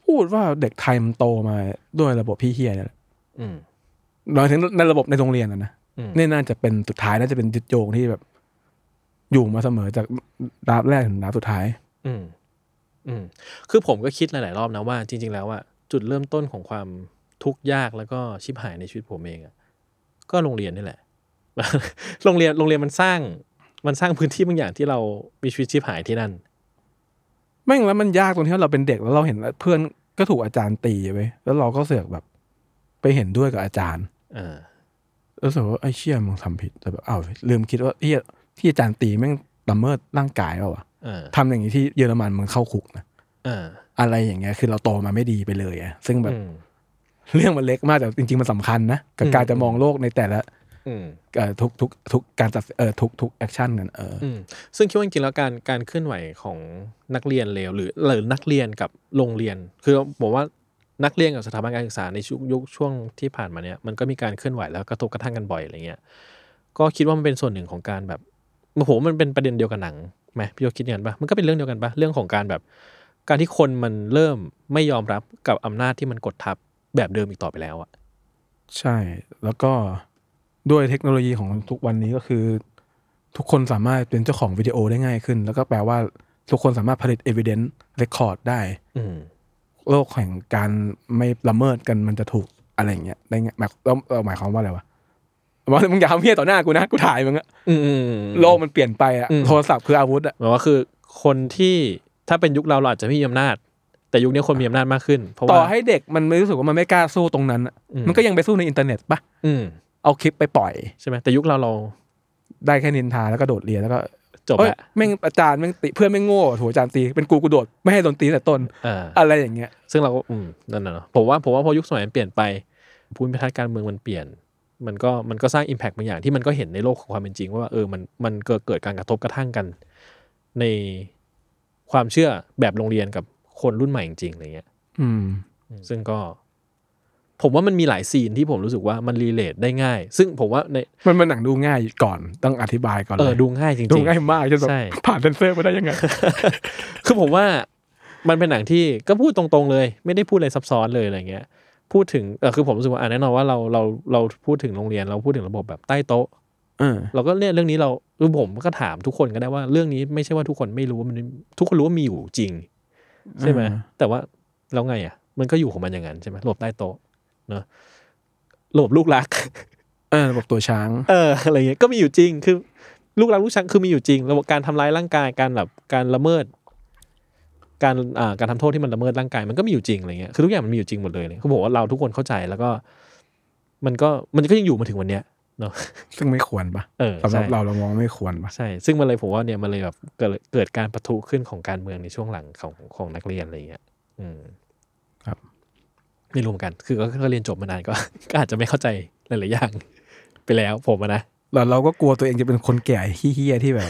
พูดว่าเด็กไทยมันโตมาด้วยระบบพี่เฮียเนี่ยแหละ
อืม
หมายถึงในระบบในโรงเรียนนะนะ
อืม
นี่น่าจะเป็นสุดท้ายน่าจะเป็นจุดโยงที่แบบ อยู่มาเสมอจากดราฟแรกถึงดราฟสุดท้าย
อืม อืม คือผมก็คิดหลาย ๆ รอบนะว่าจริง ๆ แล้วอะจุดเริ่มต้นของความทุกข์ยากแล้วก็ชิบหายในชีวิตผมเองอะก็โรงเรียนนี่แหละ โรงเรียนโรงเรียนมันสร้าง มันสร้าง พื้นที่บางอย่างที่เรามีชีวิตชิบหายที่นั่น
แม่งแล้วมันยากตรงที่ว่าเราเป็นเด็กแล้วเราเห็นเพื่อนก็ถูกอาจารย์ตีไว้ยแล้วเราก็เสือกแบบ ไปเห็นด้วยกับอาจารย์
เออ
แล้วรู้สึกว่าไอ้เชี่ยมึงทำผิดแต่แบบอ้าวลืมคิดว่าเหียที่อาจารย์ตีแม่งละเมิดร่างกายเปล่าวะ
เออ
ทำอย่างนี้ที่เยอรมันมึงเข้าคุกนะ
เออ
อะไรอย่างเงี้ยคือเราโตมาไม่ดีไปเลยอะซึ่งแบบ
อืม
เรื่องมันเล็กมากแต่จริงๆ มันสำคัญนะกับการ
อืม
จะมองโลกในแต่ละ
อืม
เอ่อทุกทุกทุกการตัดเอ่อทุกทุกแอคชั่นกันเอออ
อืม ซึ่งคิดว่าจริงๆแล้วการการเคลื่อนไหวของนักเรียนเลวหรือหรือนักเรียนกับโรงเรียน คือผมว่านักเรียนกับสถาบันการศึกษาในช่วงยุคช่วงที่ผ่านมาเนี่ยมันก็มีการเคลื่อนไหวแล้วกระทบกระทั่งกันบ่อยอะไรเงี้ยก็คิดว่ามันเป็นส่วนหนึ่งของการแบบโอ้โหมันเป็นประเด็นเดียวกับหนังไหมพี่โยคิดอย่างนั้นปะมันก็เป็นเรื่องเดียวกันปะเรื่องของการแบบ การที่คนมันเริ่มไม่ยอมรับกับอำนาจที่มันกดทับแบบเดิมอีกต่อไปแล้วอะ
ใช่ แล้วก็ด้วยเทคโนโลยีของทุกวันนี้ก็คือ ทุกคนสามารถเป็นเจ้าของวิดีโอได้ง่ายขึ้น แล้วก็แปลว่าทุกคนสามารถผลิต evidence record ได้
อืม
โลกแห่งการไม่ละเมิดกันมันจะถูกอะไรอย่างเงี้ยได้ไงหมายเราเราหมายความว่าอะไรวะว่ามึงอย่าทำเพี้ยต่อหน้ากูนะกูถ่ายมึงอะ
อืมอืมอืม
โลกมันเปลี่ยนไปอะ
อืม
โทรศัพท์คืออาวุธอะ
หมายว่าคือคนที่ถ้าเป็นยุคเราเราอาจจะไม่มีอำนาจ แต่ยุคนี้คนมีอำนาจมากขึ้น เพราะ
ต่
ว่า
อให้เด็กมันไม่รู้สึกว่ามันไม่กล้าสู้ตรงนั้นอะ
อืม
มันก็ยังไปสู้ในอินเทอร์เน็ตปะ
อืม
เอาคลิปไปปล่อย
ใช่ไหมแต่ยุคเราเรา
ได้แค่นินทาแล้วก็โดดเรียนแล้วก็
จบ
เอ้ย
แล้ว
แม่งอาจารย์แม่งติเพื่อนแม่งโง่ถูกอาจารย์ตีเป็นกูกูโดดไม่ให้โดนตีแต่ต้น
เออ
อะไรอย่างเงี้ย
ซึ่งเราก็อืมนั่นน่ะเนอะผมว่าผมว่าพอยุคสมัยมันเปลี่ยนไปภูมิทัศน์การเมืองมันเปลี่ยน มันก็มันก็สร้างอิมแพ t บางอย่างที่มันก็เห็นในโลกของความเป็นจริง ว่าเออมันมันเกิดเกิดการกระทบกระทั่งกัน ในความเชื่อแบบโรงเรียนกับคนรุ่นใหม่จริงๆอะไรเงี้ย
อืม
ซึ่งก็ ผมว่ามันมีหลายซีนที่ผมรู้สึกว่ามันรีเลทได้ง่าย ซึ่งผมว่าใน
มันมันหนังดูง่ายก่อนต้องอธิบายก่อน
เออ
ลย
ดูง่ายจริงๆ
ดูง่ายมากจนแบบ
ใช่
ผ่านเซนเซอร์มาได้ยังไง
คือผมว่ามันเป็นหนังที่ก็พูดตรงๆเลย ไม่ได้พูดอะไรซับซ้อนเลยอะไรเงี้ย พูดถึงเออคือผมรู้สึกว่าอ่ะแน่นอนว่าเราเราเราพูดถึงโรงเรียนเราพูดถึงระบบแบบใต้โต๊ะ
เออ
เราก็เนี่ยเรื่องนี้เราคือผมก็ถามทุกคนก็ได้ว่าเรื่องนี้ไม่ใช่ว่าทุกคนไม่รู้ว่ามันทุกคนรู้ว่ามีอยู่จริง ใช่ไหม
อ่า
แต่ว่าแล้วไงอ่ะ มันก็อยู่ของมันอย่างนั้นใช่ไหมระบบใต้โต๊ะเนอะระบบลูกรัก
เออระบบตัวช้าง
เอออะไรเงี้ยก็มีอยู่จริงคือ ลูกรักลูกชังคือมีอยู่จริงระบบการทำร้ายร่างกายการแบบการละเมิด การอ่าการทำโทษที่มันละเมิดร่างกายมันก็มีอยู่จริงอะไรเงี้ยคือทุกอย่างมันมีอยู่จริงหมดเลยเลยเขาบอกว่าเราทุกคนเข้าใจแล้วก็ มันก็มันก็ยังอยู่มาถึงวันเนี้ยเนาะ
ซึ่งไม่ควรปะ
เออ
สำหรับ
ใช่
เราเรามองว่าไม่ควรปะ
ใช่ ซึ่งมันเลยผมว่าเนี่ยมันเลยแบบเกิดเกิดการประทุขึ้นของการเมืองในช่วงหลังของของนักเรียนอะไรเงี้ย อืม
ครับ
ไม่รู้เหมือนกัน คือก็ก็เรียนจบมานานก็ ก็อาจจะไม่เข้าใจหลายๆอย่าง ไปแล้วผมอะนะ
แล้วเราก็กลัวตัวเองจะเป็นคนแก่เฮี้ ยๆที่แบบ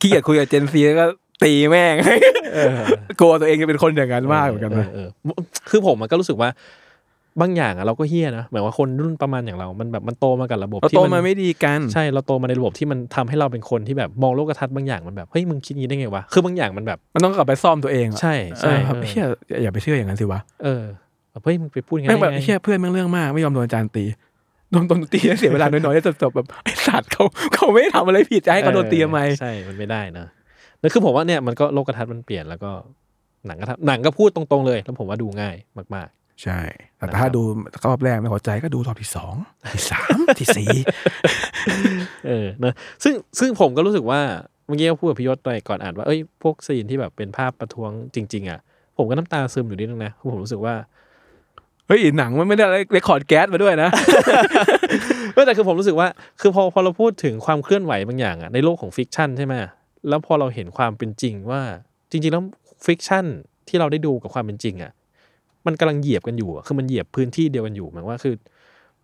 ขี้เกียจคุยกับเจนซีแล้วก็ตีแม่ง กลัวตัวเองจะเป็นคนอย่างนั้นมากเหมือนกันนะ
เออเออเออคือผมอะก็รู้สึกว่าบางอย่างอะเราก็เฮี้ยนะหมายว่าคนรุ่นประมาณอย่างเรา มันแบบมันโตมากับระบบ
เรา
ที่
โตมาไม่ดีกัน
ใช่เราโตมาในระบบที่มันทำให้เราเป็นคนที่แบบมองโลกทัศน์บางอย่างมันแบบเฮ้ยมึงคิดงี้ได้ไงวะคือบางอย่างมันแบบ
มันต้องกลับไปซ่อมตัวเองอะ
ใช่ใช่
เออครับ
เออ
เฮียอย่าไปเชื่ออย่างนั้นสิวะ
เออแบบเฮ้ยมึงไปพูดอย่างนั้
แม่ง
น
แบ
ได้
บ
ไง
เฮียเพื่อนแม่งเรื่องมากไม่ยอมโดนอาจารย์ตีโดนโดนตีแล้วเสียเวลา น้อยๆได้จบๆแบบไอ้สัตว์เขา เขาไม่ได้ทำอะไรผิดจะให้เขาโดนตีทำไม
เออใช่มันไม่ได้นะนั่นคือผมว่าเนี่ยมันก็โลกทัศน์มันเปลี่ยนแล้วก็หนังก็ทำหนังก็พูดตรงๆเลย แล้วผมว่าดูง่ายมาก
ใช่แต่
ครั
ถ้า
บ
ดูรอบแรกไม่พอใจก็ดูรอบที่สอง ที่สามที่สี่
เออเนอะซึ่งซึ่งผมก็รู้สึกว่า มื่อกี้ก็พูดกับพิยศไปก่อนอ่านว่าเอ้ยพวกซีนที่แบบเป็นภาพประท้วงจริง ๆ อ่ะ ผมก็น้ำตาซึมอยู่นิดนึงนะเพราะผมรู้สึกว่า
เฮ้ยหนังมันไม่ได้เรคคอร์ดแก๊สมาด้วยนะ
เออแต่คือผมรู้สึกว่าคือพอพอเราพูดถึงความเคลื่อนไหวบางอย่างอะในโลกของฟิกชันใช่ไหมแล้วพอเราเห็นความเป็นจริงว่าจริง ๆ แล้วฟิกชันที่เราได้ดูกับความเป็นจริงอะมันกำลังเหยียบกันอยู่อะคือมันเหยียบพื้นที่เดียวกันอยู่หมายว่าคือ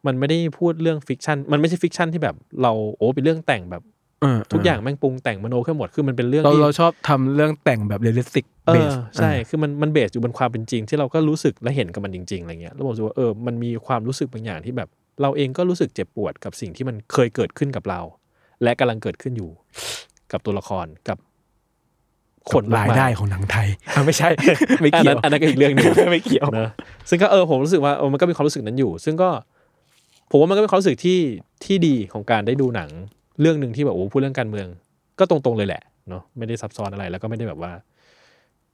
มันไม่ได้พูดเรื่องฟิกชันมันไม่ใช่ฟิกชันที่แบบเราโอ้เป็นเรื่องแต่งแบบทุกอย่างแม่งปรุงแต่งมโนขึ้นหมดคือมันเป็นเรื่อง
เรา
ที่
เราชอบทำเรื่องแต่งแบบเรียลลิสติก
เอ
เบ
อ
ส
ใช่ คือมันมันเบสอยู่บนความเป็นจริง ที่เราก็รู้สึกและเห็นกับมันจริงๆอะไรเงี้ยแล้วผมรู้สึกว่าเออมันมีความรู้สึกบางอย่างที่แบบ เราเองก็รู้สึกเจ็บปวดกับสิ่งที่มันเคยเกิดขึ้นกับเรา และกำลังเกิดขึ้นอยู่ กับตัวละครกับคนมกม
รายได้ของหนังไทยอ่ะไม่ใช่ ไม่
อัน
เกี่ย
นั้
วน
อันนั้นก็อีกเรื่องหนึง
ไม่เกี่ยว
นะซึ่งก็เออผมรู้สึกว่าเออมันก็มีความรู้สึกนั้นอยู่ ซึ่งก็ผมว่ามันก็เป็นความรู้สึกที่ที่ดีของการได้ดูหนัง เรื่องหนึ่งที่แบบโอ้พูดเรื่องการเมือง ก็ตรงๆเลยแหละเนาะไม่ได้ซับซ้อนอะไรแล้วก็ไม่ได้แบบว่า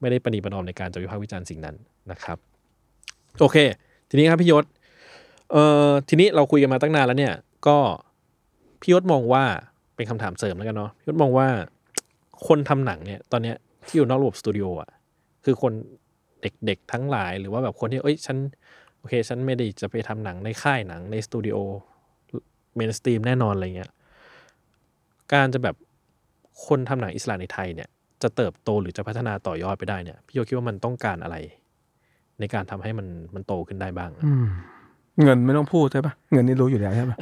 ไม่ได้ประนีประนอมในการจะวิพากษ์วิจารณ์สิ่งนั้นนะครับ โอเค ทีนี้ครับพี่ยศเอ่อทีนี้เราคุยกันมาตั้งนานแล้วเนี่ย ก็พี่ยศมองว่าเป็นคำถามเสริมแล้วกันเนาะพี่ยศมองว่าคนทำหนังเนี่ย ตอนเนี้ยที่อยู่นอกระบบสตูดิโออ่ะ คือคนเด็กๆทั้งหลายหรือว่าแบบคนที่เอ้ยฉันโอเค ฉันไม่ได้จะไปทำหนังในค่ายหนังในสตูดิโอเมนสตรีมแน่นอนอะไรเงี้ยการจะแบบคนทำหนังอิสระในไทยเนี่ย จะเติบโตหรือจะพัฒนาต่อยอดไปได้เนี่ย พี่โยคิดว่ามันต้องการอะไร ในการทำให้มันมันโตขึ้นได้บ้างอะ
เงินไม่ต้องพูดใช่ปะเงินนี่รู้อยู่แล้วใช่ปะ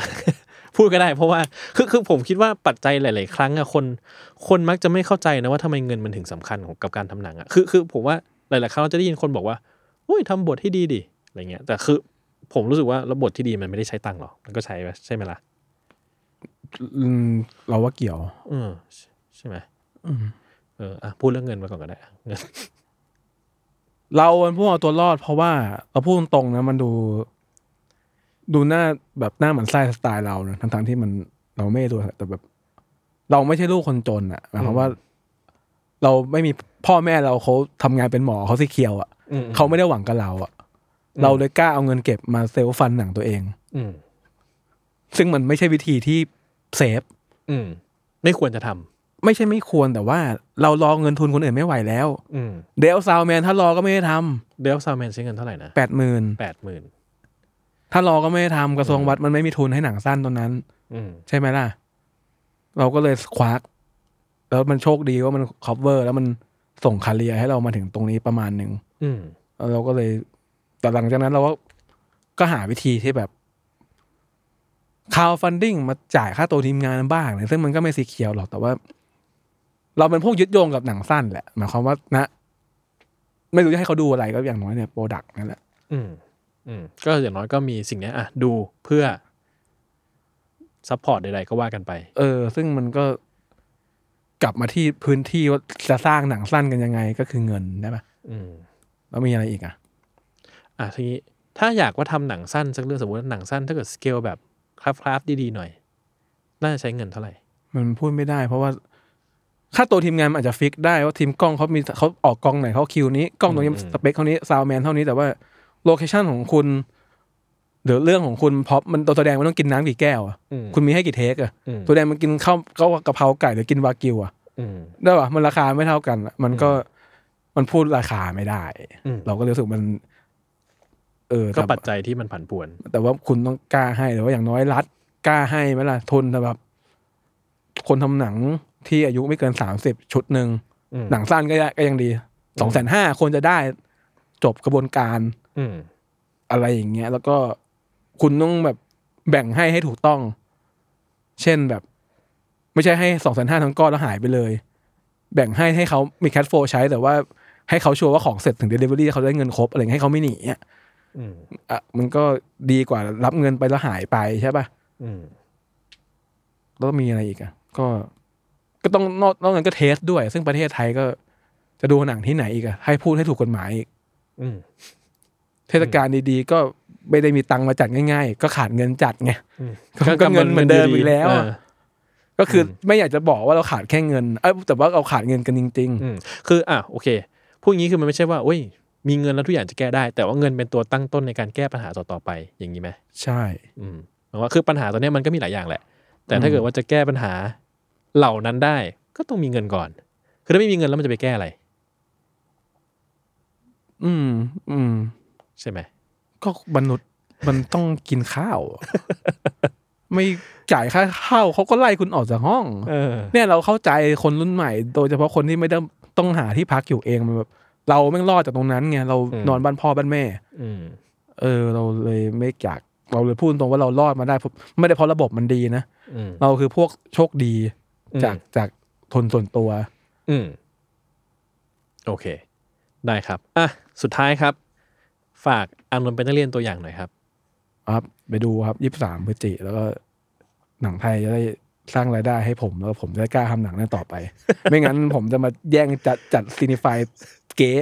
พูดก็ได้เพราะว่าคือคือผมคิดว่าปัจจัยหลาย ๆ ครั้งอะคนคนมักจะไม่เข้าใจนะว่าทำไมเงินมันถึงสำคัญของกับการทำหนังอะคือคือผมว่าหลาย ๆ ครั้งเราจะได้ยินคนบอกว่าโอ้ยทำบทให้ดีดิอะไรเงี้ยแต่คือผมรู้สึกว่าแล้วบทที่ดีมันไม่ได้ใช้ตังค์หรอกมันก็ใช้ใช่ไหมล่ะ
อืมเราว่าเกี่ยว
เออใช่ใช่ไหม
อืม
เอออ่ะพูดเรื่องเงินมาก่อนก็ได้อ่ะเงิน
เราเป็นผู้เอาตัวรอดเพราะว่าเราพูดตรงๆนะมันดู ดูหน้าแบบหน้าเหมือนไส้สไตล์เรานะทั้งๆที่มันเราไม่ดูแต่แบบ เราไม่ใช่ลูกคนจนอะหมายความว่า เราไม่มีพ่อแม่เราเขาทำงานเป็นหมอเขาสีเขียวอะ
อืม
เขาไม่ได้หวังกับเราอะเราเลยกล้าเอาเงินเก็บมาเซลล์ฟันหนังตัวเอง
อืม
ซึ่งมันไม่ใช่วิธีที่เซฟ
อืมไม่ควรจะทำ
ไม่ใช่ไม่ควรแต่ว่า เรารอเงินทุนคนอื่นไม่ไหวแล้ว
อืม
เดลซาวแมนถ้ารอก็ไม่ได้ท
เดลซาวแมนใช้เงินเท่าไหร่นะ
ำแปดหมื่น
แปดหมื่น
ถ้ารอก็ไม่ได้ทำกระทรวงวัดมันไม่มีทุนให้หนังสั้นตอนนั้น
อืม
ใช่ไหมล่ะ เราก็เลยควักแล้วมันโชคดีว่ามันคอ v เวอร์ แล้วมันส่งคาเรียให้เรามาถึงตรงนี้ประมาณหนึ่ง
อืม
แล้วเราก็เลยแต่หลังจากนั้นเราก็ก็หาวิธีที่แบบคาวฟันดิ้งมาจ่ายค่าตัวทีมงานบ้างเลยซึ่งมันก็ไม่สีเขียวหรอกแต่ว่า เราเป็นพวกยึดโยงกับหนังสั้นแหละหมายความว่านะ ไม่รู้จะให้เขาดูอะไรก็อย่างน้อยเนี่ยโปรดักนั่นแหละ
อืมอืมก็อย่างน้อยก็มีสิ่งเนี้ยอ่ะดูเพื่อซัพพอร์ตใด ๆ ก็ว่ากันไป
เออ ซึ่งมันก็กลับมาที่พื้นที่ว่าจะสร้างหนังสั้นกันยังไงก็คือเงินได้ปะ
อืม
แล้วมีอะไรอีกอ่ะ
อ่ะทีนี้ถ้าอยากว่าทำหนังสั้นสักเรื่องสมมติว่าหนังสั้นถ้าเกิดสเกลแบบคราฟคราฟดีๆหน่อย น่าจะใช้เงินเท่าไหร่
มันพูดไม่ได้ เพราะว่า ค่าตัวทีมงานมันอาจจะฟิกได้ว่าทีมกล้องเขามีเขาออกกล้องไหนเขาคิวนี้กล้องตรงนี้
อืม
สเปคเท่านี้ซาวแมนเท่านี้แต่ว่าโลเคชั่นของคุณ หรือเรื่องของคุณพอมันตัวแสดงมันต้องกินน้ำกี่แก้วอ่ะ
อืม
คุณมีให้กี่เทคอ่ะ
อืม
ตัวแสดงมันกินข้าวข้าวกะเพราไก่หรือกินวากิวอ่ะ
อืม
ได้ปะมันราคาไม่เท่ากันอะมันก็มันพูดราคาไม่ได้
อืม
เราก็เลยรู้สึกมัน เออ
ก็
แต่
ปัจจัยที่มันผันผวน
แต่ว่าคุณต้องกล้าให้หรือว่าอย่างน้อยรัฐกล้าให้ไหมล่ะทุนสำหรับ คนทำหนังที่อายุไม่เกินสามสิบชุดหนึ่ง
อืม
หนังสั้นก็ยก็ยังดีสองแสนห้าคนจะได้จบกระบวนการ
อืม
อะไรอย่างเงี้ย แล้วก็คุณต้องแบบแบ่งให้ให้ถูกต้อง เช่นแบบ ไม่ใช่ให้สองแสนห้าทั้งก้อนแล้วหายไปเลย แบ่งให้ให้เขามีแคชโฟใช้ แต่ว่าให้เขาชัวร์ว่าของเสร็จถึงเดลิเวอรี่เขาได้เงินครบอะไรเงี้ยให้เขาไม่หนีอะ
อืม
อ่ะมันก็ดีกว่ารับเงินไปแล้วหายไปใช่ปะ่ะ
อืม
แล้วมีอะไรอีกอ่ะก็ ก็ต้องนอกนอกนั้นก็เทสด้วย ซึ่งประเทศไทยก็จะดูหนังที่ไหนอีกอ่ะให้พูดให้ถูกกฎหมายอีก
อืม
เทศกาลดีๆ ก็ไม่ได้มีตังค์มาจัดง่ายๆ ก็ขาดเงินจัดไง
อืม
ก็ก็เงินเหมือนเดิมอีกแล้วอะ
เออ
ก็คืออ
ม
ไม่อยากจะบอกว่าเราขาดแค่เงินเอยแต่ว่าเราขาดเงินกันจริง
อืมคืออ่ะโอเคพูดอย่างนี้คือมันไม่ใช่ว่าโอ้ยมีเงินแล้วทุกอย่างจะแก้ได้ แต่ว่าเงินเป็นตัวตั้งต้นในการแก้ปัญหาต่อๆไปอย่างนี้ไหม
ๆ ใช่
อืมหมายว่าคือปัญหาตอนนี้ยมันก็มีหลายอย่างแหละ แต่
อืม
ถ้าเกิดว่าจะแก้ปัญหาเหล่านั้นได้ ก็ ก็ต้องมีเงินก่อน คือถ้าไม่มีเงินแล้วมันจะไปแก้อะไร
อืม อืม
ใช่ไหม
ก็มนุษย์มันต้องกินข้าว ไม่จ่ายค่าข้าวเขาก็ไล่คุณออกจากห้อง
เออ
เนี่ยเราเข้าใจคนรุ่นใหม่ โดยเฉพาะคนที่ไม่ได้ต้องหาที่พักอยู่เองมันแบบเราแม่งรอดจากตรงนั้นไงเรา
อืม
นอนบ้านพ่อบ้านแม่
อืม
เออ เราเลยไม่อยากเราเลยพูดตรงว่าเรารอดมาได้เพราะไม่ได้เพราะระบบมันดีนะ
อืม
เราคือพวกโชคดี
อืม
จากจากทนส่วนตัว
อืม โอเค ได้ครับ อ่ะ สุดท้ายครับ ฝากอานนท์เป็นนักเรียนตัวอย่างหน่อยครับ
ครับไปดูครับยี่สามพฤศจิแล้วก็หนังไทยจะได้สร้างรายได้ให้ผม แล้วผมจะได้กล้าทำหนังนั้นต่อไป ไม่งั้นผมจะมาแย่งจัดจัดซีนิฟายเก๋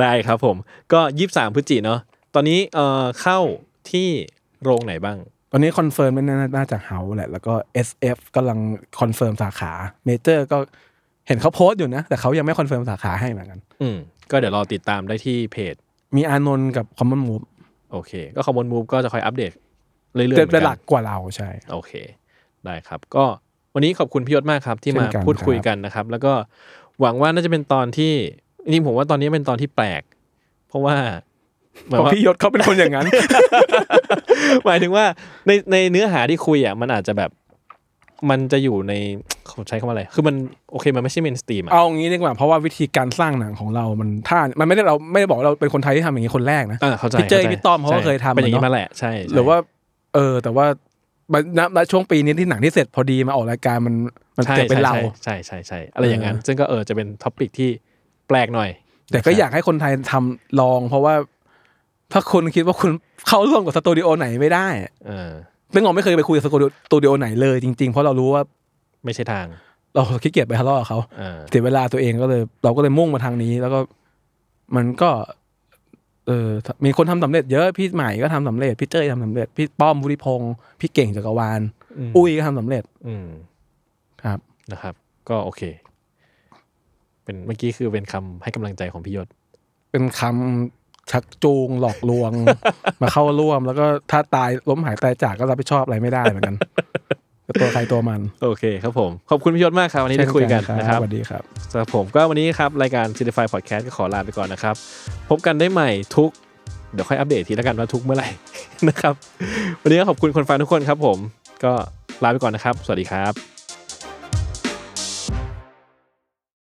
ได้ครับผม ก็ยี่สามพฤศจิเนาะ ตอนนี้เอ่อเข้าที่โรงไหนบ้าง
ตอนนี้คอนเฟิร์มไม่าน่าจะเฮาแหละ แล้วก็ SF กำลังคอนเฟิร์มสาขาเมเจอร์ก็เห็นเขาโพสต์อยู่นะ แต่เขายังไม่คอนเฟิร์มสาขาให้เหมือนกัน
อืม ก็เดี๋ยวรอติดตามได้ที่เพจ
มีอานนท์กับคอมมอนมูฟ
โอเค ก็คอมมอนมูฟก็จะคอยอัปเดตเรื่อยๆ
เป็น
เหมือนกั
หลั
น
กกว่าเราใช่
โอเค ได้ครับ ก็วันนี้ขอบคุณพี่ยศมากครับ ที่
เช่
มาน
กัน
พูดคุย
ครับ
กันนะครับ แล้วก็หวังว่าน่าจะเป็นตอนที่จริงๆผมว่าตอนนี้เป็นตอนที่แปลก เพราะว่าหมาย
เพราะ
ว่า
พี่ยศเขาเป็นคนอย่าง นั้น
หมายถึงว่าในในเนื้อหาที่คุยอ่ะมันอาจจะแบบ มันจะอยู่ในเขาใช้คำว่าอะไร คือมันโอเคมันไม่ใช่เมนสตรีมอ่ะ
เอางี้ดีกว่าเพราะว่าวิธีการสร้างหนังของเรา มันท่ามันไม่ได้เราไม่ได้บอกว่าเราเป็นคนไทยที่ทำอย่างนี้คนแรกนะ
เออเข้าใจ
พี่เจ้ย
ข้ใจ
พี่ต้อมเขาก็
ใช่
เคยทำ
เป็นอย่างนี้
อะเนาะ
มาแหละใช่ใช่
หรือว่า เออ แต่ว่ามันณณช่วงปีนี้ที่หนังที่เสร็จพอดีมาออกรายการมันมัน
ใช่
เกิดเป็นเรา
ใช่ใช่ใช่ใช่อะไรอย่างนั้น ซึ่งก็เออจะเป็นท็อปิกที่แปลกหน่อย
แต่ก็อยากให้คนไทยทำลอง เพราะว่า ถ้าคุณคิดว่าคุณเข้าร่วมกับสตูดิโอไหนไม่ได้
เออ
ซึ่งเราไม่เคยไปคุยกับสตูดิโอสตูดิโอไหนเลยจริงๆ เพราะเรารู้ว่า
ไม่ใช่ทาง
เราขี้เกียจไปทะเลาะกับเขา
เออ
เสียเวลาตัวเองก็เลย เราก็เลยมุ่งมาทางนี้ แล้วก็มันก็ เออมีคนทำสำเร็จเยอะพี่ใหม่ก็ทำสำเร็จพี่เจ้ยทำสำเร็จพี่ป้อมวุฒิพงศ์พี่เก่งจักรวาล
ม
อุ้ยก็ทำสำเร็จ
อืม
ครับ
นะครับ ก็โอเค เป็นเมื่อกี้คือเป็นคำให้กำลังใจของพี่ยศ
เป็นคำชักจูงหลอกล วง มาเข้าร่วม แล้วก็ถ้าตายล้มหายตายจากก็รับผิดชอบอะไรไม่ได้ เหมือนกัน ก็ตัวใครตัวมัน
โอเคครับผม ขอบคุณพี่ยศมากครับวันนี้ได้คุยกันนะครับ
สวัสดีครับ
สำหรับผมก็วันนี้ครับ รายการ Certify Podcast ก็ขอลาไปก่อนนะครับ พบกันได้ใหม่ทุก เดี๋ยวค่อยอัปเดตทีแล้วกันว่าทุกเมื่อไหร่ นะครับ วันนี้ก็ขอบคุณคนฟังทุกคนครับผม ก็ลาไปก่อนนะครับ สวัสดีครับ